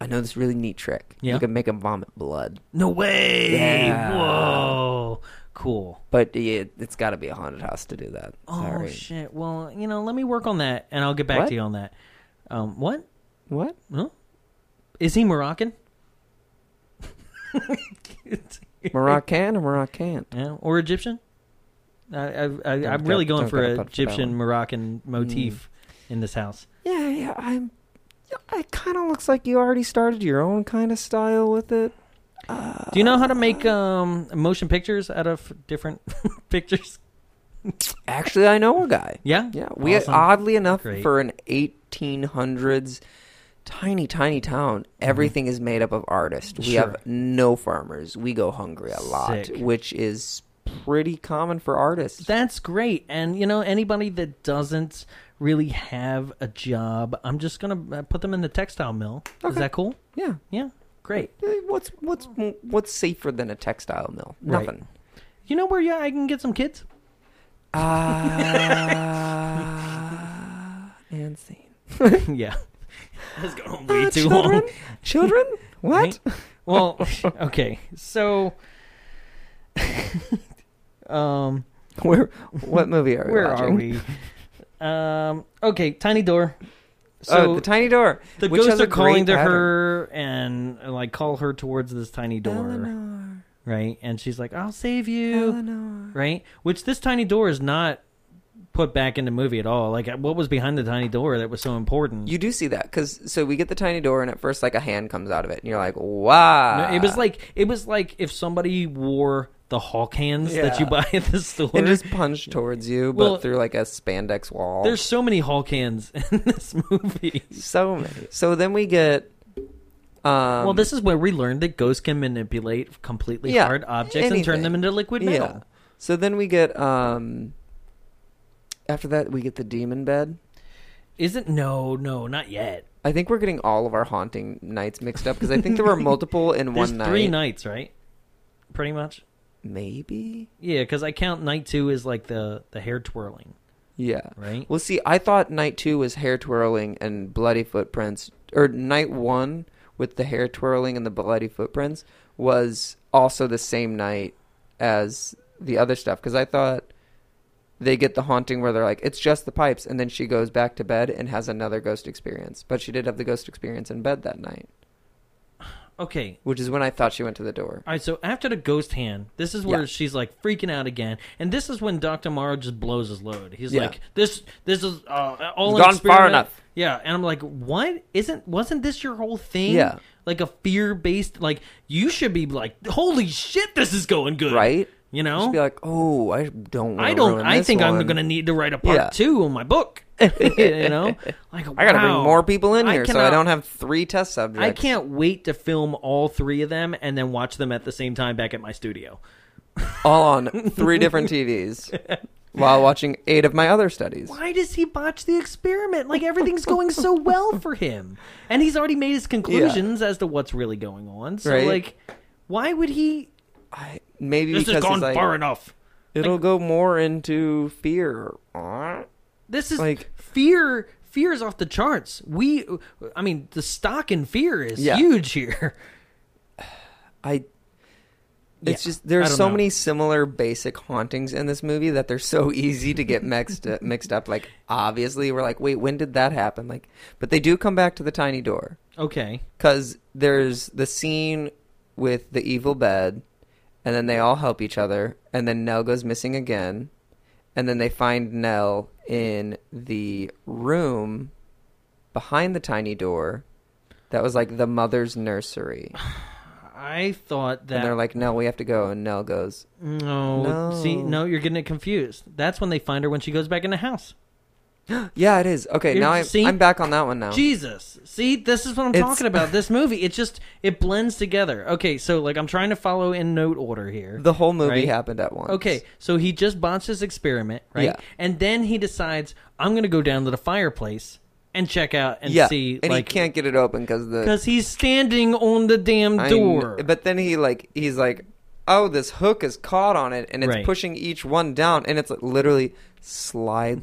S8: I know this really neat trick.
S1: Yeah?
S8: You can make them vomit blood,
S1: No way!
S8: Yeah.
S1: Whoa! Cool.
S8: but yeah, it's got to be a haunted house to do that. Sorry.
S1: Oh shit! Well, you know, let me work on that, and I'll get back
S8: What?
S1: to you on that. Um, what?
S8: What?
S1: Huh? Is he
S8: *laughs*
S1: Moroccan?
S8: Moroccan or Moroccan?
S1: Yeah, or Egyptian? I, I, I, I'm
S8: Don't-
S1: really going
S8: don't- don't
S1: for
S8: get
S1: an
S8: up for that
S1: Egyptian
S8: one.
S1: Moroccan motif in this house.
S8: Yeah, yeah, I'm. it kind of looks like you already started your own kind of style with it.
S1: Do you know how to make um, motion pictures out of different *laughs* pictures?
S8: Actually, I know a guy.
S1: Yeah?
S8: Yeah, we
S1: Awesome.
S8: oddly enough
S1: Great.
S8: for an 1800s tiny tiny town, everything is made up of artists. We
S1: Mm-hmm. Sure.
S8: have no farmers. We go hungry a lot,
S1: Sick.
S8: which is pretty common for artists.
S1: That's great. And, you know, anybody that doesn't really have a job, I'm just going to put them in the textile mill. Is that cool?
S8: yeah.
S1: Yeah. Great.
S8: Eh, What's what's what's safer than a textile mill?
S1: Right.
S8: Nothing.
S1: You know where yeah, I can get some kids? *laughs*
S8: Uh, *laughs* And scene.
S1: yeah. That's
S8: *laughs*
S1: going way too
S8: children?
S1: long. *laughs*
S8: Children? What?
S1: Me? Well, *laughs* okay. So, um,
S8: *laughs* Where? What movie are we
S1: where
S8: watching?
S1: are we? Um, okay, tiny door.
S8: oh, the tiny door.
S1: The
S8: which has
S1: ghosts
S8: a
S1: are calling
S8: great
S1: to
S8: pattern.
S1: her and uh, like call her towards this tiny door,
S8: Eleanor,
S1: right? And she's like, "I'll save you,"
S8: Eleanor.
S1: right? Which this tiny door is not put back in the movie at all. Like, what was behind the tiny door that was so important?
S8: You do see that because so we get the tiny door, and at first, like a hand comes out of it, and you're like, "Wow!"
S1: it was like it was like if somebody wore the hawk hands that you
S8: Yeah.
S1: buy at the store.
S8: and just punched towards you, but
S1: Well,
S8: through like a spandex
S1: *laughs*
S8: wall.
S1: There's so many Hulk hands *laughs* in this movie.
S8: so many. So then we get. Um,
S1: well, this is where we learned that ghosts can manipulate completely
S8: Yeah,
S1: hard objects and turn
S8: anything.
S1: them into liquid metal.
S8: So then we get. um After that, we get the demon bed.
S1: Is it? No, no, not yet.
S8: I think we're getting all of our haunting nights mixed up because I think there
S1: *laughs*
S8: were multiple in
S1: There's
S8: one night.
S1: three nights, right? Pretty much.
S8: Maybe.
S1: Yeah, because I count night two as like the the hair twirling.
S8: Yeah.
S1: Right?
S8: Well, see, I thought night two was hair twirling and bloody footprints, or night one with the hair twirling and the bloody footprints was also the same night as the other stuff. Because I thought they get the haunting where they're like, it's just the pipes. And then she goes back to bed and has another ghost experience. But she did have the ghost experience in bed that night,
S1: Okay.
S8: which is when I thought she went to the door.
S1: All right, so after the ghost hand, this is where
S8: Yeah.
S1: she's like freaking out again, and this is when Doctor Morrow just blows his load. He's
S8: Yeah.
S1: like, "This, this is uh, all
S8: Gone
S1: an
S8: far
S1: experiment."
S8: enough.
S1: Yeah, and I'm like, "What isn't? Wasn't this your whole thing?
S8: Yeah.
S1: like a fear based. Like you should be like, holy shit, this is going good,
S8: Right?
S1: You
S8: She'd
S1: know,
S8: be like, oh, I don't wanna
S1: I don't.
S8: ruin
S1: I
S8: this
S1: think I'm
S8: one."
S1: gonna need to write a part
S8: Yeah.
S1: two on my
S8: *laughs*
S1: book. you know, like
S8: I gotta bring more people in here so I
S1: cannot-
S8: don't have three test subjects.
S1: I can't wait to film all three of them and then watch them at the same time back at my studio.
S8: all on
S1: *laughs*
S8: three different TVs while watching eight of my other studies.
S1: why does he botch the experiment? Like everything's going so well for him, and he's already made his conclusions as to what's really going on. So
S8: Right.
S1: like, why would he?
S8: I, maybe
S1: This has
S8: because
S1: gone
S8: it's like,
S1: far enough.
S8: it'll go more into fear.
S1: This is
S8: like-
S1: fear. Fear is off the charts. We, I mean, the stock in fear is
S8: Yeah.
S1: huge here. *laughs*
S8: I. It's
S1: Yeah,
S8: just there
S1: I
S8: are
S1: don't
S8: so
S1: know.
S8: many similar basic hauntings in this movie that they're so *laughs* easy to get mixed up, mixed up. Like obviously, we're like, wait, when did that happen? Like, but they do come back to the tiny door.
S1: Okay,
S8: because there's the scene with the evil bed, and then they all help each other, and then Nell goes missing again, and then they find Nell in the room behind the tiny door that was like the mother's nursery.
S1: I thought that
S8: And they're like, Nell, we have to go. And Nell goes,
S1: no,
S8: No.
S1: See, no, you're getting it confused. That's when they find her when she goes back in the house.
S8: Yeah, it is. Okay,
S1: You're-
S8: now I'm,
S1: see?
S8: I'm back on that one now.
S1: Jesus. See, this is what I'm
S8: It's-
S1: talking about.
S8: *laughs*
S1: This movie, it just it blends together. Okay, so like I'm trying to follow in note order here.
S8: The whole movie
S1: right?
S8: happened at once.
S1: Okay, so he just botched his experiment, right?
S8: Yeah.
S1: And then he decides I'm going to go down to the fireplace and check out and
S8: Yeah.
S1: see
S8: and
S1: like
S8: he can't get it open because the
S1: cuz he's standing on the damn
S8: I kn-
S1: door.
S8: but then he like he's like, oh, this hook is caught on it, and it's
S1: Right.
S8: pushing each one down, and it's like, literally slide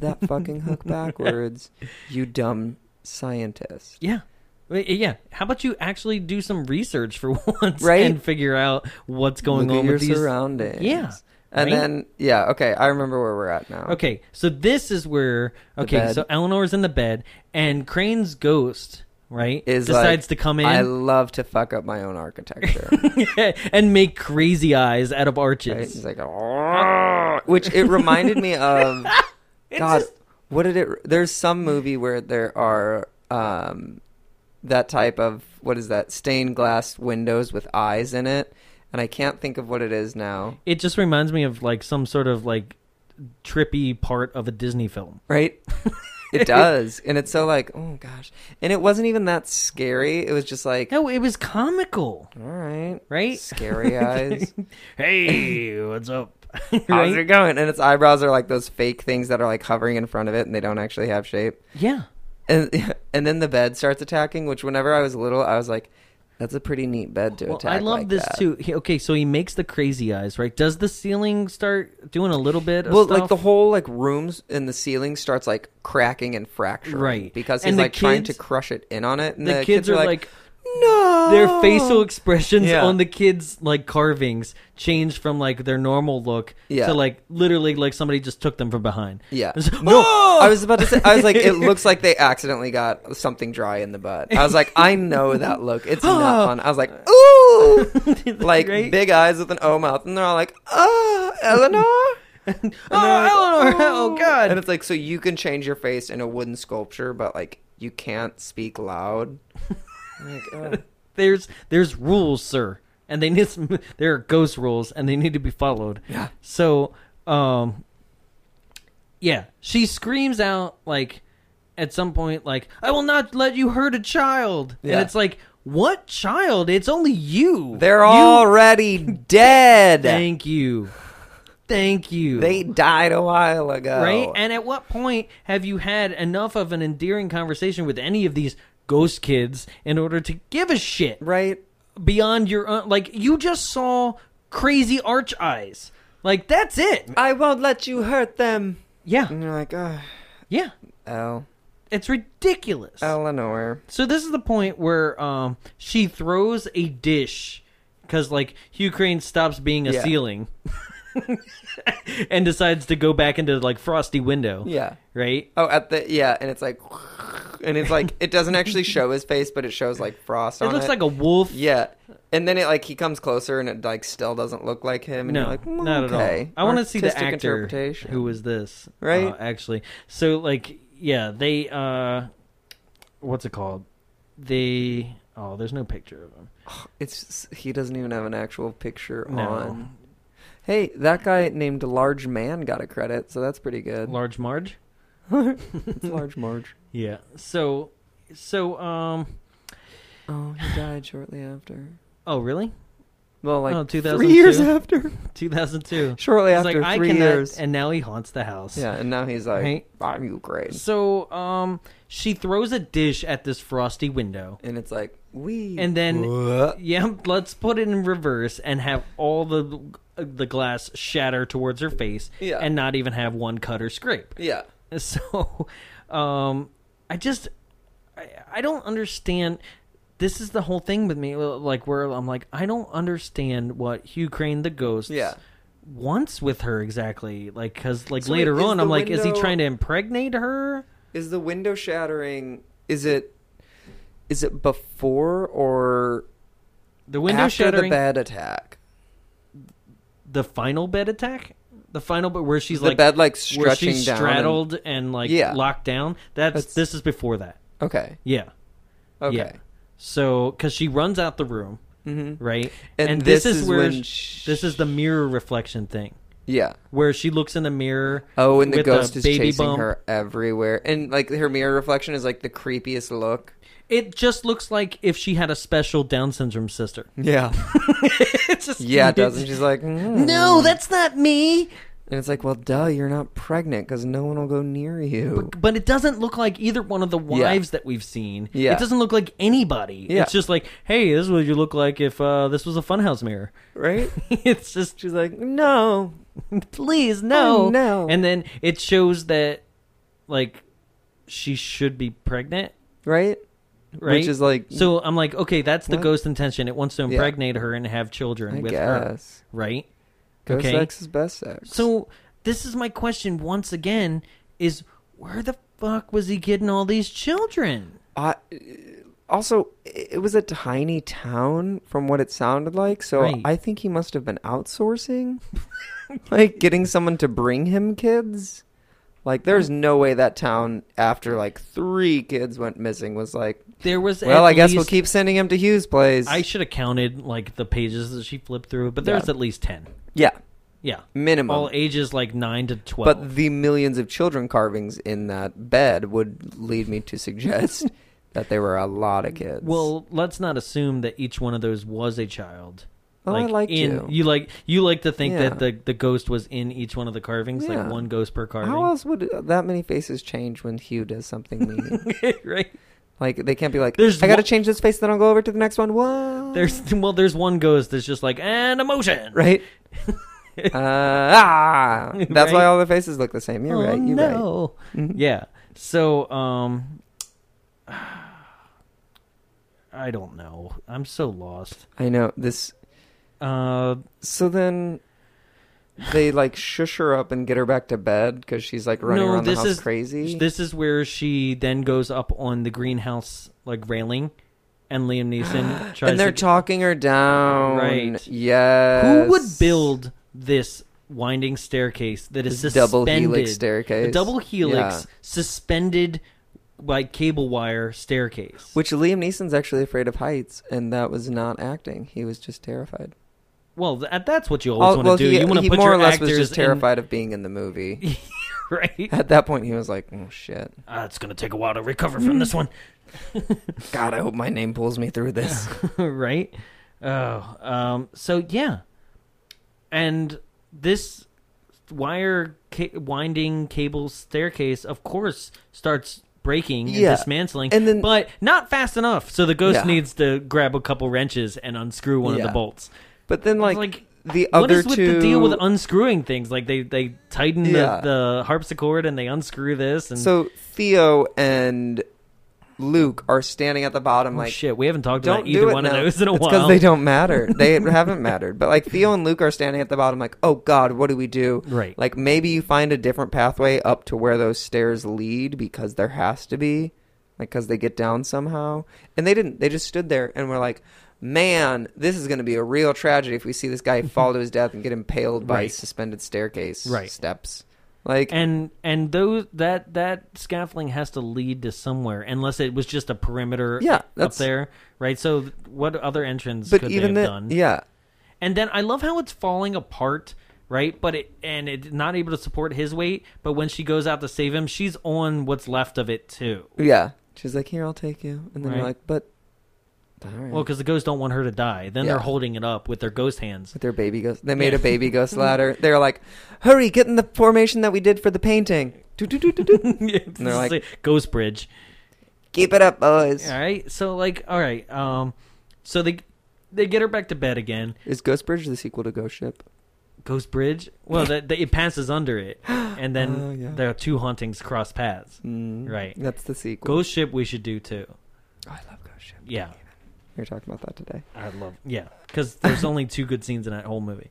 S1: *laughs*
S8: that fucking hook backwards, you dumb scientist.
S1: yeah. Wait, Yeah. How about you actually do some research for *laughs* once
S8: Right?
S1: and figure out what's going
S8: Look
S1: on
S8: at your
S1: with these
S8: surroundings.
S1: Yeah,
S8: and
S1: right?
S8: then yeah, okay, I remember where we're at now.
S1: Okay, so this is where okay,
S8: bed.
S1: so Eleanor's in the bed and Crane's ghost, right,
S8: Is
S1: decides
S8: like,
S1: to come in *laughs*
S8: I love to fuck up my own architecture.
S1: and make crazy eyes out of
S8: Right?
S1: arches.
S8: He's like, "Arrgh," which it reminded me of. God, what did it? There's some movie where there are um, that type of what is that stained glass windows with eyes in it, and I can't think of what it is now.
S1: It just reminds me of like some sort of like trippy part of a Disney film.
S8: Right? it does, and it's so like oh gosh, and it wasn't even that scary. It was just like all
S1: No, it was comical,
S8: right,
S1: right? *laughs*
S8: scary eyes.
S1: hey, what's
S8: *laughs*
S1: up?
S8: How's
S1: Right?
S8: it going? And its eyebrows are like those fake things that are like hovering in front of it, and they don't actually have shape.
S1: Yeah.
S8: and *laughs* and then the bed starts attacking. Which whenever I was little, I was like, "That's a pretty neat bed to
S1: Well,
S8: attack."
S1: I love
S8: like
S1: this
S8: that.
S1: too. He, okay, so he makes the crazy eyes, right? Does the ceiling start doing a little bit? Of
S8: Well,
S1: stuff?
S8: like the whole like rooms and the ceiling starts like cracking and fracturing,
S1: Right.
S8: Because he's
S1: And the
S8: like trying to
S1: kids-
S8: crush it in on it, and
S1: the, kids, are like,
S8: "No!"
S1: their facial expressions
S8: Yeah.
S1: on the kids like carvings change from like their normal look
S8: Yeah.
S1: to like literally like somebody just took them from behind.
S8: Yeah.
S1: It's-
S8: No,
S1: *laughs* "Oh!"
S8: I was about to say. I was like, it looks like *laughs* they accidentally got something dry in the butt. I was like, I know that look. It's *gasps* not fun. I was like, *laughs* ooh, like
S1: Right?
S8: big eyes with an O mouth, and they're all like, oh, Eleanor. *laughs* And they're like,
S1: Eleanor.
S8: *laughs*
S1: Oh, God.
S8: And it's like, so you can change your face in a wooden sculpture, but like you can't speak loud. like, oh.
S1: *laughs*
S8: *laughs*
S1: there's there's rules, sir, and they need some, *laughs* there are ghost rules, and they need to be followed. Yeah. So, um, yeah, she screams out like at some point, like I will not let you hurt a child,
S8: Yeah.
S1: and it's like what child? It's only you.
S8: They're
S1: You-
S8: already dead.
S1: Thank you. Thank you.
S8: they died a while ago.
S1: right? And at what point have you had enough of an endearing conversation with any of these ghost kids in order to give a shit?
S8: right?
S1: beyond your own. Like you just saw crazy arch eyes. Like that's it.
S8: I won't let you hurt them. And
S1: Yeah,
S8: you're like, oh,
S1: yeah.
S8: oh.
S1: It's ridiculous.
S8: Eleanor.
S1: So this is the point where um she throws a dish because like Hugh Crane stops being a
S8: Yeah.
S1: ceiling *laughs* and decides to go back into like frosty window.
S8: Yeah.
S1: Right.
S8: Oh, at the yeah, and it's like, *laughs* and it's like it doesn't actually show his face, but it shows like frost.
S1: It
S8: on
S1: looks like a wolf.
S8: yeah, and then it like he comes closer, and it like still doesn't look like him. And
S1: No,
S8: you're like, "Mm,
S1: not at
S8: okay."
S1: all. I want to see the
S8: Artistic
S1: actor
S8: interpretation.
S1: who was this,
S8: Right?
S1: uh, actually, so like, yeah, they, uh, what's it called? They, oh, there's no picture of him.
S8: It's just- he doesn't even have an actual picture
S1: No,
S8: on. Hey, that guy named Large Man got a credit, so that's pretty good.
S1: Large Marge.
S8: It's *laughs* Large Marge.
S1: Yeah. So, so, um,
S8: Oh, he died shortly after.
S1: oh, really?
S8: Well, like
S1: Oh,
S8: three years
S1: 2002?
S8: after.
S1: 2002.
S8: *laughs* Shortly
S1: It's
S8: after
S1: like,
S8: three
S1: I cannot,
S8: years.
S1: and now he haunts the house.
S8: Yeah, and now he's like,
S1: Right.
S8: "I'm Ukraine,"
S1: So, um, she throws a dish at this frosty window.
S8: and it's like, "We."
S1: and then
S8: What?
S1: yeah let's put it in reverse and have all the the glass shatter towards her face
S8: Yeah.
S1: and not even have one cut or scrape
S8: yeah,
S1: *laughs* so um i just I, I don't understand this is the whole thing with me like where i'm like i don't understand what hugh crane the ghost
S8: Yeah.
S1: wants with her exactly like because like
S8: So
S1: later
S8: is
S1: on
S8: the
S1: i'm like is he
S8: window-
S1: trying to impregnate her
S8: is the window shattering? Is it? Is it before or
S1: the window
S8: after
S1: shattering
S8: the bed attack?
S1: the final bed attack, the final but where she's
S8: The
S1: like
S8: bed, like,
S1: where
S8: stretching
S1: she's
S8: down and-
S1: straddled and, like
S8: Yeah.
S1: locked down. That's,
S8: That's-
S1: this is before that.
S8: Okay,
S1: Yeah,
S8: okay.
S1: yeah. So because she runs out the room, mm-hmm. right?
S8: And
S1: this,
S8: this
S1: is
S8: is
S1: where
S8: when
S1: sh-
S8: sh-
S1: this is the mirror reflection thing,
S8: Yeah.
S1: where she looks in the mirror.
S8: Oh, and the
S1: with
S8: ghost is
S1: baby
S8: chasing
S1: bump.
S8: her everywhere, and like her mirror reflection is like the
S1: *laughs*
S8: creepiest look.
S1: It just looks like if she had a special Down syndrome sister. *laughs*
S8: Yeah,
S1: it's just
S8: yeah,
S1: *laughs*
S8: it does. And she's like, "Mm."
S1: No, that's not me.
S8: and it's like, well, duh, you're not pregnant because no one will go near you.
S1: but it doesn't look like either one of the wives that we've seen.
S8: Yeah.
S1: It doesn't look like anybody.
S8: Yeah.
S1: It's just like, hey, this is what you look like if uh, this was a funhouse mirror. *laughs*
S8: Right?
S1: it's just,
S8: She's like, no,
S1: please, no.
S8: Oh, no.
S1: And then it shows that, like, she should be pregnant,
S8: right?
S1: right?
S8: Which is like,
S1: So I'm like, okay, that's the
S8: What?
S1: ghost intention. It wants to impregnate her and have children
S8: I
S1: with her,
S8: guess.
S1: right?
S8: Ghost
S1: Okay.
S8: sex is best sex.
S1: So this is my question once again: is where the fuck was he getting all these children?
S8: *laughs* I, also, it was a tiny town from what it sounded like, so
S1: Right.
S8: I think he *laughs* must have been outsourcing, like getting someone to bring him kids. Like, there's no way that town, after like three kids went missing, was like,
S1: There was
S8: well,
S1: at
S8: I guess we'll
S1: least-
S8: keep sending him to Hughes' place.
S1: I should have counted like the pages that she flipped through, but there's
S8: Yeah.
S1: at least ten.
S8: yeah.
S1: Yeah,
S8: Minimum.
S1: all ages like nine to twelve.
S8: But the millions of children carvings in that bed would lead me to suggest
S1: *laughs*
S8: that there were a lot of kids.
S1: Well, let's not assume that each one of those was a child.
S8: Oh, I liked
S1: in,
S8: you.
S1: like you like to think that
S8: Yeah.
S1: the the ghost was in each one of the carvings,
S8: Yeah.
S1: like one ghost per carving,
S8: how else would uh, that many faces change when Hugh does something
S1: *laughs*
S8: mean?
S1: right?
S8: like, they can't be like,
S1: There's
S8: I got to
S1: one-
S8: change this face, then I'll go over to the next one. What?
S1: There's well, there's one ghost that's just like an emotion, *laughs*
S8: right? uh, ah,
S1: Right?
S8: that's why all the faces look the same. You're
S1: Oh,
S8: right. You're right. Mm-hmm.
S1: no. Yeah. So, um, *sighs* I don't know. I'm so lost.
S8: I know this.
S1: Uh,
S8: So then they like shush her up and get her back to bed because she's like running
S1: no,
S8: around
S1: this
S8: the house
S1: is
S8: crazy.
S1: This is where she then goes up on the greenhouse like railing, and Liam Neeson tries.
S8: *gasps* and they're
S1: to,
S8: talking her down.
S1: Right.
S8: Yes.
S1: Who would build this winding staircase that is
S8: This
S1: suspended?
S8: double helix staircase.
S1: The double helix
S8: Yeah.
S1: suspended by cable wire staircase.
S8: Which Liam Neeson's actually afraid of heights, and that was not acting. He was just terrified.
S1: well, that, that's what you always
S8: Oh,
S1: want to do.
S8: he,
S1: you want
S8: he
S1: to put
S8: more
S1: your
S8: or less
S1: actors
S8: was just
S1: in-
S8: terrified of being in the movie. *laughs*
S1: *laughs* right?
S8: At that point, he was like, "Oh shit,
S1: Ah, it's gonna take a while to recover from this one, *laughs*
S8: God, I hope my name pulls me through this." *laughs*
S1: right? Oh, um, so yeah, and this wire ca- winding cable staircase, of course, starts breaking and
S8: Yeah.
S1: dismantling,
S8: And then-
S1: but not fast enough. So the ghost
S8: Yeah.
S1: needs to grab a couple wrenches and unscrew one of
S8: Yeah.
S1: the bolts.
S8: But then,
S1: It's
S8: like,
S1: like,
S8: the
S1: what
S8: other
S1: is with
S8: two,
S1: the deal with unscrewing things? Like they they tighten
S8: Yeah.
S1: the, the harpsichord and they unscrew this and
S8: so Theo and Luke are standing at the bottom, like,
S1: Oh, shit. We haven't talked
S8: don't
S1: about
S8: do
S1: either
S8: it
S1: one
S8: now.
S1: of those in a
S8: it's
S1: while.
S8: because they
S1: *laughs*
S8: don't matter. They haven't mattered. But like Theo and Luke are standing at the bottom, like, oh god, what do we do?
S1: Right.
S8: Like maybe you find a different pathway up to where those stairs lead because there has to be, like, because they get down somehow. And they didn't. They just stood there and were like. Man, this is going to be a real tragedy if we see
S1: *laughs*
S8: this guy fall to his death and get impaled by
S1: Right.
S8: suspended staircase
S1: Right.
S8: steps. Like,
S1: and and those that that scaffolding has to lead to somewhere unless it was just a perimeter
S8: Yeah,
S1: up
S8: that's-
S1: there right so what other entrance
S8: but
S1: could
S8: even
S1: they have
S8: then,
S1: done
S8: yeah,
S1: and then i love how it's falling apart right but it and it's not able to support his weight but when she goes out to save him she's on what's left of it too
S8: yeah. She's like, here, I'll take you, and then you're
S1: Right.
S8: like, but, all right.
S1: well because the ghosts don't want her to die then they're
S8: Yeah.
S1: holding it up with their ghost hands *laughs*
S8: with their baby ghost. They made a baby ghost ladder. They're like, "Hurry, get in the formation that we did for the painting." Do, do, do,
S1: *laughs*
S8: do, do.
S1: and
S8: they're like-
S1: ghost bridge
S8: Keep it up, boys.
S1: all right so like all right um so they they get her back to bed again
S8: Is Ghost Bridge the sequel to Ghost Ship?
S1: Ghost Bridge? Well, that that- it passes under it,
S8: *gasps*
S1: and then
S8: Oh, yeah. Mm.
S1: there are two hauntings cross paths. Right.
S8: That's the sequel.
S1: Ghost Ship, we should do too.
S8: Oh, I love Ghost Ship.
S1: Yeah,
S8: We were talking about that today.
S1: I love. Yeah, because there's only two good scenes in that whole movie.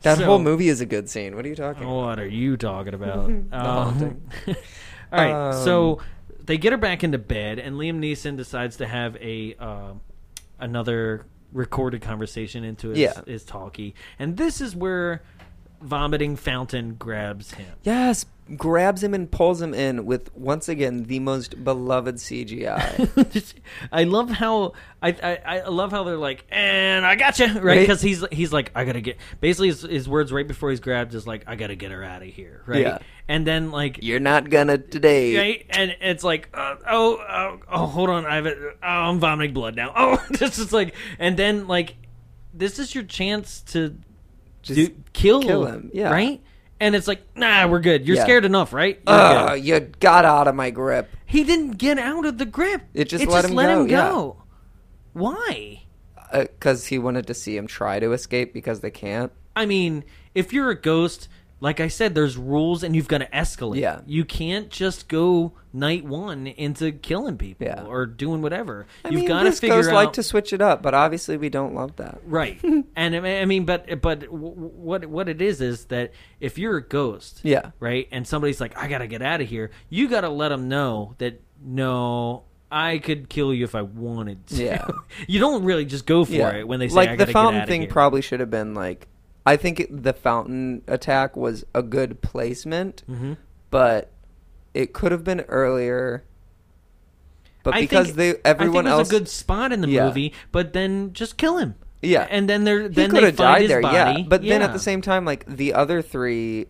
S8: That
S1: *laughs* So- Oh.
S8: whole movie is a good scene. What are you talking? about?
S1: What are you talking
S8: *laughs*
S1: about? um,
S8: haunting.
S1: *laughs* all right, so
S8: Um,
S1: they get her back into bed, and Liam Neeson decides to have a um another recorded conversation into his,
S8: Yeah.
S1: his talkie, and this is where vomiting fountain grabs him. *laughs*
S8: Yes, grabs him and pulls him in with once again the most beloved CGI.
S1: *laughs* I love how I, I I love how they're like, and I got you right
S8: Right.
S1: because he's he's like, I gotta get basically his, his words right before he's grabbed is like, I gotta get her out of here, right?
S8: Yeah.
S1: And then like,
S8: You're not gonna today.
S1: right? And it's like, uh, oh, oh, oh, hold on, I have it. Oh, I'm vomiting blood now. *laughs* Oh, this is like, and then like, this is your chance to
S8: Just
S1: do, kill,
S8: kill him, yeah.
S1: right? And it's like, nah, we're good. You're
S8: Yeah.
S1: scared enough, right? You're
S8: Ugh,
S1: good.
S8: you got out of my grip.
S1: He didn't get out of the grip.
S8: It just let him go, yeah.
S1: Why?
S8: Because Uh, he wanted to see him try to escape because they can't.
S1: I mean, if you're a ghost, like I said, there's rules and you've got to escalate.
S8: Yeah.
S1: You can't just go night one into killing people
S8: Yeah.
S1: or doing whatever.
S8: I
S1: you've
S8: mean,
S1: got to
S8: this
S1: figure
S8: ghost
S1: out
S8: like to switch it up, but obviously we don't love that. *laughs*
S1: right. and I mean- I mean, but but w- w- what what it is is that if you're a ghost,
S8: Yeah.
S1: right, and somebody's like, I got to get out of here, you got to let them know that no. I could kill you if I wanted to.
S8: Yeah.
S1: *laughs* you don't really just go for it when they say
S8: like
S1: I
S8: the
S1: gotta get
S8: fountain
S1: outta
S8: thing
S1: here."
S8: probably should have been like I think it, the fountain attack was a good placement,
S1: Mm-hmm.
S8: but it could have been earlier. But
S1: I
S8: because
S1: think-
S8: they everyone
S1: I think it was
S8: else
S1: a good spot in the
S8: Yeah.
S1: movie, but then just kill him.
S8: Yeah.
S1: and then they're
S8: he
S1: then
S8: could
S1: they
S8: have
S1: find
S8: died
S1: his
S8: there,
S1: body.
S8: yeah. But then
S1: Yeah.
S8: at the same time, like the other three,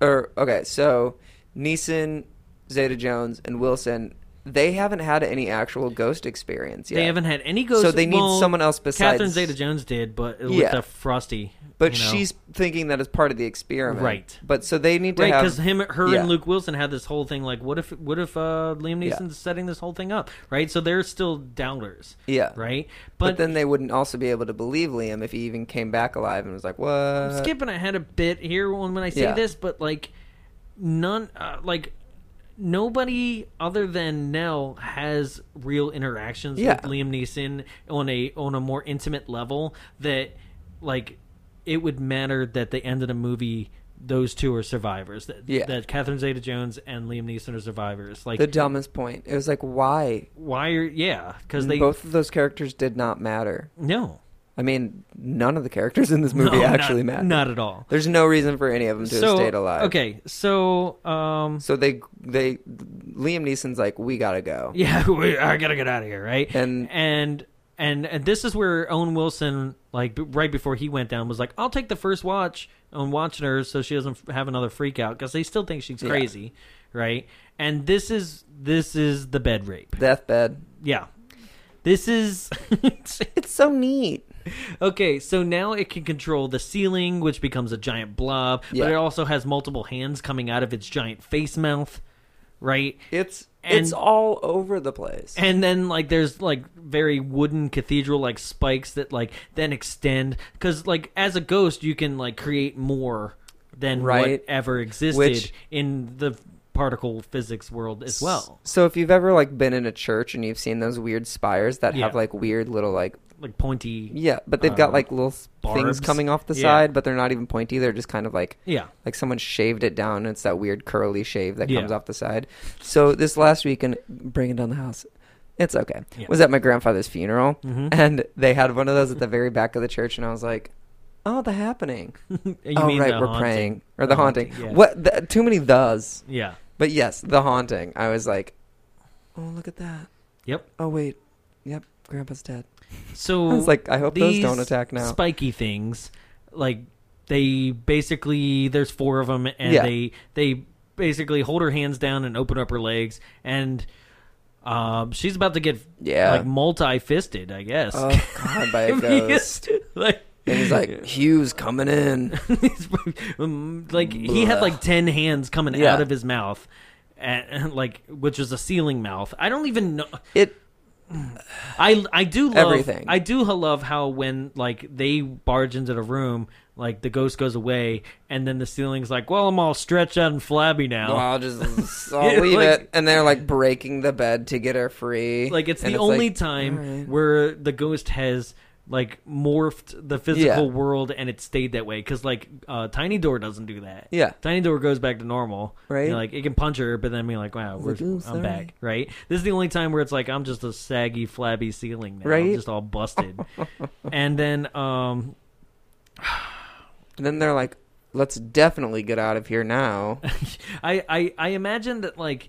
S8: or okay, so Neeson, Zeta Jones, and Wilson, they haven't had any actual ghost experience yet.
S1: they haven't had any ghosts.
S8: So they need
S1: well,
S8: someone else
S1: Catherine
S8: besides-
S1: Zeta-Jones did, but with
S8: Yeah.
S1: the Frosty.
S8: But
S1: you know.
S8: she's thinking that it's part of the experiment,
S1: Right.
S8: But so they need to
S1: Right,
S8: have
S1: because him, her,
S8: yeah.
S1: and Luke Wilson had this whole thing. Like, what if, what if uh, Liam
S8: Yeah.
S1: Neeson's setting this whole thing up? Right, so they're still doubters.
S8: Yeah.
S1: right.
S8: But then they wouldn't also be able to believe Liam if he even came back alive and was like, "What?"
S1: skipping ahead a bit here when, when I say
S8: uh, Yeah.
S1: this, but like none, uh, like nobody other than Nell has real interactions
S8: Yeah.
S1: with Liam Neeson on a on a more intimate level that like it would matter that they ended a movie. Those two are survivors. That,
S8: Yeah.
S1: that Catherine Zeta-Jones and Liam Neeson are survivors. Like
S8: The dumbest point. It was like, why?
S1: why are yeah? Because they
S8: Mm, Both of those characters did not matter.
S1: no
S8: I mean, none of the characters in this movie
S1: No,
S8: actually
S1: not,
S8: matter.
S1: not at all.
S8: There's no reason for any of them to have stayed alive.
S1: okay, so um, *laughs*
S8: So they they Liam Neeson's like, we gotta go.
S1: yeah, we, I gotta get out of here, right?
S8: And-
S1: and and and this is where Owen Wilson, like b- right before he went down, was like, "I'll take the first watch on watching her, so she doesn't f- have another freak out because they still think she's crazy, right?" And this is this is the bed rape,
S8: Deathbed.
S1: yeah. This is *laughs*
S8: *laughs* It's so neat.
S1: Okay, so now it can control the ceiling, which becomes a giant blob,
S8: Yeah.
S1: but it also has multiple hands coming out of its giant face mouth, right?
S8: It's
S1: And-
S8: it's all over the place.
S1: and then like there's like very wooden cathedral like spikes that like then extend because like as a ghost you can like create more than
S8: Right.
S1: whatever existed
S8: Which-
S1: in the particle physics world as well
S8: so if you've ever like been in a church and you've seen those weird spires that have
S1: Yeah.
S8: like weird little like
S1: like pointy
S8: yeah, but they've got
S1: Um,
S8: like little s-
S1: barbs.
S8: things coming off the
S1: Yeah.
S8: side, but they're not even pointy. They're just kind of like
S1: Yeah. *laughs*
S8: like someone shaved it down. And it's that weird curly shave that
S1: Yeah.
S8: comes off the side. So this last weekend, bringing down the house, it's okay.
S1: Yeah. Mm-hmm.
S8: Was at my grandfather's funeral, and they had one of those at the very back of the church, and I was like, "Oh, the happening."
S1: *laughs* you
S8: oh,
S1: mean
S8: right,
S1: the
S8: we're
S1: haunting.
S8: praying or the, haunting.
S1: yeah.
S8: What? The, too many thes.
S1: yeah
S8: But yes, the haunting. I was like, "Oh, look at that."
S1: yep
S8: Oh wait, yep, grandpa's dead.
S1: so
S8: I was like, I hope those
S1: these
S8: don't attack now.
S1: spiky things like they basically there's four of them and
S8: Yeah.
S1: they they basically hold her hands down and open up her legs and um, she's about to get
S8: Yeah.
S1: like multi-fisted i guess *laughs*
S8: Oh God, by a ghost.
S1: like *laughs*
S8: And he's like, Hugh's coming in.
S1: um, like he had like 10 hands coming
S8: Yeah.
S1: out of his mouth and, like which was a ceiling mouth i don't even know
S8: It
S1: I I do love
S8: Everything.
S1: I do h- love how when like they barge into the room, like the ghost goes away, and then the ceiling's like, "Well, I'm all stretched out and flabby now."
S8: well,
S1: *laughs*
S8: I'll just I'll
S1: Oh. Yeah,
S8: leave
S1: like-
S8: it. And they're like breaking the bed to get her free.
S1: Like it's
S8: And
S1: the only
S8: like,
S1: time
S8: all right.
S1: where the ghost has like morphed the physical
S8: Yeah.
S1: world and it stayed that way because like uh, Tiny Door doesn't do that.
S8: Yeah.
S1: Tiny Door goes back to normal.
S8: Right.
S1: You know, like it can punch her, but then be like, "Wow, we're,
S8: like, "Ooh,
S1: I'm
S8: sorry."
S1: back." Right. This is the only time where it's like I'm just a saggy, flabby ceiling now. I'm
S8: Right.
S1: just all
S8: *laughs*
S1: busted. and then um
S8: And then they're like, let's definitely get out of
S1: *laughs*
S8: here now.
S1: I, I I imagine that like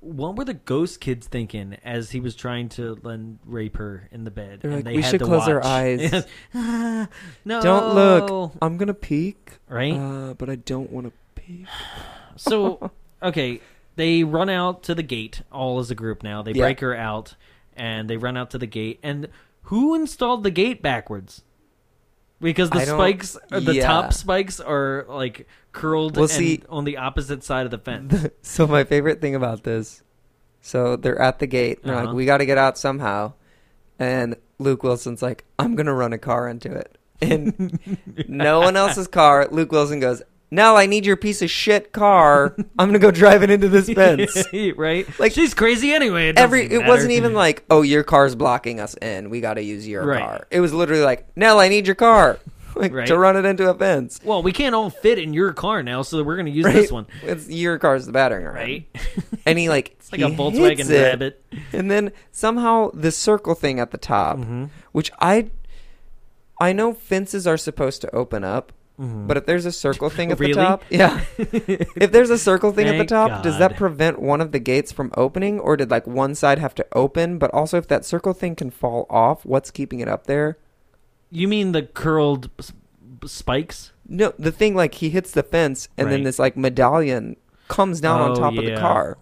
S1: what were the ghost kids thinking as he was trying to then rape her in the bed?
S8: They're like,
S1: they
S8: "We
S1: had
S8: should
S1: to
S8: close our
S1: watch."
S8: eyes.
S1: *laughs* Yeah. Ah,
S8: *laughs*
S1: no,
S8: Don't look. I'm gonna peek.
S1: Oh. Right?
S8: Uh, but I don't want to peek.
S1: so okay, they run out to the gate all as a group now. They
S8: Yeah.
S1: break her out and they run out to the gate. And who installed the gate backwards? Because the
S8: I don't-
S1: spikes, or the
S8: yeah.
S1: top spikes, are like curled
S8: Well,
S1: and
S8: see-
S1: on the opposite side of the fence.
S8: So my favorite thing about this, so they're at the gate. And they're
S1: Uh-huh.
S8: like, we got to get out somehow. And Luke Wilson's like, I'm gonna run a car into it.
S1: *laughs*
S8: And no one else's car. Luke Wilson goes, Nell, I need your piece of shit car. I'm gonna go drive it
S1: *laughs*
S8: into this fence.
S1: right? Like
S8: Like-
S1: she's crazy anyway. It doesn't
S8: Every it
S1: matter.
S8: wasn't even like, oh, your car's blocking us in. We got to use your
S1: Right.
S8: car. It was literally like, Nell, I need your car, *laughs* like
S1: Right.
S8: to run it into a fence.
S1: well, we can't all fit in your car now, so we're gonna use
S8: Right?
S1: this one,
S8: It's your car's the battering ram.
S1: right?
S8: *laughs* And
S1: *laughs*
S8: he like
S1: like a
S8: he
S1: Volkswagen
S8: hits it.
S1: Rabbit.
S8: And then somehow the circle
S1: Mm-hmm.
S8: thing at the top, which I I know fences are supposed to open up,
S1: Mm-hmm.
S8: But if there's a circle thing at
S9: Really?
S1: *laughs*
S8: the top, yeah. if there's a circle thing at the
S9: Thank
S8: top, does that
S9: God.
S8: prevent one of the gates from opening, or did like one side have to open? But also, if that circle thing can fall off, what's keeping it up there?
S1: You mean the curled s- b- spikes?
S8: No, the thing like he hits the fence, and then
S1: Right.
S8: this like medallion comes down
S1: Oh,
S8: on top of the
S1: yeah.
S8: car.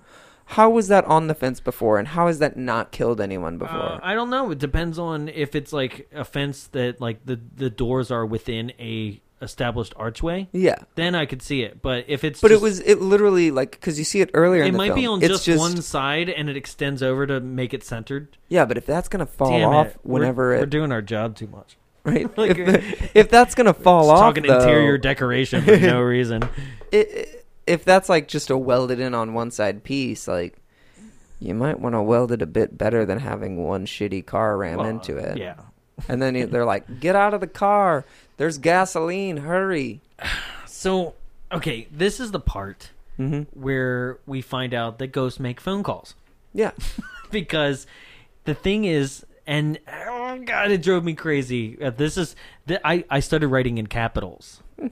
S8: How was that on the fence before, and how has that not killed anyone before?
S1: Uh, I don't know. It depends on if it's like a fence that like the the doors are within a established archway.
S8: yeah,
S1: Then I could see it. But if it's
S8: but
S1: just-
S8: it was it literally like because you see it earlier.
S1: it
S8: in the
S1: might be
S8: film.
S1: on
S8: It's
S1: just, one side and it extends over to make it centered.
S8: Yeah, but if that's gonna fall
S1: Damn
S8: off
S1: it. We're-
S8: whenever
S1: we're
S8: it
S1: doing our job too much.
S8: *laughs* right,
S1: *laughs* Like,
S8: if, the- if that's gonna
S1: *laughs*
S8: fall
S1: Just
S8: off,
S1: talking
S8: though,
S1: interior decoration for
S8: *laughs*
S1: no reason.
S8: it- it- if that's like just a welded in on one side piece, like you might want to weld it a bit better than having one shitty car ram
S1: Well,
S8: into it.
S1: Yeah. *laughs*
S8: and then you- they're like, "Get out of the car! There's gasoline! Hurry!"
S1: So, okay, this is the part
S8: Mm-hmm.
S1: where we find out that ghosts make phone calls *laughs*
S8: Yeah,
S1: because the thing is, and oh god, it drove me crazy. Uh, This is the, I I started writing in capitals, *laughs*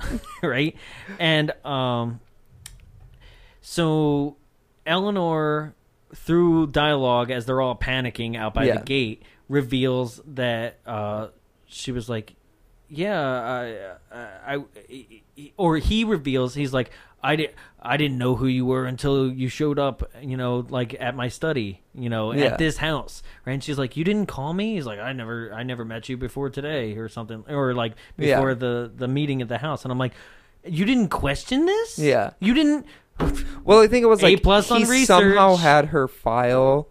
S1: right? And um, so Eleanor through dialogue as they're all panicking out by
S8: Yeah.
S1: the gate reveals that uh, she was like yeah, I, I, I- or he reveals he's like, I did, I didn't know who you were until you showed up, you know, like at my study, you know,
S8: Yeah.
S1: at this house, right? And she's like, you didn't call me. He's like, I never, I never met you before today, or something, or like
S8: Yeah.
S1: before the the meeting at the house. And I'm like, you didn't question this?
S8: Yeah.
S1: you didn't.
S8: well, I think it was
S1: A
S8: like
S1: plus
S8: he
S1: on
S8: somehow
S1: research.
S8: had her file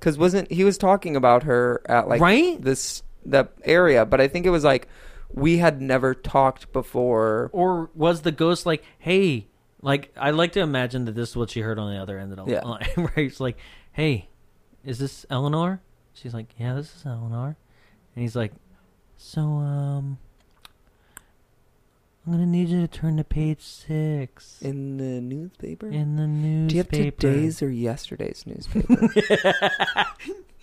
S8: because wasn't he was talking about her at like
S1: Right?
S8: this the area, but I think it was like we had never talked before.
S1: or was the ghost like, hey, like I like to imagine that this is what she heard on the other end of the
S8: Yeah.
S1: line, *laughs* right? It's like, hey, is this Eleanor? She's like, yeah, this is Eleanor, and he's like, so um, I'm gonna need you to turn to page six in,
S8: In the newspaper?
S1: the newspaper.
S8: Do you have today's or *laughs* yesterday's newspaper?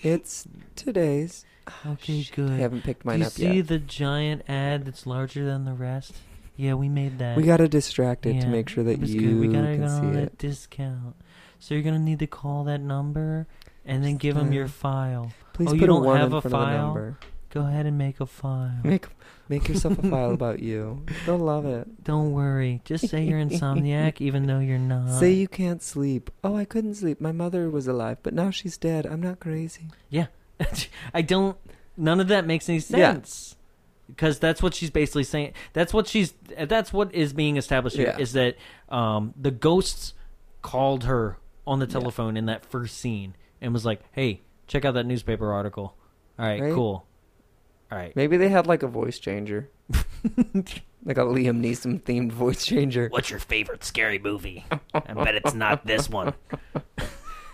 S8: it's today's.
S1: *laughs* Okay,
S8: I
S1: good.
S8: haven't picked
S1: Do
S8: mine
S1: you
S8: up
S1: see
S8: yet.
S1: the giant ad that's larger than the rest? Yeah, we made that.
S8: we got to distract it to
S1: Yeah,
S8: make sure
S1: it
S8: that
S1: was
S8: you
S1: good. we gotta
S8: can
S1: go on
S8: see
S1: a
S8: it.
S1: discount. So you're gonna need to call that number and then give them
S8: uh,
S1: your file.
S8: Please
S1: oh,
S8: put
S1: you
S8: a
S1: don't
S8: one
S1: have
S8: in
S1: a
S8: front of the
S1: file.
S8: number.
S1: Go ahead and make a file.
S8: Make make yourself a
S1: *laughs*
S8: file about you. They'll love it.
S1: Don't worry. Just say
S8: *laughs*
S1: you're insomniac, even though you're not.
S8: Say you can't sleep. Oh, I couldn't sleep. My mother was alive, but now she's dead. I'm not crazy.
S1: yeah. *laughs* I don't. None of that makes any
S8: Yeah.
S1: sense. Because that's what she's basically saying. That's what she's. That's what is being established here
S8: Yeah.
S1: is that um, the ghosts called her on the telephone in that first scene and was like, "Hey, check out that newspaper article. All right,
S8: Right?
S1: cool. All right,
S8: Maybe they had like a voice
S1: *laughs*
S8: changer, like a Liam Neeson themed voice changer.
S9: What's your favorite scary
S8: *laughs*
S9: movie? I bet it's not this one.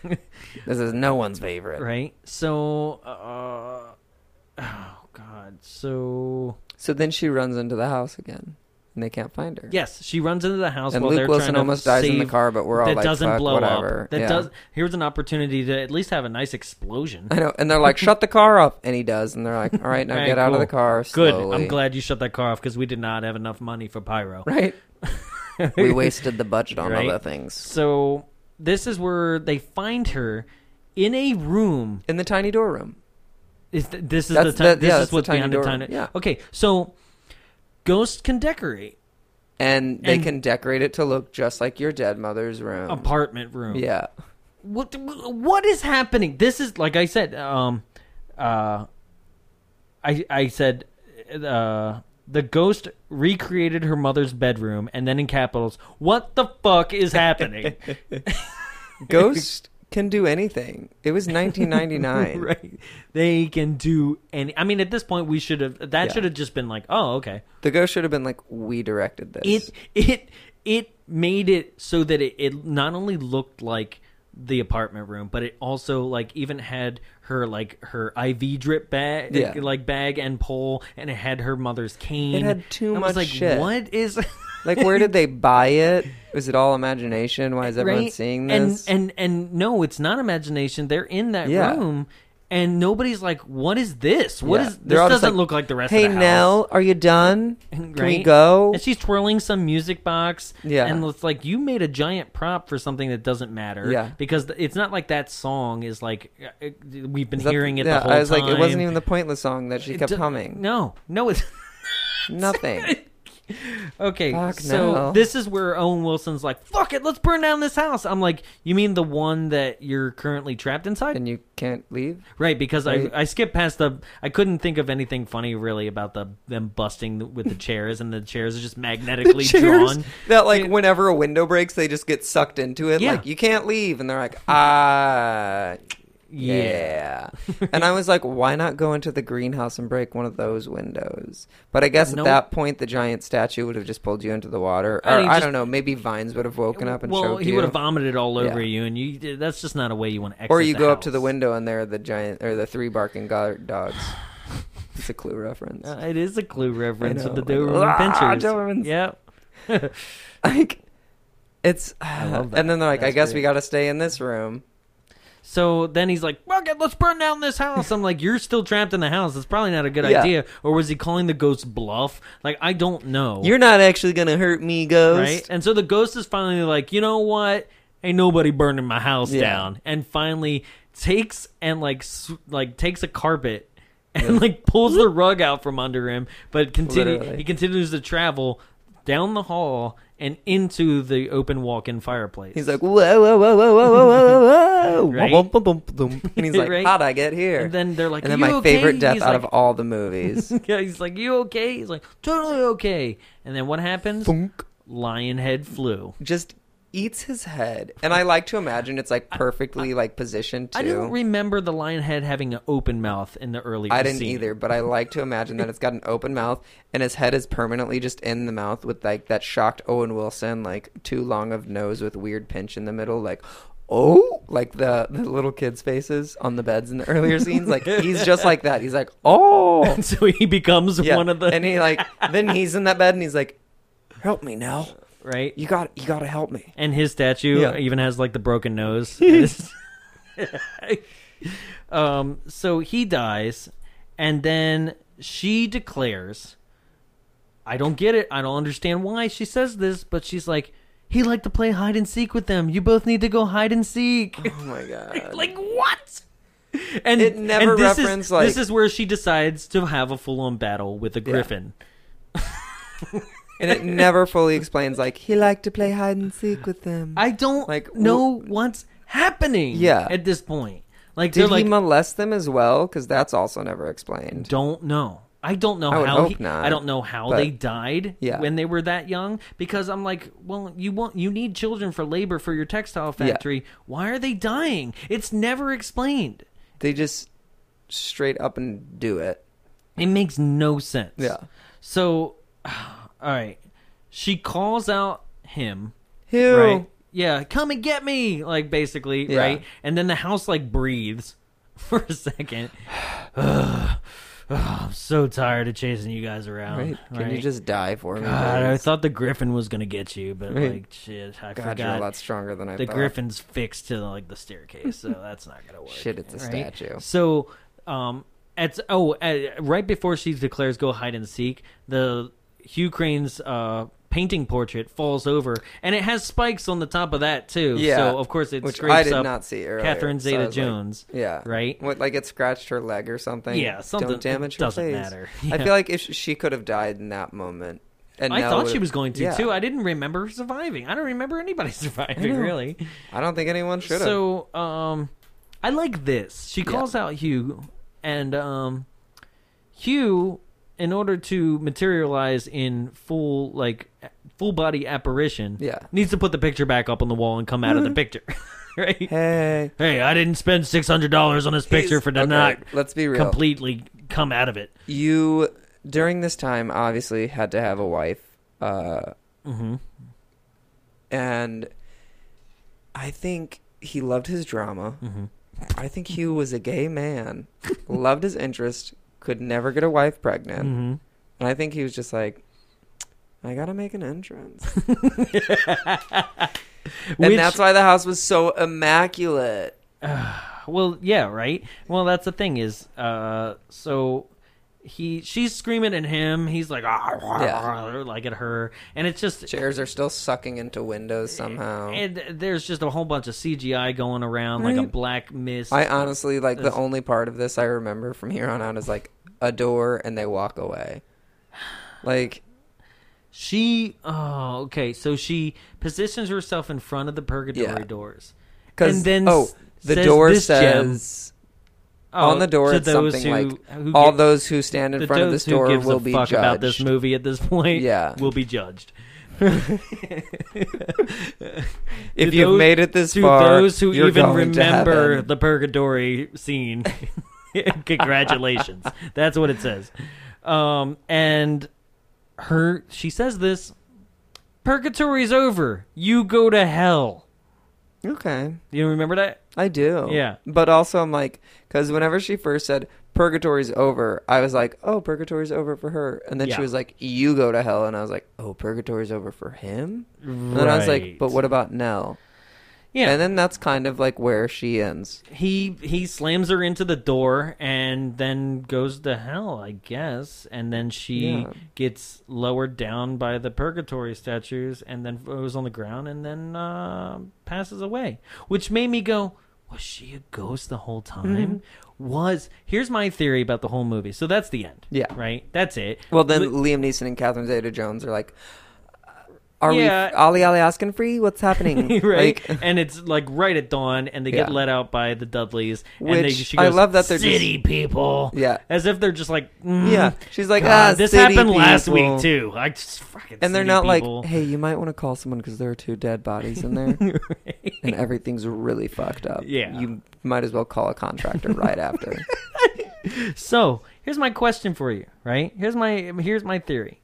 S8: This is no one's favorite.
S1: right? So, uh, oh god. So
S8: So then she runs into the house again, and they can't find her.
S1: yes, she runs into the house
S8: And
S1: while
S8: Luke
S1: they're
S8: Wilson
S1: trying to
S8: almost dies in the
S1: save-
S8: car, but we're all
S1: that
S8: like,
S1: doesn't
S8: "Fuck,
S1: blow
S8: whatever."
S1: up. That
S8: Yeah.
S1: does. Here's an opportunity to at least have a nice
S8: *laughs*
S1: explosion.
S8: I know, and they're like, "Shut the car off," and he does, and
S1: *laughs*
S8: they're like, "All right, now
S1: Right,
S8: get out of
S1: cool.
S8: the car."
S1: Good.
S8: Slowly.
S1: I'm glad you shut that car off because we did not have enough money for pyro. *laughs*
S8: Right? *laughs* we wasted the budget on
S1: Right.
S8: other things.
S1: So this is where they find her in a room.
S8: In the tiny door room,
S1: Is th- this is the
S8: That's
S1: time?
S8: the-
S1: this
S8: yeah, that's
S1: is
S8: the
S1: what's
S8: tiny
S1: behind the
S8: door.
S1: time.
S8: Yeah.
S1: Okay. So ghosts can decorate
S8: and they
S1: And-
S8: can decorate it to look just like your dead mother's room.
S1: apartment room. *laughs*
S8: yeah,
S1: what what is happening? This is like I said. Um, uh, I I said, uh, the ghost recreated her mother's bedroom, and then in capitals, what the fuck is happening?
S8: Ghost can do anything. It was
S1: *laughs*
S8: 1999.
S1: right? They can do any. I mean, at this point, we should have. That
S8: Yeah.
S1: should have just been like, oh, okay.
S8: The ghost should have been like, "We directed this."
S1: It it it made it so that it, it not only looked like the apartment room, but it also like even had her like her IV drip bag,
S8: Yeah.
S1: like bag and pole, and it had her mother's cane.
S8: It had too
S1: I
S8: much
S1: was like,
S8: shit.
S1: What is *laughs*
S8: like, where did they buy it? Was it all imagination? Why is everyone
S1: right?
S8: seeing this?
S1: And and and no, it's not imagination. They're in that
S8: Yeah.
S1: room, and nobody's like, "What is this? What
S8: Yeah.
S1: is
S8: They're
S1: this?
S8: all just
S1: Doesn't
S8: like,
S1: look like the rest
S8: Hey
S1: of the house."
S8: Nell, are you done? Can we
S1: Right?
S8: go?
S1: And she's twirling some music box.
S8: Yeah.
S1: And it's like, you made a giant prop for something that doesn't matter.
S8: Yeah.
S1: Because th- it's not like that song is like, uh, it- we've been
S8: Is that-
S1: hearing it
S8: yeah,
S1: the whole
S8: I was like, it wasn't
S1: time.
S8: even the pointless song that she kept
S1: D-
S8: humming.
S1: *laughs* No, no, it's.
S8: Nothing.
S1: Okay,
S8: Fuck
S1: so
S8: no.
S1: this is where Owen Wilson's like, "Fuck it, let's burn down this house." I'm like, "You mean the one that you're currently trapped inside?"
S8: and you can't leave.
S1: right, because
S8: Right.
S1: I I skipped past the. I couldn't think of anything funny really about the them busting the, with the chairs, and the chairs
S8: *laughs*
S1: are just magnetically drawn.
S8: that like whenever a window breaks, they just get sucked into it.
S1: Yeah.
S8: Like you can't leave, and they're like, ah, yeah. and I was like, why not go into the greenhouse and break one of those windows? But I guess
S1: No.
S8: at that point, the giant statue would have just pulled you into the water, or
S1: I
S8: I,
S1: mean, just-
S8: don't know, maybe vines would have woken up and
S1: well,
S8: choked
S1: he
S8: you.
S1: would have vomited all over
S8: Yeah.
S1: you, and you. That's just not a way you want to. Exit
S8: or you
S1: the
S8: go up to
S1: house.
S8: the window, and there are the giant or the three barking go- dogs.
S1: *laughs*
S8: it's a clue reference.
S1: Uh, it is a clue reference
S8: I
S1: of the
S8: know, I know.
S1: Doberman
S8: Ah,
S1: Pinschers. Yeah.
S8: Dobermans. like it's
S1: love
S8: and
S1: that.
S8: then they're like i
S1: That's
S8: guess we
S1: great.
S8: got to stay in this room
S1: *laughs* So then he's like, "Fuck it, let's burn down this house." I'm like, "You're still trapped in the house. That's probably not a good
S8: Yeah.
S1: idea." Or was he calling the ghost bluff? Like, I don't know.
S8: you're not actually gonna hurt me
S1: right.
S8: ghost
S1: And so the ghost is finally like, "You know what? Ain't nobody burning my house
S8: Yeah.
S1: down." And finally takes and like s- like takes a carpet and like pulls the rug out from under him, but continue
S8: Literally.
S1: he continues to travel down the hall and into the open walk-in fireplace.
S8: he's like whoa whoa whoa whoa whoa whoa whoa whoa
S1: Right?
S8: whoa whoa whoa
S1: *laughs*
S8: and he's like
S1: Right?
S8: how'd i get here
S1: And then they're like,
S8: and then
S1: "You
S8: my
S1: okay?"
S8: favorite death
S1: He's
S8: out of
S1: like-
S8: all the
S1: *laughs*
S8: movies
S1: Yeah, he's like, "You okay?" He's like, "Totally okay." And then what happens?
S8: Thunk.
S1: Lion head flew.
S8: just eats his head and i like to imagine it's like perfectly like positioned too
S1: I didn't remember the lion head having an open mouth in the early.
S8: I didn't
S1: scene. *laughs*
S8: either, but I like to imagine that it's got an open mouth and his head is permanently just in the mouth with like that shocked Owen Wilson, like too long of nose with weird pinch in the middle, like oh, like the the little kids' faces on the beds in
S1: *laughs*
S8: the earlier scenes. Like he's just like that. He's like oh,
S1: So he becomes
S8: yeah.
S1: one of the
S8: and he like then he's in that bed and he's like, help me now,
S1: right.
S8: you got you got to
S1: *laughs*
S8: help me.
S1: and his statue
S8: Yeah.
S1: even has like the broken
S8: *laughs*
S1: nose. It's- *laughs* um. So he dies, and then she declares, "I don't get it. I don't understand why she says this, but she's like." He liked to play hide and seek with them. You both need to go hide and seek.
S8: Oh my god.
S1: like what? And
S8: *laughs* It never
S1: and this
S8: referenced,
S1: is,
S8: like-
S1: this is where she decides to have a full on battle with a griffin.
S8: and it never fully explains like he liked to play hide and seek with them.
S1: I don't
S8: Like,
S1: like know what's happening.
S8: Yeah.
S1: at this point, like
S8: Did
S1: they're like
S8: he molest them as well? Because that's also never explained.
S1: don't know. I don't know
S8: I would
S1: how
S8: hope
S1: he-
S8: not,
S1: I don't know how
S8: but-
S1: they died
S8: Yeah.
S1: when they were that young because I'm like, well, you want you need children for labor for your textile
S8: Yeah.
S1: factory. Why are they dying? It's never explained.
S8: they just straight up and do it.
S1: It makes no sense.
S8: Yeah.
S1: So, *sighs* all right. She calls out him.
S8: Who?
S1: Right. Yeah. Come and get me. Like, basically.
S8: Yeah.
S1: Right. And then the house, like, breathes *laughs* for a second. *sighs* Ugh. Ugh, I'm so tired of chasing you guys around.
S8: Right. Can you
S1: right?
S8: just die for me?
S1: God, I
S8: please?
S1: thought the griffin was going to get you, but,
S8: Right.
S1: like, shit. I
S8: God, you're a
S1: forgot
S8: lot stronger than I
S1: the
S8: thought.
S1: griffin's fixed to like the staircase,
S8: *laughs*
S1: so that's not gonna work.
S8: Shit, it's a statue.
S1: So, um, at oh, at, right before she declares go hide and seek, the Hugh Crane's uh painting portrait falls over, and it has spikes on the top of that too.
S8: Yeah.
S1: So of course it
S8: Which
S1: scrapes
S8: I did
S1: up
S8: not see earlier,
S1: Catherine
S8: so I was
S1: Zeta
S8: like,
S1: Jones.
S8: Yeah.
S1: Right.
S8: What, like it scratched her leg or something?
S1: Yeah, something-
S8: Don't damage
S1: it
S8: her
S1: doesn't
S8: face.
S1: matter.
S8: I
S1: Yeah.
S8: feel like if sh- she could have died in that moment. And
S1: I
S8: now
S1: thought
S8: would-
S1: she was going to
S8: Yeah.
S1: too. I didn't remember her surviving. I don't remember anybody *laughs* surviving really.
S8: I don't think anyone should have.
S1: So, um, I like this. She calls out Hugh, and um, Hugh, in order to materialize in full like full body apparition,
S8: Yeah. Mm-hmm.
S1: needs to put the picture back up on the wall and come out of the picture, *laughs* right?
S8: hey,
S1: Hey, I didn't spend six hundred dollars on this picture for to
S8: okay,
S1: not
S8: let's be real.
S1: completely come out of it.
S8: you during this time obviously had to have a wife uh and i think he loved his drama i think hugh was a gay man *laughs* loved his interest could never get a wife pregnant and i think he was just like i gotta make an entrance and
S1: Which-
S8: that's why the house was so immaculate
S1: Well, yeah, right. Well, that's the thing is, uh, so he she's screaming at him. He's like, "Ah, ah,
S8: Yeah.
S1: ah," like at her, and it's just
S8: Chairs are still sucking into windows somehow.
S1: and there's just a whole bunch of CGI going around, like a black mist.
S8: Mm-hmm. I honestly like the only part of this I remember from here on out is like a door and they walk away. Like
S1: she, oh, okay, so she positions herself in front of the purgatory
S8: Yeah.
S1: doors.
S8: because
S1: And then
S8: oh
S1: s-
S8: the
S1: says
S8: door
S1: this gem-
S8: says
S1: Oh,
S8: on the door
S1: to
S8: it's
S1: those
S8: something
S1: who-
S8: like
S1: who
S8: all
S1: gi-
S8: those who stand in
S1: the
S8: front of
S1: those
S8: this
S1: who
S8: door
S1: gives
S8: will
S1: a
S8: be
S1: fuck
S8: judged.
S1: about this movie at this point.
S8: Yeah.
S1: will be
S8: *laughs*
S1: judged.
S8: if
S1: To
S8: you've
S1: those-
S8: made it this
S1: to
S8: far,
S1: those who
S8: you're
S1: even
S8: going to
S1: remember
S8: heaven.
S1: the purgatory scene, *laughs* congratulations. That's what it says. Um, and her, she says this: "Purgatory's over. You go to hell."
S8: okay.
S1: You remember that?
S8: I do.
S1: Yeah.
S8: But also, I'm like, because whenever she first said purgatory's over, I was like, oh, purgatory's over for her. And then
S1: Yeah.
S8: she was like, you go to hell. And I was like, oh, purgatory's over for him? And then I was like, but
S1: Right.
S8: what about Nell?
S1: Yeah.
S8: And then that's kind of like where she ends.
S1: he he slams her into the door and then goes to hell, I guess. And then she
S8: Yeah.
S1: gets lowered down by the purgatory statues and then goes on the ground and then uh, passes away. Which made me go, was she a ghost the whole
S8: Mm-hmm.
S1: time? Was here's my theory about the whole movie. So that's the end.
S8: Yeah.
S1: Right. That's it.
S8: Well, then Liam Neeson and Catherine Zeta Jones are like, are
S1: Yeah.
S8: we Ali Ali asking free? What's happening?
S1: *laughs* right?
S8: *laughs* Like,
S1: and it's like right at dawn, and they get
S8: Yeah.
S1: let out by the Dudleys. and they,
S8: Which,
S1: she
S8: I
S1: goes,
S8: love that they're just-
S1: city people.
S8: Yeah.
S1: as if they're just like, mm,
S8: yeah. She's like,
S1: God,
S8: ah,
S1: this
S8: city
S1: happened last
S8: people."
S1: week too. I just fucking
S8: And they're
S1: city
S8: not
S1: people.
S8: like, *laughs* hey, you might want to call someone because there are two dead bodies
S1: *laughs*
S8: in there. And everything's really fucked up.
S1: Yeah.
S8: You might as well call
S1: *laughs*
S8: a contractor right after.
S1: So here's my question for you. Right here's my here's my theory.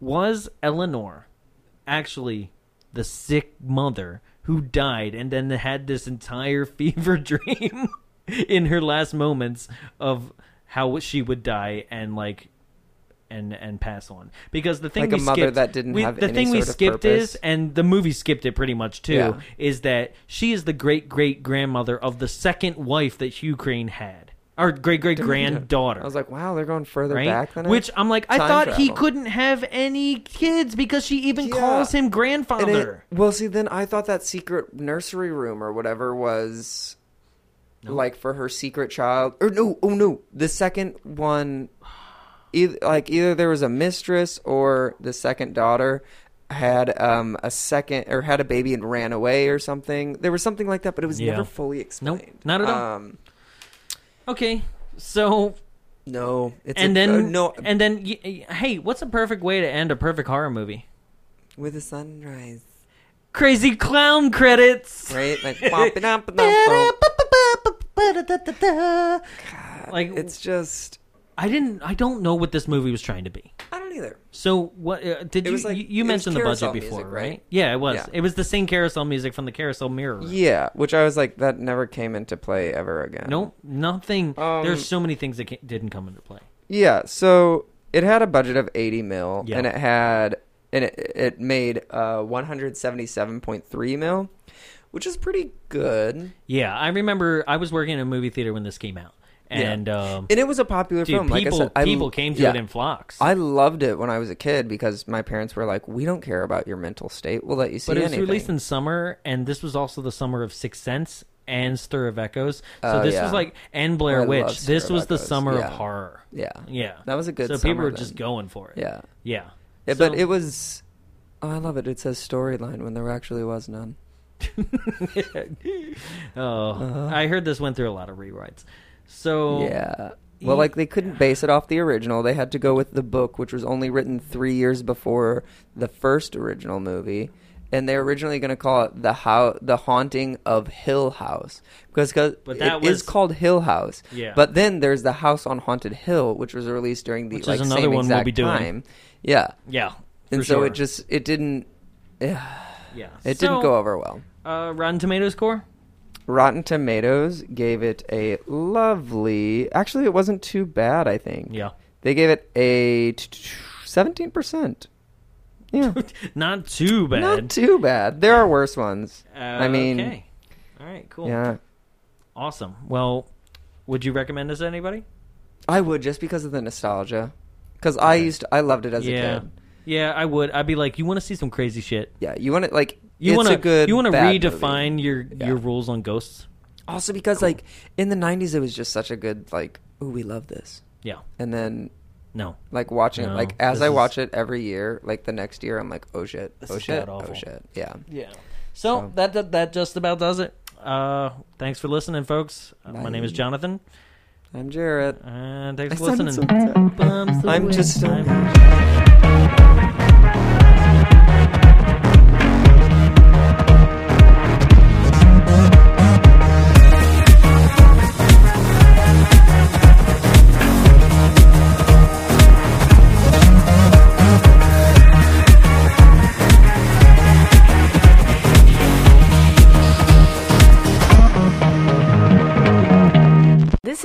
S1: Was Eleanor actually the sick mother who died and then had this entire *laughs* fever dream *laughs* in her last moments of how she would die and like and and pass on because the thing
S8: Like
S1: we
S8: a mother
S1: skipped-
S8: that didn't
S1: we-
S8: have
S1: the
S8: any
S1: thing we
S8: sort of
S1: skipped
S8: purpose.
S1: is and the movie skipped it pretty much too
S8: Yeah.
S1: is that she is the great great grandmother of the second wife that Hugh Crane had or great great granddaughter
S8: I was like, wow, they're going further
S1: right?
S8: back than I-
S1: Which I'm like, I
S8: Time
S1: thought he
S8: travel.
S1: couldn't have any kids because she even
S8: Yeah.
S1: calls him
S8: And it-
S1: grandfather.
S8: well, see, then I thought that secret nursery room or whatever was like for her secret child. Or no, oh no, the second one, either, like either there was a mistress or the second daughter had um a second or had a baby and ran away or something. There was something like that, but it was
S1: Yeah.
S8: never fully
S1: Nope,
S8: explained.
S1: not at all.
S8: Um,
S1: okay, so
S8: no, it's
S1: and
S8: a-
S1: then
S8: uh, no
S1: and then y- y- hey, what's a perfect way to end a perfect horror movie?
S8: with a sunrise,
S1: Crazy clown credits.
S8: right? Like *laughs* womp-a-domp-a-domp-a.
S1: Like
S8: it's just
S1: I didn't, I don't know what this movie was trying to be.
S8: I don't either.
S1: So what uh, did
S8: It
S1: you,
S8: was like-
S1: you?
S8: it
S1: You
S8: was
S1: mentioned the budget
S8: carousel
S1: before,
S8: music,
S1: right?
S8: right?
S1: Yeah, it was.
S8: Yeah.
S1: It was the same carousel music from the Carousel Mirror.
S8: Yeah, which I was like, that never came into play ever again.
S1: Nope, nothing.
S8: Um,
S1: There's so many things that ca- didn't come into play.
S8: Yeah, so it had a budget of eighty mil,
S1: Yeah.
S8: and it had and it, it made uh one hundred seventy seven point three mil, which is pretty good.
S1: Yeah, I remember I was working in a movie theater when this came out, and um,
S8: And it was a popular
S1: dude,
S8: film.
S1: people
S8: like I said,
S1: people
S8: I,
S1: came to
S8: yeah.
S1: it in flocks.
S8: I loved it when I was a kid because my parents were like, "We don't care about your mental state. We'll let you see
S1: but it was
S8: anything."
S1: released in summer, and this was also the summer of Sixth Sense and Stir of Echoes. So
S8: Oh,
S1: this
S8: yeah. Oh,
S1: was like and
S8: I
S1: Blair
S8: love
S1: Witch.
S8: Stir
S1: This
S8: of
S1: was the
S8: Echoes.
S1: summer
S8: Yeah.
S1: of horror.
S8: yeah,
S1: Yeah,
S8: That was a good
S1: So
S8: summer
S1: people were
S8: then.
S1: just going for it.
S8: yeah.
S1: yeah.
S8: Yeah,
S1: So-
S8: but it was. Oh, I love it. It says storyline when there actually was none.
S1: *laughs* Oh, I heard this went through a lot of rewrites. So
S8: Yeah. Well, like they couldn't base it off the original. They had to go with the book, which was only written three years before the first original movie. And they're originally going to call it the how the haunting of Hill House because cause
S1: But
S8: it
S1: that
S8: is
S1: was-
S8: called Hill House.
S1: Yeah.
S8: But then there's the House on Haunted Hill, which was released during the
S1: Which is
S8: like
S1: another
S8: same
S1: one we'll
S8: exact
S1: be doing.
S8: time. Yeah.
S1: yeah,
S8: And
S1: for
S8: so
S1: sure.
S8: it just it didn't
S1: yeah
S8: it
S1: So,
S8: didn't go over well.
S1: Uh, Rotten Tomatoes score.
S8: Rotten Tomatoes gave it a lovely. Actually, it wasn't too bad. I think.
S1: Yeah.
S8: They gave it a seventeen percent. Yeah,
S1: Not too bad.
S8: not too bad. There are worse ones.
S1: Uh,
S8: I mean,
S1: okay. all right, cool.
S8: yeah.
S1: Awesome. Well, would you recommend this to anybody?
S8: I would just because of the nostalgia. Because I used to, I loved it as
S1: yeah.
S8: a kid.
S1: Yeah, I would. I'd be like, you want to see some crazy shit.
S8: Yeah, you want to like
S1: You
S8: it's
S1: want to
S8: a good
S1: You want to
S8: bad
S1: redefine
S8: movie.
S1: your
S8: Yeah.
S1: your rules on ghosts.
S8: Also because like in the 90s it was just such a good like ooh we love this.
S1: Yeah.
S8: And then
S1: No.
S8: like watching it
S1: No,
S8: like as
S1: this
S8: I
S1: is-
S8: watch it every year like the next year I'm like oh shit oh
S1: is
S8: shit
S1: god
S8: oh
S1: awful.
S8: shit yeah.
S1: Yeah. So, That, that that just about does it. Uh, thanks for listening, folks. Uh, my name is Jonathan,
S8: I'm Jarrett.
S1: and thanks
S8: I
S1: for
S8: sounded
S1: listening.
S8: so upset.
S1: Bumps the
S8: I'm
S1: way
S8: just uh,
S1: time-
S10: This